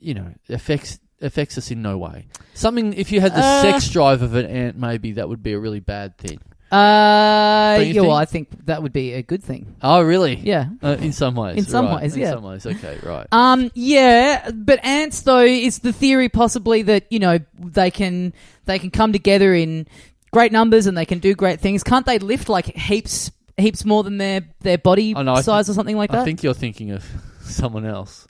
Speaker 2: you know, affects affects us in no way. Something if you had the
Speaker 1: Uh,
Speaker 2: sex drive of an ant, maybe that would be a really bad thing.
Speaker 1: Uh,
Speaker 2: Don't you
Speaker 1: yeah. Well,
Speaker 2: think?
Speaker 1: I think that would be a good thing.
Speaker 2: Oh, really?
Speaker 1: Yeah.
Speaker 2: Uh, in some ways.
Speaker 1: In some
Speaker 2: right.
Speaker 1: ways,
Speaker 2: In
Speaker 1: yeah.
Speaker 2: some ways. Okay. Right.
Speaker 1: Um, yeah, but ants though is the theory possibly that you know they can they can come together in great numbers and they can do great things. Can't they lift like heaps heaps more than their their body
Speaker 2: Oh, no, I
Speaker 1: size or something like that?
Speaker 2: I think you're thinking of [laughs] someone else.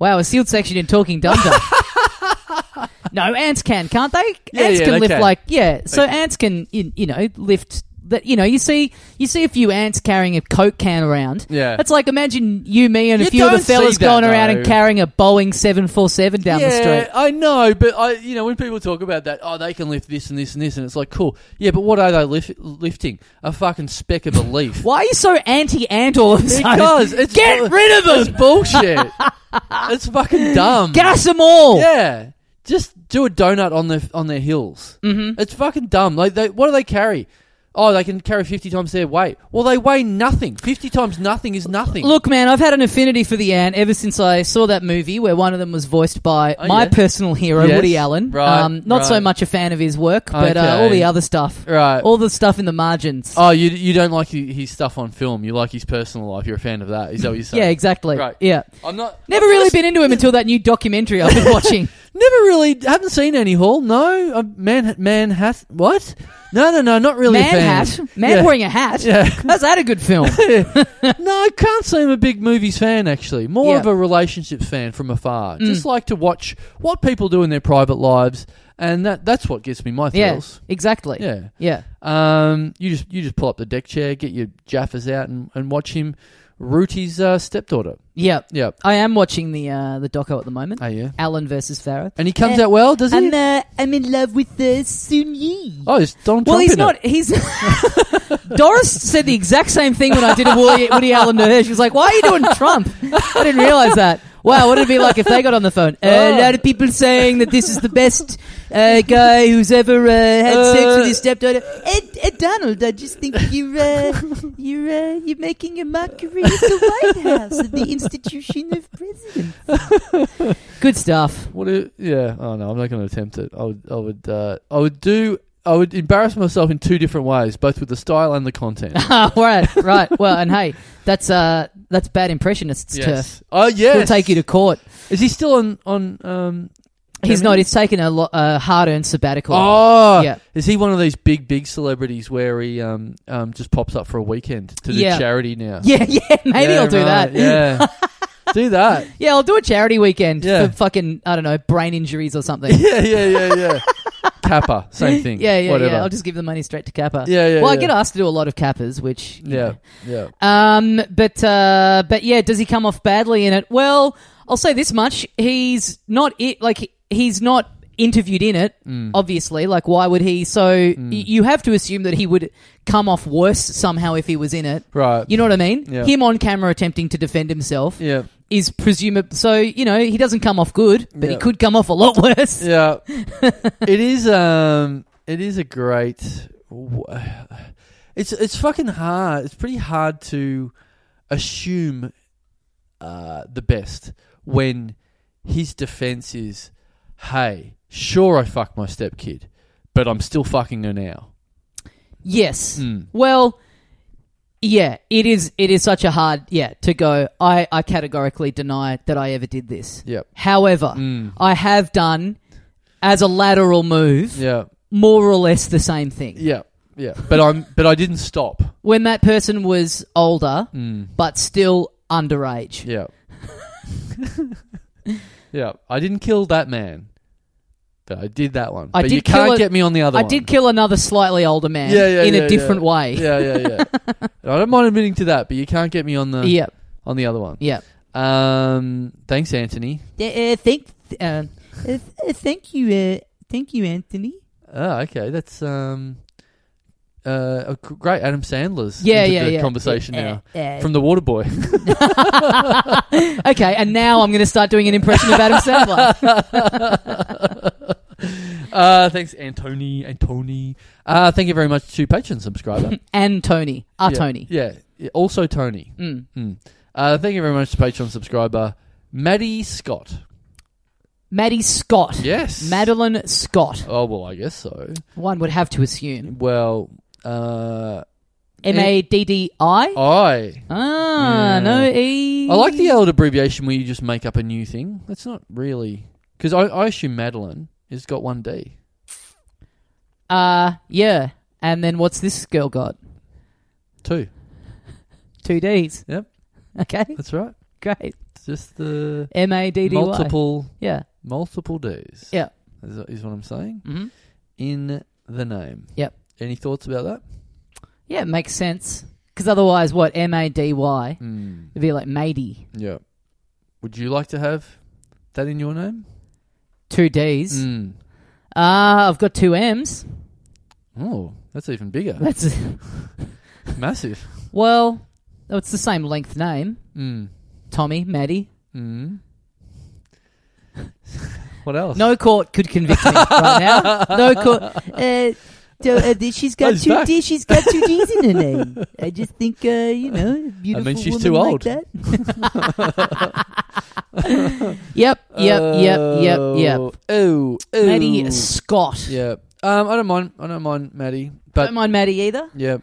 Speaker 1: wow, a sealed section in Talking Dum
Speaker 2: [laughs]
Speaker 1: Dum. no, ants can, can't they?
Speaker 2: Yeah,
Speaker 1: ants
Speaker 2: yeah,
Speaker 1: can
Speaker 2: they
Speaker 1: lift
Speaker 2: can.
Speaker 1: like yeah. So
Speaker 2: They can.
Speaker 1: ants can you, you know lift that you know you see you see a few ants carrying a coke can around.
Speaker 2: Yeah.
Speaker 1: That's like imagine you, me, and
Speaker 2: You
Speaker 1: a few of the
Speaker 2: don't see
Speaker 1: fellas
Speaker 2: that,
Speaker 1: going around and
Speaker 2: though.
Speaker 1: carrying a Boeing seven four seven down the street.
Speaker 2: I know, but I, you know, when people talk about that, oh, they can lift this and this and this, and it's like, cool, yeah, but what are they lif- lifting? A fucking speck of a
Speaker 1: [laughs]
Speaker 2: leaf.
Speaker 1: Why are you so anti-ant all of a sudden?
Speaker 2: Because it's
Speaker 1: Get
Speaker 2: bu-
Speaker 1: rid of
Speaker 2: That's
Speaker 1: them.
Speaker 2: bullshit. it's fucking dumb.
Speaker 1: Gas them all.
Speaker 2: Yeah, just do a donut on their on their hills. Mm-hmm. It's fucking dumb. Like, they, what do they carry? Oh, they can carry fifty times their weight. Well, they weigh nothing. Fifty times nothing is nothing.
Speaker 1: Look, man, I've had an affinity for the ant ever since I saw that movie where one of them was voiced by
Speaker 2: Oh,
Speaker 1: my
Speaker 2: yeah.
Speaker 1: personal hero,
Speaker 2: Yes.
Speaker 1: Woody Allen. Um,
Speaker 2: Right,
Speaker 1: not so
Speaker 2: right.
Speaker 1: much a fan of his work, but
Speaker 2: Okay.
Speaker 1: uh, all the other stuff,
Speaker 2: right.
Speaker 1: all the stuff in the margins.
Speaker 2: Oh, you you don't like hi- his stuff on film. You like his personal life. You're a fan of that. Is that what you're saying?
Speaker 1: yeah, exactly.
Speaker 2: Right.
Speaker 1: Yeah,
Speaker 2: I'm not.
Speaker 1: never
Speaker 2: I've
Speaker 1: really
Speaker 2: just-
Speaker 1: been into him until that new documentary I've been watching.
Speaker 2: Never really. Haven't seen any Hall. No. Uh, man. Man hat. What? No. No. No. Not [laughs] really.
Speaker 1: man
Speaker 2: a fan.
Speaker 1: hat, man
Speaker 2: Yeah.
Speaker 1: wearing a hat. [laughs]
Speaker 2: Yeah.
Speaker 1: How's that a good film?
Speaker 2: [laughs] no, I can't say I'm a big movies fan. Actually, more
Speaker 1: Yeah. Mm.
Speaker 2: of a relationships fan from afar. Just like to watch what people do in their private lives, and that that's what gets me my
Speaker 1: yeah,
Speaker 2: thrills.
Speaker 1: exactly.
Speaker 2: Yeah.
Speaker 1: yeah.
Speaker 2: Um. You just you just pull up the deck chair, get your jaffers out, and, and watch him root his uh, stepdaughter.
Speaker 1: Yeah.
Speaker 2: Yeah.
Speaker 1: I am watching the uh, the doco at the moment.
Speaker 2: Oh yeah.
Speaker 1: Allen versus Farah.
Speaker 2: And he comes
Speaker 1: Uh,
Speaker 2: out well, does he?
Speaker 1: I'm uh, I'm in love with the Sun Yi.
Speaker 2: oh, it's Donald
Speaker 1: well,
Speaker 2: Trump.
Speaker 1: he's
Speaker 2: in it.
Speaker 1: not. He's [laughs] Doris said the exact same thing when I did a Woody, Woody Allen to her. She was like, "Why are you doing Trump?" I didn't realize that. Wow, what would it be like if they got on the phone? Uh, A
Speaker 2: Oh.
Speaker 1: lot of people saying that this is the best uh, guy who's ever uh, had sex with his stepdaughter. Ed, Ed Donald, I just think you're uh, you're uh, you're making a mockery of the White House of the institution of presidents.
Speaker 2: [laughs]
Speaker 1: Good stuff. [laughs]
Speaker 2: What? If, yeah. Oh no, I'm not going to attempt it. I would. I would. Uh, I would do. I would embarrass myself in two different ways, both with the style and
Speaker 1: [laughs]
Speaker 2: the content.
Speaker 1: All right, right. Well, and hey, that's uh, that's bad impressionists turf.
Speaker 2: Oh yes.
Speaker 1: He'll take you to court.
Speaker 2: Is he still on on? Um,
Speaker 1: He's
Speaker 2: Germany?
Speaker 1: not. He's taken a lo- a hard earned sabbatical.
Speaker 2: Oh,
Speaker 1: Yeah.
Speaker 2: Is he one of these big big celebrities where he um um just pops up for a weekend to do
Speaker 1: Yeah.
Speaker 2: charity now?
Speaker 1: [laughs] Yeah, yeah. Maybe
Speaker 2: Yeah,
Speaker 1: I'll do that.
Speaker 2: right, Yeah.
Speaker 1: [laughs]
Speaker 2: do that.
Speaker 1: Yeah, I'll do a charity weekend
Speaker 2: Yeah.
Speaker 1: for fucking I don't know brain injuries or something.
Speaker 2: Yeah. Yeah. Yeah. Yeah. Kappa. Same [laughs] thing.
Speaker 1: yeah, yeah,
Speaker 2: Whatever.
Speaker 1: yeah. I'll just give the money straight to Kappa.
Speaker 2: Yeah, yeah,
Speaker 1: Well, I
Speaker 2: yeah.
Speaker 1: get asked to do a lot of Kappas, which
Speaker 2: yeah. Yeah.
Speaker 1: Um, but uh, but yeah, does he come off badly in it? Well, I'll say this much: he's not it. Like he- he's not interviewed in it,
Speaker 2: Mm.
Speaker 1: obviously. Like, why would he? So y- you have to assume that he would come off worse somehow if he was in it.
Speaker 2: Right.
Speaker 1: You know what I mean?
Speaker 2: Yeah.
Speaker 1: Him on camera attempting to defend himself
Speaker 2: Yeah.
Speaker 1: is presumable. So, you know, he doesn't come off good, but
Speaker 2: Yeah.
Speaker 1: he could come off a lot [laughs] worse.
Speaker 2: [laughs] Yeah. it is um it is a great It's it's fucking hard. It's pretty hard to assume uh the best when his defense is hey, sure I fucked my stepkid, but I'm still fucking her now.
Speaker 1: Yes.
Speaker 2: Hmm.
Speaker 1: Well, yeah, it is it is such a hard yeah to go I I categorically deny that I ever did this.
Speaker 2: Yep.
Speaker 1: However,
Speaker 2: Hmm.
Speaker 1: I have done as a lateral move
Speaker 2: Yeah.
Speaker 1: more or less the same thing.
Speaker 2: Yeah. Yeah. But I'm but I didn't stop.
Speaker 1: When that person was older but still underage.
Speaker 2: Hmm.
Speaker 1: [laughs]
Speaker 2: Yeah. yeah. I didn't kill that man. But I did that one.
Speaker 1: I
Speaker 2: but
Speaker 1: did
Speaker 2: you can't
Speaker 1: kill a-
Speaker 2: get me on the other
Speaker 1: I
Speaker 2: one.
Speaker 1: did kill another slightly older man
Speaker 2: Yeah, yeah,
Speaker 1: in
Speaker 2: yeah,
Speaker 1: a different
Speaker 2: yeah.
Speaker 1: way.
Speaker 2: Yeah, yeah,
Speaker 1: [laughs]
Speaker 2: yeah. And I don't mind admitting to that, but you can't get me on the
Speaker 1: Yeah.
Speaker 2: on the other one.
Speaker 1: Yeah.
Speaker 2: Um thanks Anthony.
Speaker 1: Uh, thank uh, uh, thank you uh, thank you Anthony.
Speaker 2: Oh, okay. That's um uh a g- great Adam Sandler's
Speaker 1: Yeah,
Speaker 2: into
Speaker 1: yeah,
Speaker 2: the
Speaker 1: yeah.
Speaker 2: conversation
Speaker 1: Uh,
Speaker 2: now.
Speaker 1: uh,
Speaker 2: From the water boy. [laughs]
Speaker 1: okay, and now I'm going to start doing an impression of Adam
Speaker 2: [laughs]
Speaker 1: Sandler.
Speaker 2: uh thanks Antony, Antony. Uh thank you very much to
Speaker 1: [laughs]
Speaker 2: Patreon subscriber.
Speaker 1: and Tony. Our
Speaker 2: Yeah,
Speaker 1: Ah, Tony.
Speaker 2: Yeah. yeah, Also Tony.
Speaker 1: Mm.
Speaker 2: Mm. Uh, thank you very much to Patreon subscriber Maddie Scott.
Speaker 1: Maddie Scott.
Speaker 2: Yes.
Speaker 1: Madeline Scott.
Speaker 2: Oh well, I guess so.
Speaker 1: One would have to assume.
Speaker 2: Well, uh,
Speaker 1: M A D D I?
Speaker 2: I
Speaker 1: Ah,
Speaker 2: Yeah.
Speaker 1: no E.
Speaker 2: I like the old abbreviation where you just make up a new thing. That's not really because I, I assume Madeline has got one D.
Speaker 1: Uh, yeah. And then what's this girl got?
Speaker 2: Two.
Speaker 1: Two D's.
Speaker 2: Yep.
Speaker 1: Okay,
Speaker 2: That's right.
Speaker 1: great.
Speaker 2: It's just the
Speaker 1: M A D D Y.
Speaker 2: multiple
Speaker 1: Yeah.
Speaker 2: multiple D's.
Speaker 1: Yeah.
Speaker 2: is, is what I'm saying
Speaker 1: hmm
Speaker 2: in the name.
Speaker 1: Yep.
Speaker 2: Any thoughts about that?
Speaker 1: Yeah, it makes sense. Because otherwise, what? M A D Y?
Speaker 2: Mm.
Speaker 1: It'd be like matey.
Speaker 2: Yeah. Would you like to have that in your name?
Speaker 1: Two D's.
Speaker 2: Mm.
Speaker 1: Ah, I've got two M's.
Speaker 2: Oh, that's even
Speaker 1: [laughs]
Speaker 2: bigger. [laughs]
Speaker 1: That's
Speaker 2: Massive.
Speaker 1: well, oh, it's the same length name.
Speaker 2: Mm.
Speaker 1: Tommy, Maddie. [laughs]
Speaker 2: Mm. what else? Uh,
Speaker 1: No court could convict me right now. No court. Uh, so, uh, th- she's got
Speaker 2: Goes
Speaker 1: two.
Speaker 2: back.
Speaker 1: D, she's got two D's in her name. I just think uh, you know, beautiful.
Speaker 2: she's
Speaker 1: woman
Speaker 2: too
Speaker 1: like
Speaker 2: old.
Speaker 1: that. yep, yep, yep, yep, yep.
Speaker 2: Oh, Oh, oh.
Speaker 1: Maddie Scott.
Speaker 2: Yeah. Um, I don't mind. I don't mind Maddie, but
Speaker 1: Don't mind Maddie either.
Speaker 2: yeah,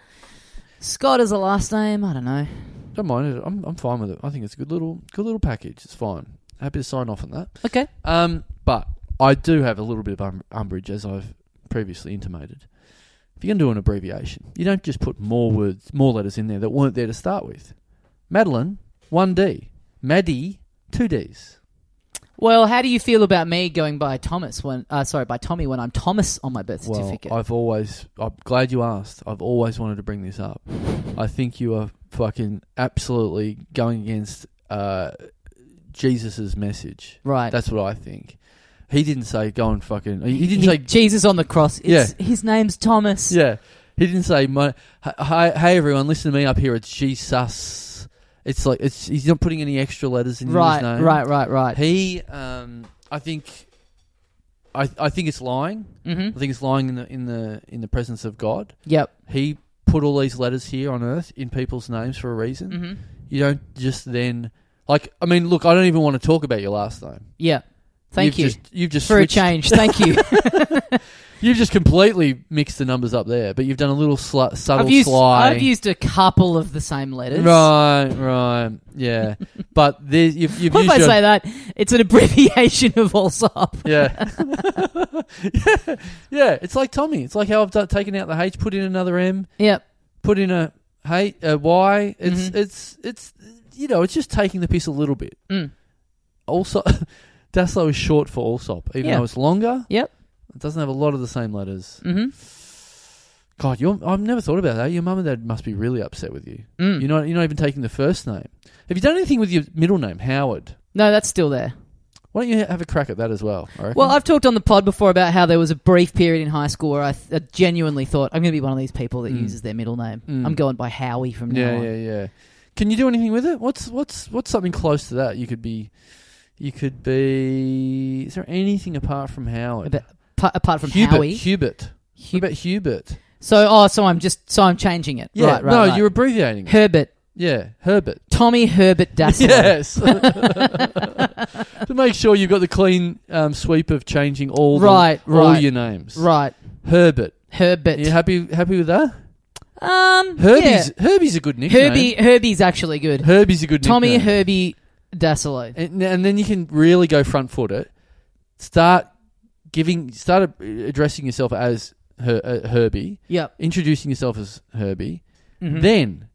Speaker 1: Scott is a last name. I don't know.
Speaker 2: don't mind it. I'm I'm fine with it. I think it's a good little good little package. It's fine. Happy to sign off on that.
Speaker 1: Okay.
Speaker 2: Um, but I do have a little bit of um, umbrage, as I've previously intimated. If you're going to do an abbreviation, you don't just put more words, more letters in there that weren't there to start with. Madeline, one D. Maddie, two Ds.
Speaker 1: Well, how do you feel about me going by Thomas when? Uh, sorry, by Tommy when I'm Thomas on my birth
Speaker 2: Well,
Speaker 1: certificate?
Speaker 2: I've always. I'm glad you asked. I've always wanted to bring this up. I think you are fucking absolutely going against uh, Jesus's message.
Speaker 1: right.
Speaker 2: That's what I think. He didn't say go and fucking. He didn't
Speaker 1: He-
Speaker 2: say
Speaker 1: Jesus on the cross. It's, His name's Thomas.
Speaker 2: [laughs] Yeah, he didn't say my. Hi, hey everyone, listen to me up here. It's Jesus. It's like it's. He's not putting any extra letters in
Speaker 1: Right,
Speaker 2: his name.
Speaker 1: right, right, right.
Speaker 2: He. Um. I think. I. I think it's lying.
Speaker 1: mm-hmm.
Speaker 2: I think it's lying in the in the in the presence of God.
Speaker 1: Yep.
Speaker 2: He put all these letters here on earth in people's names for a reason.
Speaker 1: Mm-hmm.
Speaker 2: You don't just then like. I mean, look. I don't even want to talk about your last name.
Speaker 1: Yeah. Thank
Speaker 2: You've
Speaker 1: you
Speaker 2: Just, you've just
Speaker 1: for
Speaker 2: switched-
Speaker 1: a
Speaker 2: [laughs]
Speaker 1: change. Thank you.
Speaker 2: You've just completely mixed the numbers up there, but you've done a little sl- subtle
Speaker 1: I've used
Speaker 2: sly.
Speaker 1: I've used a couple of the same letters.
Speaker 2: Right, right,
Speaker 1: [laughs]
Speaker 2: yeah. but there's, you've, you've
Speaker 1: What if
Speaker 2: used
Speaker 1: I
Speaker 2: your,
Speaker 1: say that? It's an abbreviation of
Speaker 2: [laughs]
Speaker 1: Allsop.
Speaker 2: yeah. yeah, [laughs] yeah. It's like Tommy. It's like how I've done, taken out the H, put in another M,
Speaker 1: Yep.
Speaker 2: put in a H, a Y. It's
Speaker 1: Mhm.
Speaker 2: it's it's you know, it's just taking the piss a little bit.
Speaker 1: Mm.
Speaker 2: Also, [laughs] Daslow is short for Allsop, even
Speaker 1: Yeah.
Speaker 2: though it's longer.
Speaker 1: Yep.
Speaker 2: It doesn't have a lot of the same letters.
Speaker 1: Mm-hmm.
Speaker 2: God, your, I've never thought about that. Your mum and dad must be really upset with you.
Speaker 1: Mm.
Speaker 2: You're not you're not even taking the first name. Have you done anything with your middle name, Howard?
Speaker 1: No, that's still there.
Speaker 2: Why don't you have a crack at that as well? I reckon?
Speaker 1: Well, I've talked on the pod before about how there was a brief period in high school where I, th- I genuinely thought I'm going to be one of these people that uses their middle name. I'm going by Howie from now
Speaker 2: Mm. yeah,
Speaker 1: on.
Speaker 2: yeah, yeah. Can you do anything with it? What's what's what's something close to that? You could be, you could be. Is there anything apart from Howard?
Speaker 1: About- pa- apart from
Speaker 2: Hubert,
Speaker 1: Howie,
Speaker 2: Hubert.
Speaker 1: Hu-
Speaker 2: What about Hubert?
Speaker 1: so oh, so I'm just so I'm changing it.
Speaker 2: Yeah,
Speaker 1: right, right.
Speaker 2: no,
Speaker 1: right.
Speaker 2: you're abbreviating. it.
Speaker 1: Herbert,
Speaker 2: yeah, Herbert.
Speaker 1: Tommy Herbert
Speaker 2: [laughs]
Speaker 1: Dassler. [laughs]
Speaker 2: Yes. [laughs] to make sure you've got the clean um, sweep of changing all the-
Speaker 1: Right,
Speaker 2: all
Speaker 1: right.
Speaker 2: your names.
Speaker 1: right.
Speaker 2: Herbert.
Speaker 1: Herbert.
Speaker 2: You happy happy with that?
Speaker 1: Um,
Speaker 2: Herbie's Herbie's a good
Speaker 1: yeah.
Speaker 2: nickname.
Speaker 1: Herbie. Herbie's actually good.
Speaker 2: Herbie's a good
Speaker 1: Tommy
Speaker 2: nickname.
Speaker 1: Herbie Dassler.
Speaker 2: and, and then you can really go front foot it. Start giving, start a- addressing yourself as her, uh, Herbie,
Speaker 1: Yep.
Speaker 2: introducing yourself as Herbie.
Speaker 1: Mhm.
Speaker 2: Then,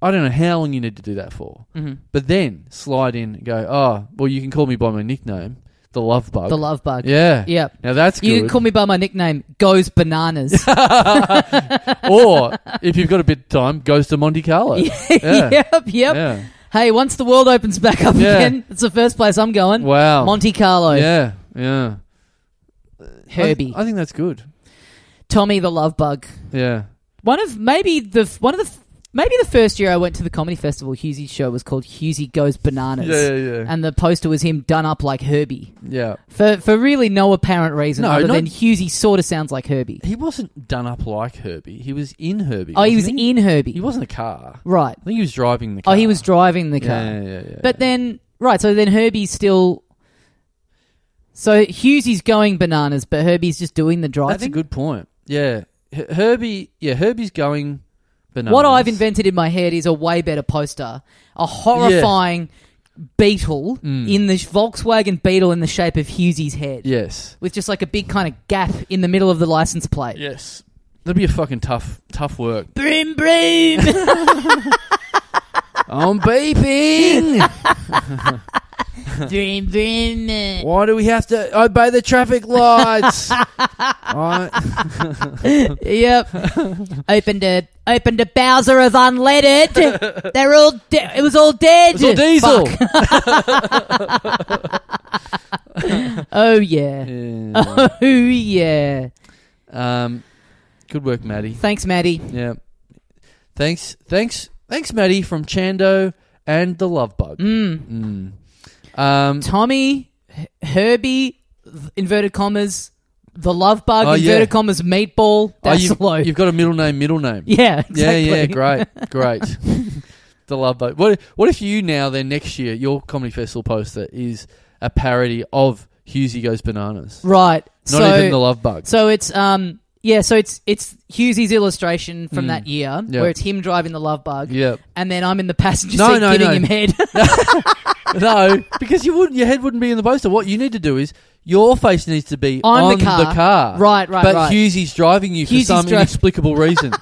Speaker 2: I don't know how long you need to do that for,
Speaker 1: Mhm.
Speaker 2: but then slide in and go, oh, well, you can call me by my nickname, the Love Bug.
Speaker 1: The love bug.
Speaker 2: Yeah.
Speaker 1: Yep.
Speaker 2: Now that's
Speaker 1: You can
Speaker 2: good.
Speaker 1: call me by my nickname, Goes
Speaker 2: [laughs]
Speaker 1: Bananas.
Speaker 2: or if you've got a bit of time, goes to Monte Carlo. Yeah.
Speaker 1: [laughs] [laughs] yep, yep.
Speaker 2: Yeah.
Speaker 1: Hey, once the world opens back up
Speaker 2: Yeah.
Speaker 1: again, it's the first place I'm going.
Speaker 2: Wow.
Speaker 1: Monte Carlo,
Speaker 2: Yeah. Yeah.
Speaker 1: Herbie,
Speaker 2: I, I think that's good.
Speaker 1: Tommy the Love Bug.
Speaker 2: Yeah.
Speaker 1: One of maybe the f- one of the f- maybe the first year I went to the comedy festival, Hughesy's show was called Hughesy Goes Bananas.
Speaker 2: Yeah, yeah, yeah.
Speaker 1: And the poster was him done up like Herbie
Speaker 2: Yeah.
Speaker 1: for for really no apparent reason
Speaker 2: No,
Speaker 1: other
Speaker 2: not-
Speaker 1: than Hughesy sort of sounds like Herbie.
Speaker 2: He wasn't done up like Herbie. He was in Herbie.
Speaker 1: Oh, he was
Speaker 2: wasn't
Speaker 1: in Herbie,
Speaker 2: He wasn't a car.
Speaker 1: right?
Speaker 2: I think he was driving the
Speaker 1: Oh,
Speaker 2: car.
Speaker 1: he was driving the car.
Speaker 2: Yeah, yeah, yeah. yeah.
Speaker 1: But then, right, so then Herbie's still. So Hughesy's going bananas, but Herbie's just doing the driving.
Speaker 2: that's a good point. Yeah, H- Herbie. Yeah, Herbie's going bananas.
Speaker 1: What I've invented in my head is a way better poster. A horrifying beetle
Speaker 2: Mm.
Speaker 1: in the Volkswagen Beetle in the shape of Hughesy's head.
Speaker 2: Yes.
Speaker 1: With just like a big kind of gap in the middle of the license plate.
Speaker 2: Yes. That'd be a fucking tough, tough work.
Speaker 1: Broom,
Speaker 2: [laughs]
Speaker 1: broom.
Speaker 2: I'm
Speaker 1: [laughs]
Speaker 2: beeping.
Speaker 1: broom, broom.
Speaker 2: Why do we have to obey the
Speaker 1: [laughs]
Speaker 2: traffic lights? I, [laughs]
Speaker 1: Yep. opened a opened a Bowser of
Speaker 2: [laughs]
Speaker 1: unleaded. They're all de- it was all dead.
Speaker 2: it's all diesel.
Speaker 1: Fuck. [laughs] Oh yeah.
Speaker 2: [laughs] Yeah.
Speaker 1: [laughs] Oh yeah.
Speaker 2: um, good work, Maddie.
Speaker 1: Thanks, Maddie.
Speaker 2: Yeah. Thanks, thanks, thanks, Maddie from Chando and the Love Bug. Mm. Um,
Speaker 1: Tommy, H- Herbie, th- inverted commas, the love bug,
Speaker 2: Oh, yeah.
Speaker 1: inverted commas, meatball.
Speaker 2: oh,
Speaker 1: That's
Speaker 2: you've,
Speaker 1: low.
Speaker 2: you've got a middle name, middle name.
Speaker 1: [laughs] yeah, exactly.
Speaker 2: yeah,
Speaker 1: [laughs]
Speaker 2: yeah, great, great. the Love Bug. What, what if you now then next year your comedy festival poster is a parody of Husey goes bananas?
Speaker 1: Right.
Speaker 2: Not
Speaker 1: so,
Speaker 2: even the Love Bug.
Speaker 1: so it's um yeah, so it's it's Hughesy's illustration from that year
Speaker 2: Hmm. Yeah.
Speaker 1: where it's him driving the love bug.
Speaker 2: Yeah.
Speaker 1: And then I'm in the passenger
Speaker 2: No,
Speaker 1: seat
Speaker 2: no,
Speaker 1: giving
Speaker 2: no.
Speaker 1: him head. [laughs]
Speaker 2: no, because you wouldn't. Your head wouldn't be in the poster. What you need to do is your face needs to be
Speaker 1: On the
Speaker 2: on
Speaker 1: car. Right, right,
Speaker 2: But
Speaker 1: right.
Speaker 2: Hughesy's driving you
Speaker 1: Hughesy's
Speaker 2: for some
Speaker 1: dri-
Speaker 2: inexplicable
Speaker 1: [laughs]
Speaker 2: reason,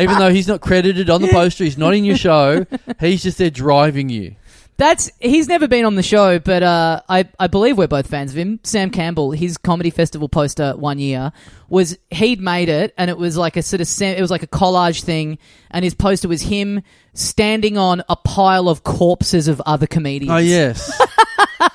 Speaker 2: even though he's not credited on the poster. He's not in your show. He's just there driving you.
Speaker 1: That's he's never been on the show, but uh, I I believe we're both fans of him. Sam Campbell, his comedy festival poster one year was he'd made it, and it was like a sort of Sam, it was like a collage thing, and his poster was him standing on a pile of corpses of other comedians.
Speaker 2: Oh yes.
Speaker 1: [laughs]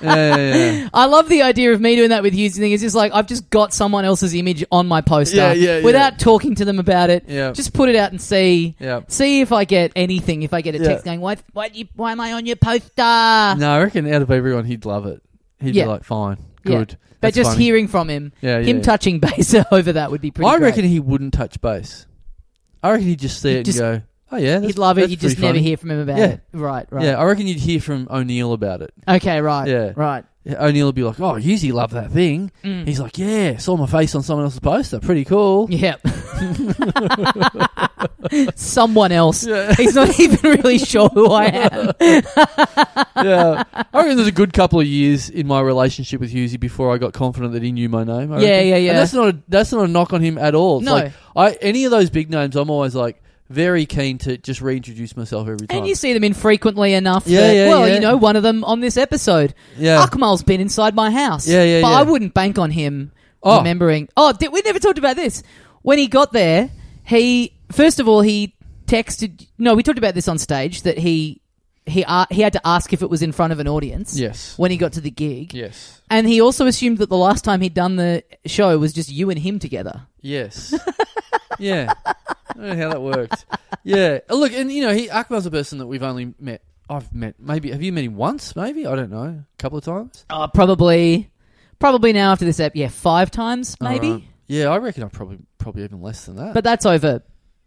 Speaker 2: yeah, yeah, yeah.
Speaker 1: I love the idea of me doing that with you. Thing it's just like I've just got someone else's image on my poster,
Speaker 2: Yeah, yeah, yeah.
Speaker 1: without talking to them about it.
Speaker 2: Yeah.
Speaker 1: Just put it out and see,
Speaker 2: Yeah.
Speaker 1: see if I get anything. If I get a
Speaker 2: Yeah.
Speaker 1: text going, why, why, you, why am I on your poster?
Speaker 2: No, I reckon out of everyone, he'd love it. He'd
Speaker 1: Yeah.
Speaker 2: be like, "Fine,
Speaker 1: Yeah.
Speaker 2: good."
Speaker 1: But
Speaker 2: That's
Speaker 1: just
Speaker 2: funny.
Speaker 1: hearing from him,
Speaker 2: Yeah,
Speaker 1: him
Speaker 2: yeah.
Speaker 1: touching base [laughs] over that would be pretty.
Speaker 2: I
Speaker 1: great.
Speaker 2: reckon he wouldn't touch base. I reckon he'd just see it
Speaker 1: just-
Speaker 2: and go, "Oh yeah." that's-
Speaker 1: he'd love it.
Speaker 2: that's
Speaker 1: You just
Speaker 2: pretty
Speaker 1: never
Speaker 2: funny."
Speaker 1: hear from him about
Speaker 2: Yeah.
Speaker 1: it. Right, right.
Speaker 2: Yeah, I reckon you'd hear from O'Neill about it.
Speaker 1: Okay, right.
Speaker 2: Yeah.
Speaker 1: Right.
Speaker 2: Yeah, O'Neill will be like, "Oh, Yuzi loved that thing."
Speaker 1: Mm.
Speaker 2: He's like, "Yeah, saw my face on someone else's poster.
Speaker 1: [laughs]
Speaker 2: Pretty cool."
Speaker 1: Yep. Someone else. He's
Speaker 2: [laughs]
Speaker 1: not even really sure who I am.
Speaker 2: yeah, I reckon there's a good couple of years in my relationship with Yuzi before I got confident that he knew my name. I
Speaker 1: Yeah,
Speaker 2: reckon.
Speaker 1: yeah, yeah.
Speaker 2: And that's not a that's not a knock on him at all. It's
Speaker 1: No.
Speaker 2: like I any of those big names, I'm always like very keen to just reintroduce myself every time.
Speaker 1: And you see them infrequently enough.
Speaker 2: Yeah,
Speaker 1: that,
Speaker 2: yeah,
Speaker 1: well,
Speaker 2: yeah.
Speaker 1: you know, one of them on this episode.
Speaker 2: yeah,
Speaker 1: Akmal's been inside my house.
Speaker 2: Yeah, yeah,
Speaker 1: But
Speaker 2: yeah.
Speaker 1: I wouldn't bank on him
Speaker 2: Oh.
Speaker 1: remembering. Oh, did, we never talked about this. When he got there, he first of all he texted. No, we talked about this on stage that he he a he had to ask if it was in front of an audience.
Speaker 2: Yes.
Speaker 1: When he got to the gig.
Speaker 2: Yes.
Speaker 1: And he also assumed that the last time he'd done the show was just you and him together.
Speaker 2: Yes. [laughs] yeah. I don't know how that worked. Yeah. Uh, Look, and you know, he Akmal's a person that we've only met. I've met maybe. Have you met him once? Maybe I don't know. A couple of times.
Speaker 1: Uh, probably, probably now after this ep, yeah, five times maybe.
Speaker 2: Alright. Yeah, I reckon I probably probably even less than that.
Speaker 1: But that's over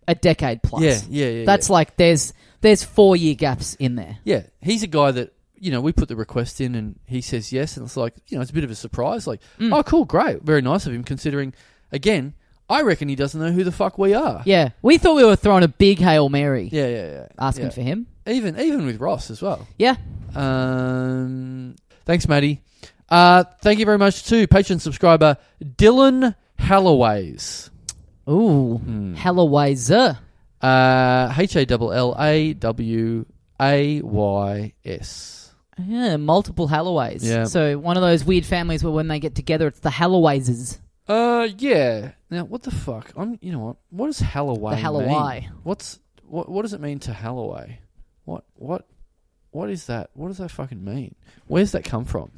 Speaker 1: a decade plus.
Speaker 2: yeah, yeah, yeah.
Speaker 1: That's
Speaker 2: yeah.
Speaker 1: like there's there's four year gaps in there.
Speaker 2: yeah. He's a guy that you know we put the request in and he says yes, and it's like you know it's a bit of a surprise. Like,
Speaker 1: Mm.
Speaker 2: oh, cool, great, very nice of him. Considering, again, I reckon he doesn't know who the fuck we are.
Speaker 1: Yeah, we thought we were throwing a big hail mary
Speaker 2: yeah, yeah. yeah.
Speaker 1: asking
Speaker 2: Yeah.
Speaker 1: for him.
Speaker 2: even even with Ross as well.
Speaker 1: Yeah,
Speaker 2: Um, thanks, Maddie. Uh, thank you very much to patron subscriber Dylan Halloways.
Speaker 1: ooh,
Speaker 2: Hmm.
Speaker 1: Hallowayzer.
Speaker 2: Uh, H A L L A W A Y S.
Speaker 1: Yeah, multiple Halloways.
Speaker 2: Yeah.
Speaker 1: So one of those weird families where when they get together, it's the Hallowayzers.
Speaker 2: Uh, yeah. Now, what the fuck? I'm. You know what? What does Halloway?
Speaker 1: The Halloway.
Speaker 2: mean? What's what? What does it mean to Halloway? What? What? What is that? What does that fucking mean? Where's that come from?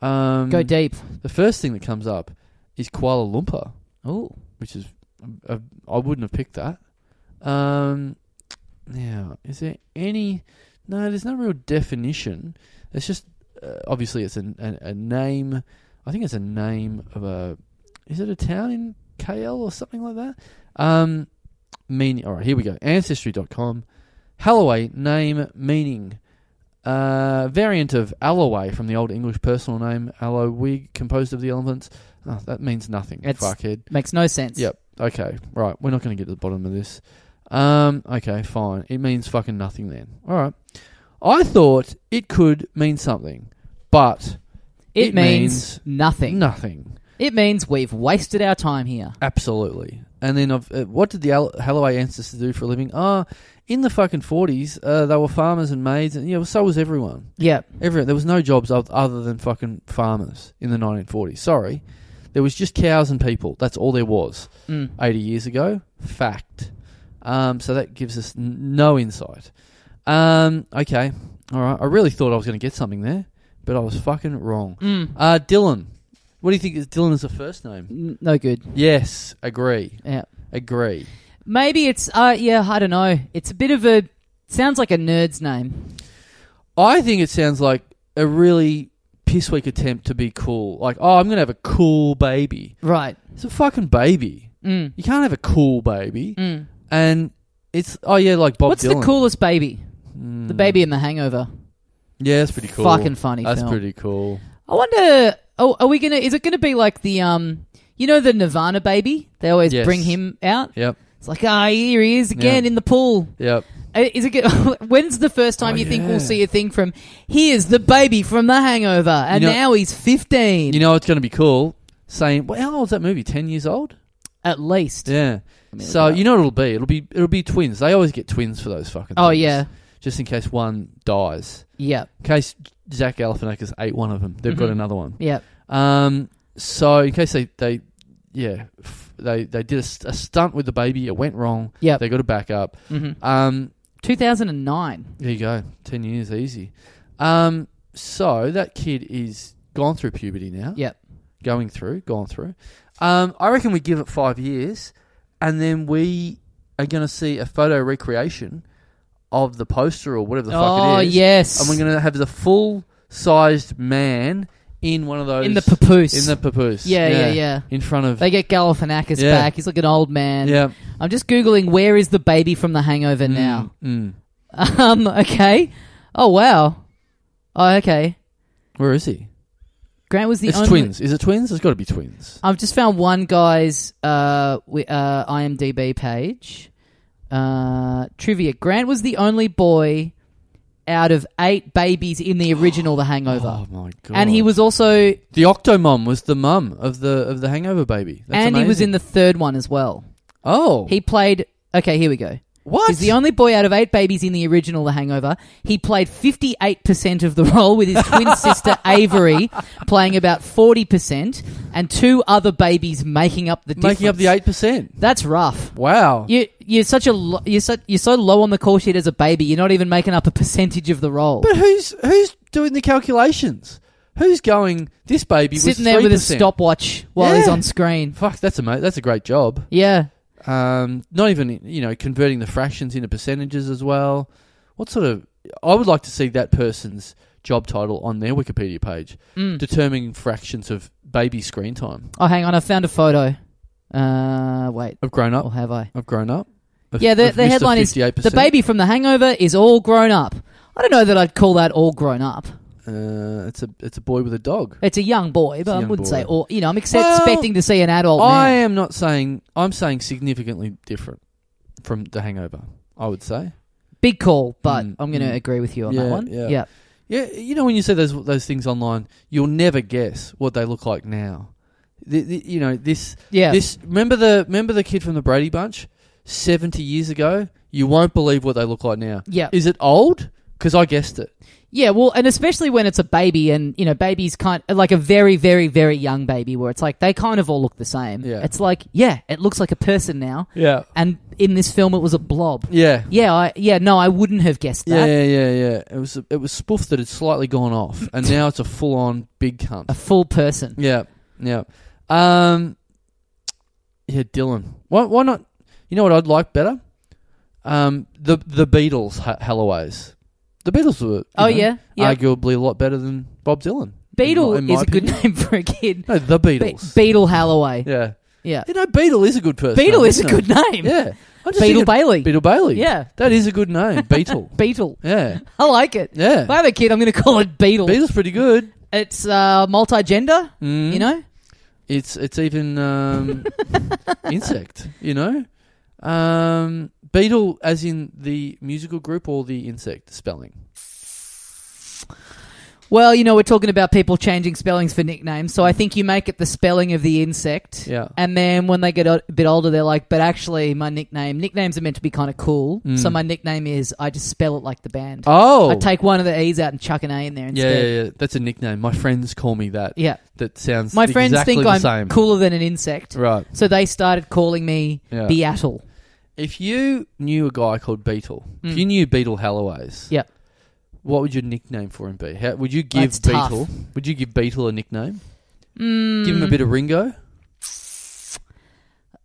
Speaker 2: Um,
Speaker 1: Go deep.
Speaker 2: The first thing that comes up is Kuala Lumpur.
Speaker 1: Ooh,
Speaker 2: which is uh, I wouldn't have picked that. Um, now, is there any? No, there's no real definition. It's just uh, obviously it's a, a, a name. I think it's a name of a. Is it a town in KL or something like that? Um, meaning. All right, here we go. Ancestry.com. Halloway name meaning. Uh, variant of Alloway from the Old English personal name Allowig, composed of the elements. Oh, that means nothing.
Speaker 1: It's-
Speaker 2: Fuckhead.
Speaker 1: makes no sense.
Speaker 2: Yep. Okay. Right. We're not going to get to the bottom of this. Um. Okay. Fine. It means fucking nothing then. All right. I thought it could mean something, but
Speaker 1: It,
Speaker 2: It
Speaker 1: means,
Speaker 2: means
Speaker 1: nothing.
Speaker 2: nothing.
Speaker 1: It means we've wasted our time here.
Speaker 2: Absolutely. And then, of uh, what did the Al- Halloway ancestors do for a living? Ah, in the fucking forties, uh, they were farmers and maids, and you know, so was everyone.
Speaker 1: Yep.
Speaker 2: Everyone. There was no jobs oth- other than fucking farmers in the 1940s. Sorry. There was just cows and people. That's all there was.
Speaker 1: Mm.
Speaker 2: 80 years ago. Fact. Um, so that gives us n- no insight. Um, okay. All right. I really thought I was going to get something there, but I was fucking wrong.
Speaker 1: Mm.
Speaker 2: Uh, Dylan. What do you think is Dylan is a first name?
Speaker 1: N- No good.
Speaker 2: Yes. Agree.
Speaker 1: Yeah.
Speaker 2: Agree.
Speaker 1: Maybe it's uh yeah, I don't know. It's a bit of a sounds like a nerd's name.
Speaker 2: I think it sounds like a really pissweak attempt to be cool. Like, oh, I'm going to have a cool baby.
Speaker 1: Right.
Speaker 2: It's a fucking baby.
Speaker 1: Mm.
Speaker 2: You can't have a cool baby.
Speaker 1: Mm.
Speaker 2: And it's, oh, yeah, like Bob
Speaker 1: What's
Speaker 2: Dylan.
Speaker 1: the coolest baby? The
Speaker 2: Mm.
Speaker 1: baby in the hangover.
Speaker 2: Yeah, that's pretty cool.
Speaker 1: Fucking funny
Speaker 2: That's
Speaker 1: film.
Speaker 2: pretty cool.
Speaker 1: I wonder oh are we gonna is it gonna be like the um you know the Nirvana baby? They always
Speaker 2: Yes.
Speaker 1: bring him out.
Speaker 2: Yep.
Speaker 1: It's like ah here he is again
Speaker 2: Yeah.
Speaker 1: in the pool.
Speaker 2: Yep.
Speaker 1: Uh, Is it good? [laughs] when's the first time
Speaker 2: Oh,
Speaker 1: you think
Speaker 2: yeah.
Speaker 1: we'll see a thing from here's the baby from the hangover and
Speaker 2: You know-
Speaker 1: now he's 15
Speaker 2: You know it's going to be cool. Saying, well, how old's that movie? Ten years old?
Speaker 1: at least.
Speaker 2: Yeah.
Speaker 1: Let me look
Speaker 2: So
Speaker 1: it up.
Speaker 2: you know what it'll be? It'll be it'll be twins. They always get twins for those fucking.
Speaker 1: Oh
Speaker 2: things,
Speaker 1: yeah.
Speaker 2: Just in case one dies.
Speaker 1: Yep.
Speaker 2: In case Zach Galifianakis ate one of them, they've got
Speaker 1: Mhm.
Speaker 2: another one.
Speaker 1: Yep.
Speaker 2: Um. So in case they they yeah f- they they did a, st- a stunt with the baby. It went wrong.
Speaker 1: Yep.
Speaker 2: They got to back up.
Speaker 1: hmm
Speaker 2: Um.
Speaker 1: 2009.
Speaker 2: There you go. Ten years easy. Um. So that kid is gone through puberty now.
Speaker 1: Yep.
Speaker 2: going through, gone through. Um, I reckon we give it five years, and then we are going to see a photo recreation of the poster or whatever the
Speaker 1: oh
Speaker 2: fuck it is.
Speaker 1: yes.
Speaker 2: and we're going to have the full-sized man in one of those
Speaker 1: in the papoose.
Speaker 2: in the papoose.
Speaker 1: yeah, yeah, yeah.
Speaker 2: in front of
Speaker 1: They get Galifianakis
Speaker 2: Yeah.
Speaker 1: back. He's like an old man.
Speaker 2: yeah.
Speaker 1: I'm just googling where is the baby from The Hangover now. [laughs]
Speaker 2: Mm, mm.
Speaker 1: Um. Okay. Oh wow. Oh okay.
Speaker 2: Where is he?
Speaker 1: Grant was the
Speaker 2: it's
Speaker 1: only.
Speaker 2: twins. Is it twins? It's got to be twins.
Speaker 1: I've just found one guy's uh, wi- uh, IMDb page. Uh, trivia: Grant was the only boy out of eight babies in the original The Hangover,
Speaker 2: [gasps] Oh my god!
Speaker 1: and he was also
Speaker 2: the Octomom was the mum of the of the Hangover baby, That's
Speaker 1: and he was
Speaker 2: amazing.
Speaker 1: in the third one as well.
Speaker 2: oh
Speaker 1: He played. Okay, here we go.
Speaker 2: What?
Speaker 1: He's the only boy out of eight babies in the original The Hangover. He played 58% of the role with his
Speaker 2: [laughs]
Speaker 1: twin sister Avery playing about 40% and two other babies making up the difference.
Speaker 2: making up the eight percent.
Speaker 1: That's rough.
Speaker 2: Wow.
Speaker 1: You, you're such a lo- you're so, you're so low on the call sheet as a baby. You're not even making up a percentage of the role.
Speaker 2: But who's who's doing the calculations? Who's going? This baby was
Speaker 1: Sitting there with a
Speaker 2: 3%.
Speaker 1: stopwatch while he's
Speaker 2: Yeah.
Speaker 1: on screen.
Speaker 2: Fuck, that's a ma- that's a great job.
Speaker 1: Yeah.
Speaker 2: Um, not even you know converting the fractions into percentages as well. What sort of? I would like to see that person's job title on their Wikipedia page,
Speaker 1: Mm.
Speaker 2: determining fractions of baby screen time.
Speaker 1: Oh, hang on. I found a photo. Uh, wait.
Speaker 2: I've grown
Speaker 1: Or
Speaker 2: up.
Speaker 1: have I?
Speaker 2: I've grown up. Of-
Speaker 1: Yeah, the,
Speaker 2: of
Speaker 1: the
Speaker 2: Mr.
Speaker 1: headline is
Speaker 2: 58%.
Speaker 1: The baby from The Hangover is all grown up. I don't know that I'd call that all grown up.
Speaker 2: Uh, it's a it's a boy with a dog.
Speaker 1: It's a young boy, but
Speaker 2: a
Speaker 1: I
Speaker 2: young
Speaker 1: wouldn't
Speaker 2: boy.
Speaker 1: say all. You know, I'm ex-
Speaker 2: Well,
Speaker 1: expecting to see an adult
Speaker 2: I
Speaker 1: Oh, man.
Speaker 2: am not saying. I'm saying significantly different from The Hangover. I would say.
Speaker 1: Big call, but
Speaker 2: Mm,
Speaker 1: I'm going to
Speaker 2: mm.
Speaker 1: agree with you on
Speaker 2: Yeah,
Speaker 1: that one.
Speaker 2: yeah.
Speaker 1: yeah.
Speaker 2: Yeah, you know when you see those those things online, you'll never guess what they look like now. The, the, you know this.
Speaker 1: Yeah.
Speaker 2: This remember the remember the kid from the Brady Bunch, seventy years ago. You won't believe what they look like now.
Speaker 1: Yeah.
Speaker 2: Is it old? Because I guessed it.
Speaker 1: Yeah, well, and especially when it's a baby, and you know, babies kind like a very, very, very young baby, where it's like they kind of all look the same.
Speaker 2: Yeah.
Speaker 1: it's like yeah, it looks like a person now,
Speaker 2: Yeah.
Speaker 1: and in this film, it was a blob.
Speaker 2: Yeah.
Speaker 1: Yeah, I, yeah, no, I wouldn't have guessed that.
Speaker 2: Yeah, yeah, yeah, yeah. It was it was spoofed that had slightly gone off,
Speaker 1: [laughs]
Speaker 2: and now it's a full on big
Speaker 1: A
Speaker 2: cunt.
Speaker 1: full person.
Speaker 2: Yeah, yeah, um, yeah. Dylan, why why not? You know what I'd like better? Um, the the Beatles ha- Halloways. The Beatles were you
Speaker 1: Oh
Speaker 2: know,
Speaker 1: yeah, yeah.
Speaker 2: arguably a lot better than Bob Dylan.
Speaker 1: Beetle
Speaker 2: in my-
Speaker 1: is
Speaker 2: in my
Speaker 1: a good
Speaker 2: opinion.
Speaker 1: name for a kid.
Speaker 2: No, the
Speaker 1: Be-
Speaker 2: Beatles.
Speaker 1: Beetle Halloway.
Speaker 2: yeah,
Speaker 1: Yeah,
Speaker 2: you know, Beetle is a good person.
Speaker 1: Beetle is a good name.
Speaker 2: Yeah, I
Speaker 1: Beetle
Speaker 2: just think it-
Speaker 1: Bailey.
Speaker 2: Beetle Bailey.
Speaker 1: Yeah.
Speaker 2: that is a good name. Beetle.
Speaker 1: Beetle.
Speaker 2: yeah,
Speaker 1: I like it.
Speaker 2: yeah.
Speaker 1: If I have a kid, I'm going to call it Beetle.
Speaker 2: Beetle's pretty good.
Speaker 1: It's uh, multi-gender.
Speaker 2: Mm.
Speaker 1: You know,
Speaker 2: It's it's even um, insect, you know. Um, beetle, as in the musical group or the insect spelling.
Speaker 1: Well, you know, we're talking about people changing spellings for nicknames, so I think you make it the spelling of the insect.
Speaker 2: Yeah.
Speaker 1: And then when they get o- a bit older, they're like, but actually, my nickname, nicknames are meant to be kind of cool. So my nickname is, I just spell it like the band.
Speaker 2: Mm. Oh,
Speaker 1: I take one of the E's out and chuck an A in there
Speaker 2: yeah, yeah,
Speaker 1: instead.
Speaker 2: yeah, that's a nickname. My friends call me that.
Speaker 1: Yeah.
Speaker 2: That sounds
Speaker 1: My friends
Speaker 2: exactly
Speaker 1: think
Speaker 2: the
Speaker 1: I'm
Speaker 2: same.
Speaker 1: cooler than an insect.
Speaker 2: Right.
Speaker 1: So they started calling me
Speaker 2: Yeah.
Speaker 1: Beatle.
Speaker 2: If you knew a guy called Beetle,
Speaker 1: Hmm.
Speaker 2: if you knew Beetle Halloways,
Speaker 1: Yeah.
Speaker 2: what would your nickname for him be? How, would you give
Speaker 1: That's tough. Hmm.
Speaker 2: Beetle? Would you give Beetle a nickname? Give him a bit of Ringo.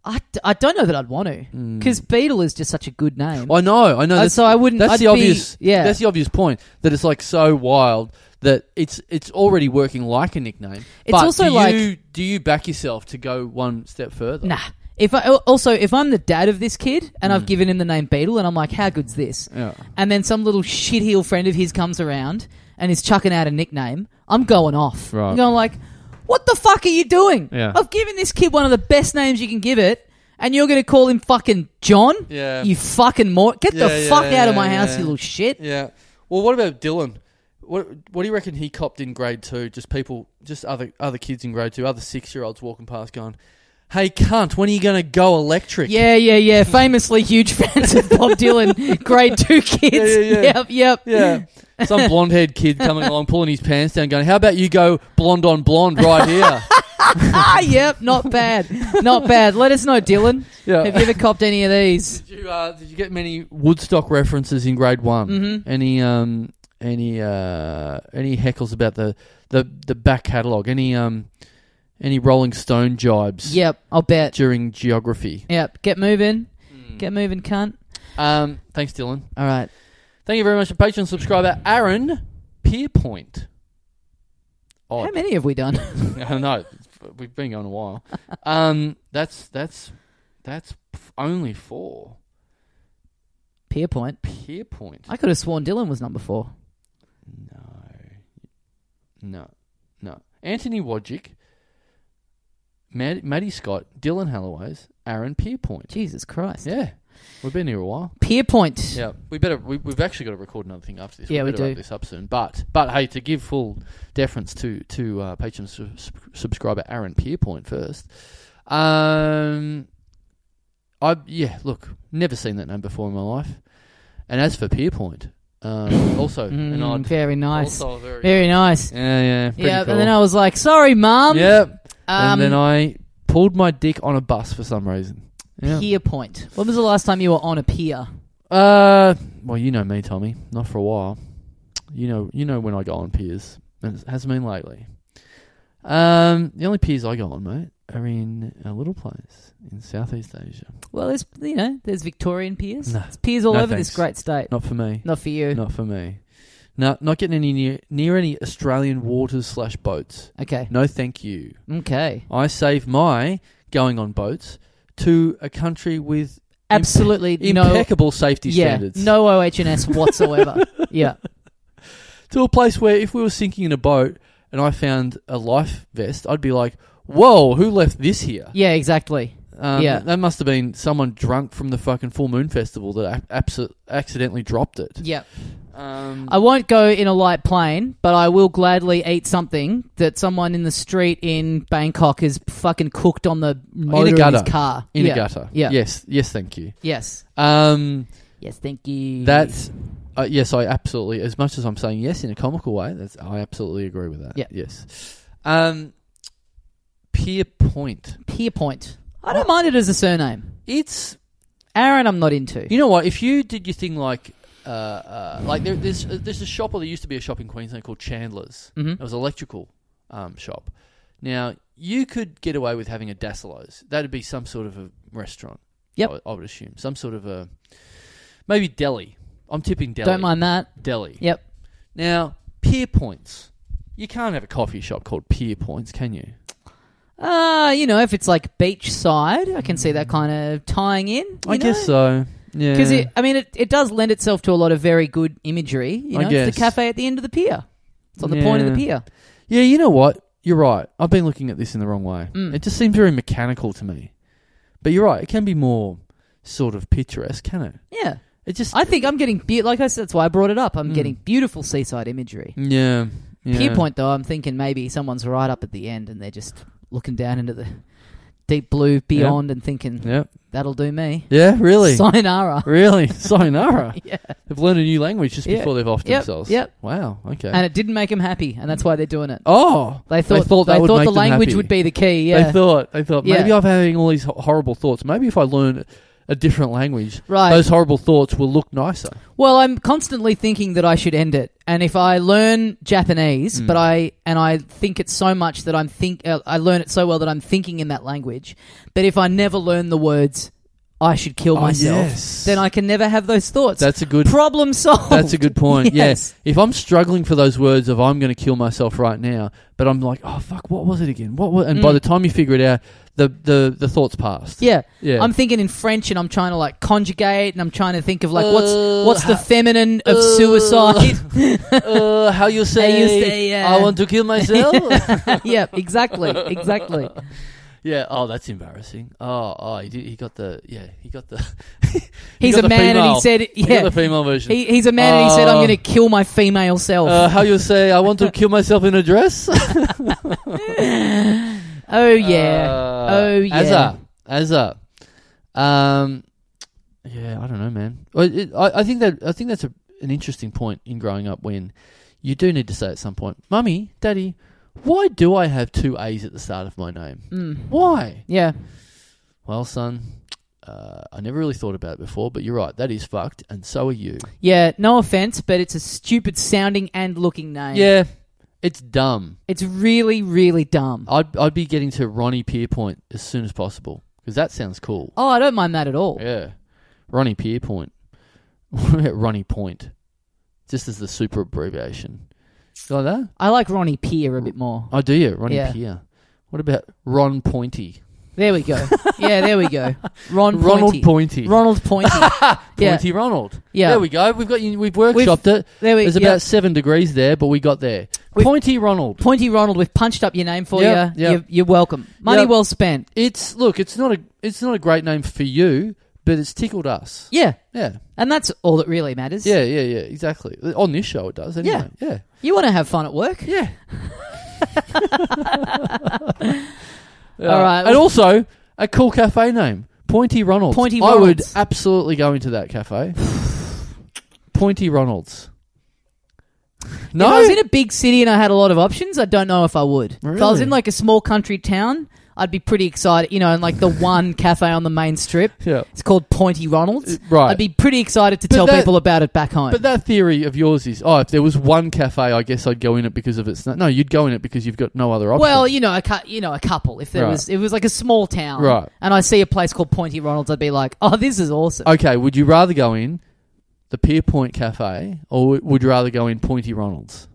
Speaker 1: I, d- I don't know that I'd want to,
Speaker 2: Hmm.
Speaker 1: because Beetle is just such a good name.
Speaker 2: I know, I know.
Speaker 1: Uh,
Speaker 2: that's-
Speaker 1: so I wouldn't-
Speaker 2: That's
Speaker 1: I'd
Speaker 2: the
Speaker 1: be-
Speaker 2: obvious.
Speaker 1: yeah.
Speaker 2: that's the obvious point. That it's like so wild that it's it's already working like a nickname.
Speaker 1: It's
Speaker 2: but
Speaker 1: also
Speaker 2: do
Speaker 1: like-
Speaker 2: you, do you back yourself to go one step further?
Speaker 1: Nah. If I, also, if I'm the dad of this kid and I've given him the name Beetle and I'm like, how good's this?
Speaker 2: Mm. Yeah.
Speaker 1: And then some little shitheel friend of his comes around and is chucking out a nickname, I'm going off.
Speaker 2: Right.
Speaker 1: I'm going like, what the fuck are you doing?
Speaker 2: Yeah.
Speaker 1: I've given this kid one of the best names you can give it and you're going to call him fucking John?
Speaker 2: Yeah.
Speaker 1: You fucking mor- Get
Speaker 2: Yeah,
Speaker 1: the
Speaker 2: yeah,
Speaker 1: fuck out of my
Speaker 2: yeah,
Speaker 1: house,
Speaker 2: yeah.
Speaker 1: you little shit.
Speaker 2: Yeah. Well, what about Dylan? What What do you reckon he copped in grade two? Just people, just other other kids in grade two, other six year olds walking past, going, "Hey, cunt! When are you going to go electric?"
Speaker 1: Yeah, yeah, yeah. Famously huge [laughs] fans of Bob Dylan, grade two kids.
Speaker 2: Yeah, yeah, yeah.
Speaker 1: [laughs] Yep, yep.
Speaker 2: Yeah. [laughs] Some blonde haired kid coming along, pulling his pants down, going, How about you go blonde on blonde right
Speaker 1: [laughs]
Speaker 2: here?
Speaker 1: ah, yep, not bad, not bad. Let us know, Dylan.
Speaker 2: Yeah.
Speaker 1: Have you ever copped any of these?
Speaker 2: Did you, uh, did you get many Woodstock references in grade one? Mm-hmm. Any um any uh any heckles about the the, the back catalogue? Any um any Rolling Stone jibes
Speaker 1: Yep, I'll bet.
Speaker 2: during geography?
Speaker 1: Yep, get moving, get moving, cunt.
Speaker 2: Um, thanks, Dylan.
Speaker 1: All right,
Speaker 2: Thank you very much to Patreon subscriber Aaron Pierpoint. Odd.
Speaker 1: how many have we done?
Speaker 2: I know we've been going a while. Um, that's that's that's only four.
Speaker 1: Pierpoint.
Speaker 2: [laughs] Peer point.
Speaker 1: I could have sworn Dylan was number four.
Speaker 2: No, no, no. Anthony Wodgick, Mad- Maddie Scott, Dylan Halloways, Aaron Pierpoint.
Speaker 1: Jesus Christ.
Speaker 2: Yeah, we've been here a while.
Speaker 1: Pierpoint.
Speaker 2: Yeah, we better. We, we've actually got to record another thing after this.
Speaker 1: Yeah, we
Speaker 2: better
Speaker 1: do.
Speaker 2: wrap this up soon. But but hey, to give full deference to to uh, patron sub- subscriber Aaron Pierpoint first. Um, I yeah, look, never seen that name before in my life. And as for Pierpoint, um, also an
Speaker 1: Mm,
Speaker 2: odd,
Speaker 1: very nice.
Speaker 2: also a very,
Speaker 1: Very nice.
Speaker 2: yeah, yeah, pretty
Speaker 1: yeah,
Speaker 2: cool.
Speaker 1: and then I was like, sorry, mum.
Speaker 2: yep,
Speaker 1: um,
Speaker 2: and then I pulled my dick on a bus for some reason. Yeah.
Speaker 1: Pier point. When was the last time you were on a pier?
Speaker 2: Uh, well, you know me, Tommy. Not for a while. You know, you know when I go on piers, and it hasn't been lately. Um, the only piers I go on, mate, are in a little place in Southeast Asia.
Speaker 1: Well, there's you know, there's Victorian piers.
Speaker 2: No.
Speaker 1: There's piers all
Speaker 2: No,
Speaker 1: over this
Speaker 2: thanks.
Speaker 1: great state.
Speaker 2: Not for me.
Speaker 1: Not for you.
Speaker 2: Not for me. No, not getting any near, near any Australian waters slash boats.
Speaker 1: Okay.
Speaker 2: No, thank you.
Speaker 1: Okay.
Speaker 2: I save my going on boats to a country with
Speaker 1: Absolutely no.
Speaker 2: impeccable safety
Speaker 1: Yeah.
Speaker 2: standards.
Speaker 1: No
Speaker 2: [laughs]
Speaker 1: OHS whatsoever. yeah.
Speaker 2: to a place where if we were sinking in a boat and I found a life vest, I'd be like, "Whoa, who left this here?"
Speaker 1: Yeah. Exactly.
Speaker 2: Um,
Speaker 1: yeah.
Speaker 2: that must have been someone drunk from the fucking full moon festival that a- abso- accidentally dropped it.
Speaker 1: Yeah. Uh,
Speaker 2: Um,
Speaker 1: I won't go in a light plane, but I will gladly eat something that someone in the street in Bangkok is fucking cooked on the motor of
Speaker 2: gutter.
Speaker 1: his car.
Speaker 2: in
Speaker 1: Yeah.
Speaker 2: a gutter.
Speaker 1: Yeah.
Speaker 2: Yes. Yes. Thank you.
Speaker 1: Yes.
Speaker 2: Um,
Speaker 1: Yes. Thank you.
Speaker 2: That's uh, yes, I absolutely. As much as I'm saying yes in a comical way, that's I absolutely agree with that.
Speaker 1: Yeah.
Speaker 2: Yes. Um, Pier Point.
Speaker 1: pier point. I don't mind it as a surname.
Speaker 2: It's
Speaker 1: Aaron, I'm not into.
Speaker 2: you know what? If you did your thing like. Uh, uh, like there, there's there's a shop or there used to be a shop in Queensland called Chandler's.
Speaker 1: Mm-hmm.
Speaker 2: It was an electrical um, shop. Now you could get away with having a Dacilos. That'd be some sort of a restaurant.
Speaker 1: Yep.
Speaker 2: I, would- I would assume some sort of a maybe deli. I'm tipping deli.
Speaker 1: Don't mind that.
Speaker 2: deli.
Speaker 1: Yep.
Speaker 2: Now, peer points. You can't have a coffee shop called peer points, can you?
Speaker 1: Uh, you know, if it's like beachside, I can see that kind of tying in. you
Speaker 2: I
Speaker 1: know?
Speaker 2: guess so. Yeah.
Speaker 1: Because it, I mean, it, it does lend itself to a lot of very good imagery. You
Speaker 2: I
Speaker 1: know, it's
Speaker 2: guess.
Speaker 1: the cafe at the end of the pier. It's on the point of the
Speaker 2: Yeah.
Speaker 1: pier.
Speaker 2: yeah, you know what? You're right. I've been looking at this in the wrong way.
Speaker 1: Mm.
Speaker 2: It just seems very mechanical to me. But you're right. It can be more sort of picturesque, can it?
Speaker 1: Yeah,
Speaker 2: It just.
Speaker 1: I think I'm getting be- like I said. That's why I brought it up. I'm
Speaker 2: Mm.
Speaker 1: getting beautiful seaside imagery.
Speaker 2: yeah. yeah.
Speaker 1: Pier point, though, I'm thinking maybe someone's right up at the end and they're just looking down into the deep blue beyond and thinking
Speaker 2: Yeah.
Speaker 1: that'll do me.
Speaker 2: Yeah. Really.
Speaker 1: Sayonara.
Speaker 2: really. [laughs] Sayonara.
Speaker 1: [laughs] Yeah.
Speaker 2: They've learned a new language just
Speaker 1: Yeah.
Speaker 2: before they've offed
Speaker 1: Yep,
Speaker 2: themselves.
Speaker 1: yep.
Speaker 2: Wow. Okay.
Speaker 1: And it didn't make them happy, and that's why they're doing it.
Speaker 2: oh.
Speaker 1: They thought they
Speaker 2: thought
Speaker 1: thought,
Speaker 2: that would make
Speaker 1: the
Speaker 2: them
Speaker 1: language
Speaker 2: happy.
Speaker 1: would be the key. Yeah,
Speaker 2: They thought they thought
Speaker 1: Yeah.
Speaker 2: maybe I'm having all these ho- horrible thoughts. Maybe if I learn a different language,
Speaker 1: right.
Speaker 2: those horrible thoughts will look nicer.
Speaker 1: Well, I'm constantly thinking that I should end it, and if I learn Japanese,
Speaker 2: Hmm.
Speaker 1: but I and I think it so much that I'm think uh, I learn it so well that I'm thinking in that language. But if I never learn the words, I should kill
Speaker 2: Oh,
Speaker 1: myself.
Speaker 2: yes.
Speaker 1: Then I can never have those thoughts.
Speaker 2: That's a good.
Speaker 1: problem solved.
Speaker 2: That's a good point.
Speaker 1: Yes.
Speaker 2: Yes. If I'm struggling for those words of "I'm going to kill myself right now," but I'm like, "Oh fuck, what was it again?" What? wa-" And by
Speaker 1: Mm.
Speaker 2: the time you figure it out, the the the thoughts passed.
Speaker 1: [laughs] Yeah.
Speaker 2: Yeah.
Speaker 1: I'm thinking in French, and I'm trying to like conjugate, and I'm trying to think of like what's
Speaker 2: Uh,
Speaker 1: what's the
Speaker 2: ha-
Speaker 1: feminine of
Speaker 2: uh, [laughs]
Speaker 1: suicide.
Speaker 2: [laughs]
Speaker 1: [laughs]
Speaker 2: uh, how you say?
Speaker 1: say, yeah.
Speaker 2: I want to kill myself.
Speaker 1: [laughs] yeah, exactly, exactly.
Speaker 2: [laughs] yeah. Oh, that's embarrassing. Oh, oh, he, did, he got the. Yeah, he got the. [laughs]
Speaker 1: He's
Speaker 2: got
Speaker 1: a
Speaker 2: the
Speaker 1: man, and
Speaker 2: female.
Speaker 1: he said,
Speaker 2: he got
Speaker 1: "Yeah."
Speaker 2: the female version.
Speaker 1: He, he's a man, and he said, "I'm
Speaker 2: Uh,
Speaker 1: going to kill my female self."
Speaker 2: Uh, how you say? I want to kill myself in a dress. [laughs]
Speaker 1: oh yeah,
Speaker 2: Uh,
Speaker 1: Oh, yeah.
Speaker 2: Azza, Azza. Um, yeah, I don't know, man. I, it, I, I think that I think that's a, an interesting point in growing up when you do need to say at some point, "Mummy, Daddy, why do I have two A's at the start of my name?
Speaker 1: Mm.
Speaker 2: Why?"
Speaker 1: yeah.
Speaker 2: Well, son. Uh, I never really thought about it before, but you're right. That is fucked, and so are you.
Speaker 1: Yeah, no offense, but it's a stupid sounding and looking name.
Speaker 2: Yeah, it's dumb.
Speaker 1: It's really, really dumb.
Speaker 2: I'd I'd be getting to Ronnie Pierpoint as soon as possible because that sounds cool.
Speaker 1: Oh, I don't mind that at all.
Speaker 2: Yeah. Ronnie Pierpoint. [laughs] What about Ronnie Point? Just as the super abbreviation. You Like that?
Speaker 1: I like Ronnie Peer a bit more.
Speaker 2: Oh, do you? Ronnie
Speaker 1: Yeah.
Speaker 2: Pier. What about Ron Pointy?
Speaker 1: There we go. Yeah, there we
Speaker 2: [laughs]
Speaker 1: go. Ron
Speaker 2: Ronald
Speaker 1: Pointy.
Speaker 2: Pointy.
Speaker 1: Ronald
Speaker 2: [laughs]
Speaker 1: Pointy. yeah,
Speaker 2: Pointy Ronald.
Speaker 1: Yeah.
Speaker 2: There we go. We've got you. We've workshopped it.
Speaker 1: there we
Speaker 2: There's
Speaker 1: yeah.
Speaker 2: about seven degrees there, but we got there.
Speaker 1: We've-
Speaker 2: Pointy Ronald.
Speaker 1: Pointy Ronald. We've punched up your name for
Speaker 2: Yep,
Speaker 1: you.
Speaker 2: yep.
Speaker 1: You're, you're welcome. Money
Speaker 2: Yep.
Speaker 1: well spent.
Speaker 2: It's look. It's not a. It's not a great name for you, but it's tickled us.
Speaker 1: Yeah,
Speaker 2: Yeah.
Speaker 1: and that's all that really matters.
Speaker 2: Yeah. Yeah. Yeah. Exactly. On this show, it does. Anyway. Yeah.
Speaker 1: you want to have fun at work.
Speaker 2: [laughs] Yeah.
Speaker 1: All right.
Speaker 2: And also a cool cafe name. Pointy Ronald's.
Speaker 1: Pointy
Speaker 2: I would
Speaker 1: Ronald's.
Speaker 2: absolutely go into
Speaker 1: [sighs]
Speaker 2: that cafe. Pointy Ronald's. No,
Speaker 1: If I was in a big city and I had a lot of options, I don't know if I would. If I was
Speaker 2: Really?
Speaker 1: in like a small country town, I'd be pretty excited, you know, and
Speaker 2: [laughs]
Speaker 1: like the one cafe on the main strip.
Speaker 2: yeah.
Speaker 1: It's called Pointy Ronald's.
Speaker 2: Uh, right.
Speaker 1: I'd be pretty excited to tell
Speaker 2: that-
Speaker 1: people about it back home.
Speaker 2: But that theory of yours is, oh, if there was one cafe, I guess I'd go in it because of its. No, you'd go in it because you've got no other option.
Speaker 1: well, you know, a cou- you know, a couple. If there
Speaker 2: Right.
Speaker 1: was, it was like a small town,
Speaker 2: Right.
Speaker 1: And I see a place called Pointy Ronald's, I'd be like, "Oh, this is awesome."
Speaker 2: okay. Would you rather go in the Pierpoint Cafe or w- would you rather go in Pointy Ronald's?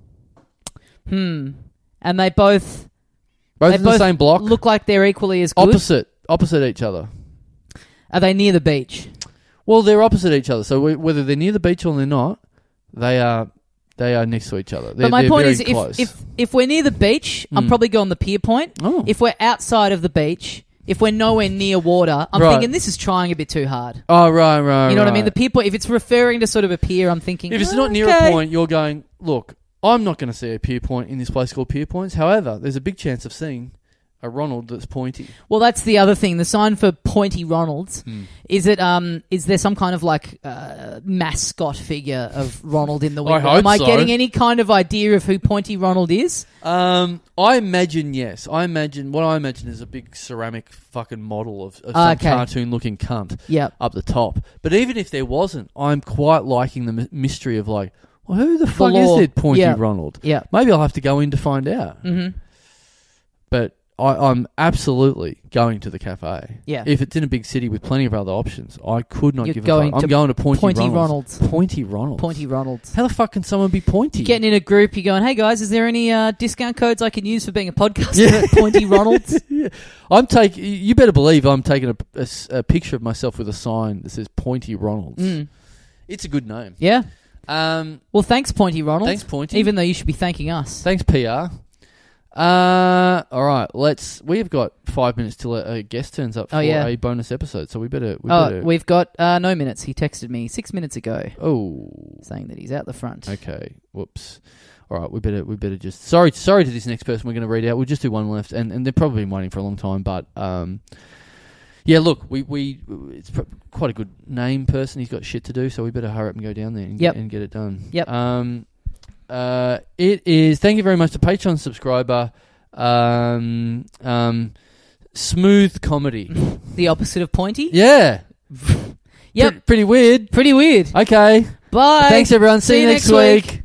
Speaker 1: Hmm. And they both
Speaker 2: Both
Speaker 1: They
Speaker 2: in the
Speaker 1: both
Speaker 2: same block,
Speaker 1: look like they're equally as good.
Speaker 2: opposite, opposite each other.
Speaker 1: Are they near the beach?
Speaker 2: Well, they're opposite each other, so w- whether they're near the beach or they're not, they are they are next to each other. They're,
Speaker 1: but my
Speaker 2: they're
Speaker 1: point
Speaker 2: very
Speaker 1: is,
Speaker 2: close.
Speaker 1: if, if if we're near the beach, I'm
Speaker 2: Mm.
Speaker 1: probably going the pier point.
Speaker 2: oh.
Speaker 1: If we're outside of the beach, if we're nowhere near water, I'm
Speaker 2: Right.
Speaker 1: thinking this is trying a bit too hard.
Speaker 2: oh right, right,
Speaker 1: You know what I
Speaker 2: right.
Speaker 1: mean? The pier point. If it's referring to sort of a pier, I'm thinking
Speaker 2: If it's not near
Speaker 1: "Okay."
Speaker 2: a point, you're going, look, I'm not going to see a pier point in this place called Pier Points. However, there's a big chance of seeing a Ronald that's pointy.
Speaker 1: Well, that's the other thing. The sign for Pointy Ronald's
Speaker 2: Hmm.
Speaker 1: is it? Um, is there some kind of like uh, mascot figure of Ronald in the
Speaker 2: I
Speaker 1: window?
Speaker 2: hope
Speaker 1: Am I
Speaker 2: so.
Speaker 1: getting any kind of idea of who Pointy Ronald is?
Speaker 2: Um, I imagine, yes. I imagine, what I imagine is a big ceramic fucking model of, of some
Speaker 1: Okay.
Speaker 2: cartoon looking cunt
Speaker 1: Yeah.
Speaker 2: up the top. But even if there wasn't, I'm quite liking the my- mystery of like, well, who the fuck
Speaker 1: lore.
Speaker 2: is that pointy
Speaker 1: Yeah.
Speaker 2: Ronald?
Speaker 1: Yeah.
Speaker 2: Maybe I'll have to go in to find out.
Speaker 1: Mm-hmm.
Speaker 2: But I, I'm absolutely going to the cafe.
Speaker 1: Yeah.
Speaker 2: If it's in a big city with plenty of other options, I could not
Speaker 1: You're
Speaker 2: give
Speaker 1: going
Speaker 2: a fuck.
Speaker 1: to
Speaker 2: I'm going to Pointy,
Speaker 1: Pointy
Speaker 2: Ronald's.
Speaker 1: Ronald's.
Speaker 2: Pointy Ronald.
Speaker 1: Pointy Ronald's.
Speaker 2: How the fuck can someone be pointy? [laughs]
Speaker 1: Getting in a group, you're going, "Hey guys, is there any uh, discount codes I can use for being a podcaster at Pointy Ronald's?"
Speaker 2: [laughs] I'm taking. You better believe I'm taking a, a s- a picture of myself with a sign that says Pointy Ronald's.
Speaker 1: Mm.
Speaker 2: It's a good name.
Speaker 1: Yeah.
Speaker 2: Um,
Speaker 1: Well, thanks, Pointy Ronald.
Speaker 2: thanks, Pointy.
Speaker 1: Even though you should be thanking us.
Speaker 2: thanks, PR. Uh, all right. Let's. We've got five minutes till a, a guest turns up for
Speaker 1: Oh, yeah.
Speaker 2: a bonus episode, so we better. We
Speaker 1: oh,
Speaker 2: better
Speaker 1: we've got uh, no minutes. He texted me six minutes ago
Speaker 2: oh.
Speaker 1: saying that he's out the front.
Speaker 2: Okay. Whoops. All right. We better. We better just. Sorry. Sorry to this next person. We're going to read out. We'll just do one left, and and they've probably been waiting for a long time. But um, yeah. Look, we we it's pro- quite a good name person. He's got shit to do, so we better hurry up and go down there and,
Speaker 1: Yep.
Speaker 2: get, and get it done.
Speaker 1: Yep.
Speaker 2: Um. Uh. It is. Thank you very much to Patreon subscriber. Um. Um. Smooth [laughs] comedy.
Speaker 1: The opposite of Pointy.
Speaker 2: yeah.
Speaker 1: Yep.
Speaker 2: Pre- pretty weird.
Speaker 1: Pretty weird.
Speaker 2: Okay.
Speaker 1: Bye.
Speaker 2: Thanks everyone. See, you next, week.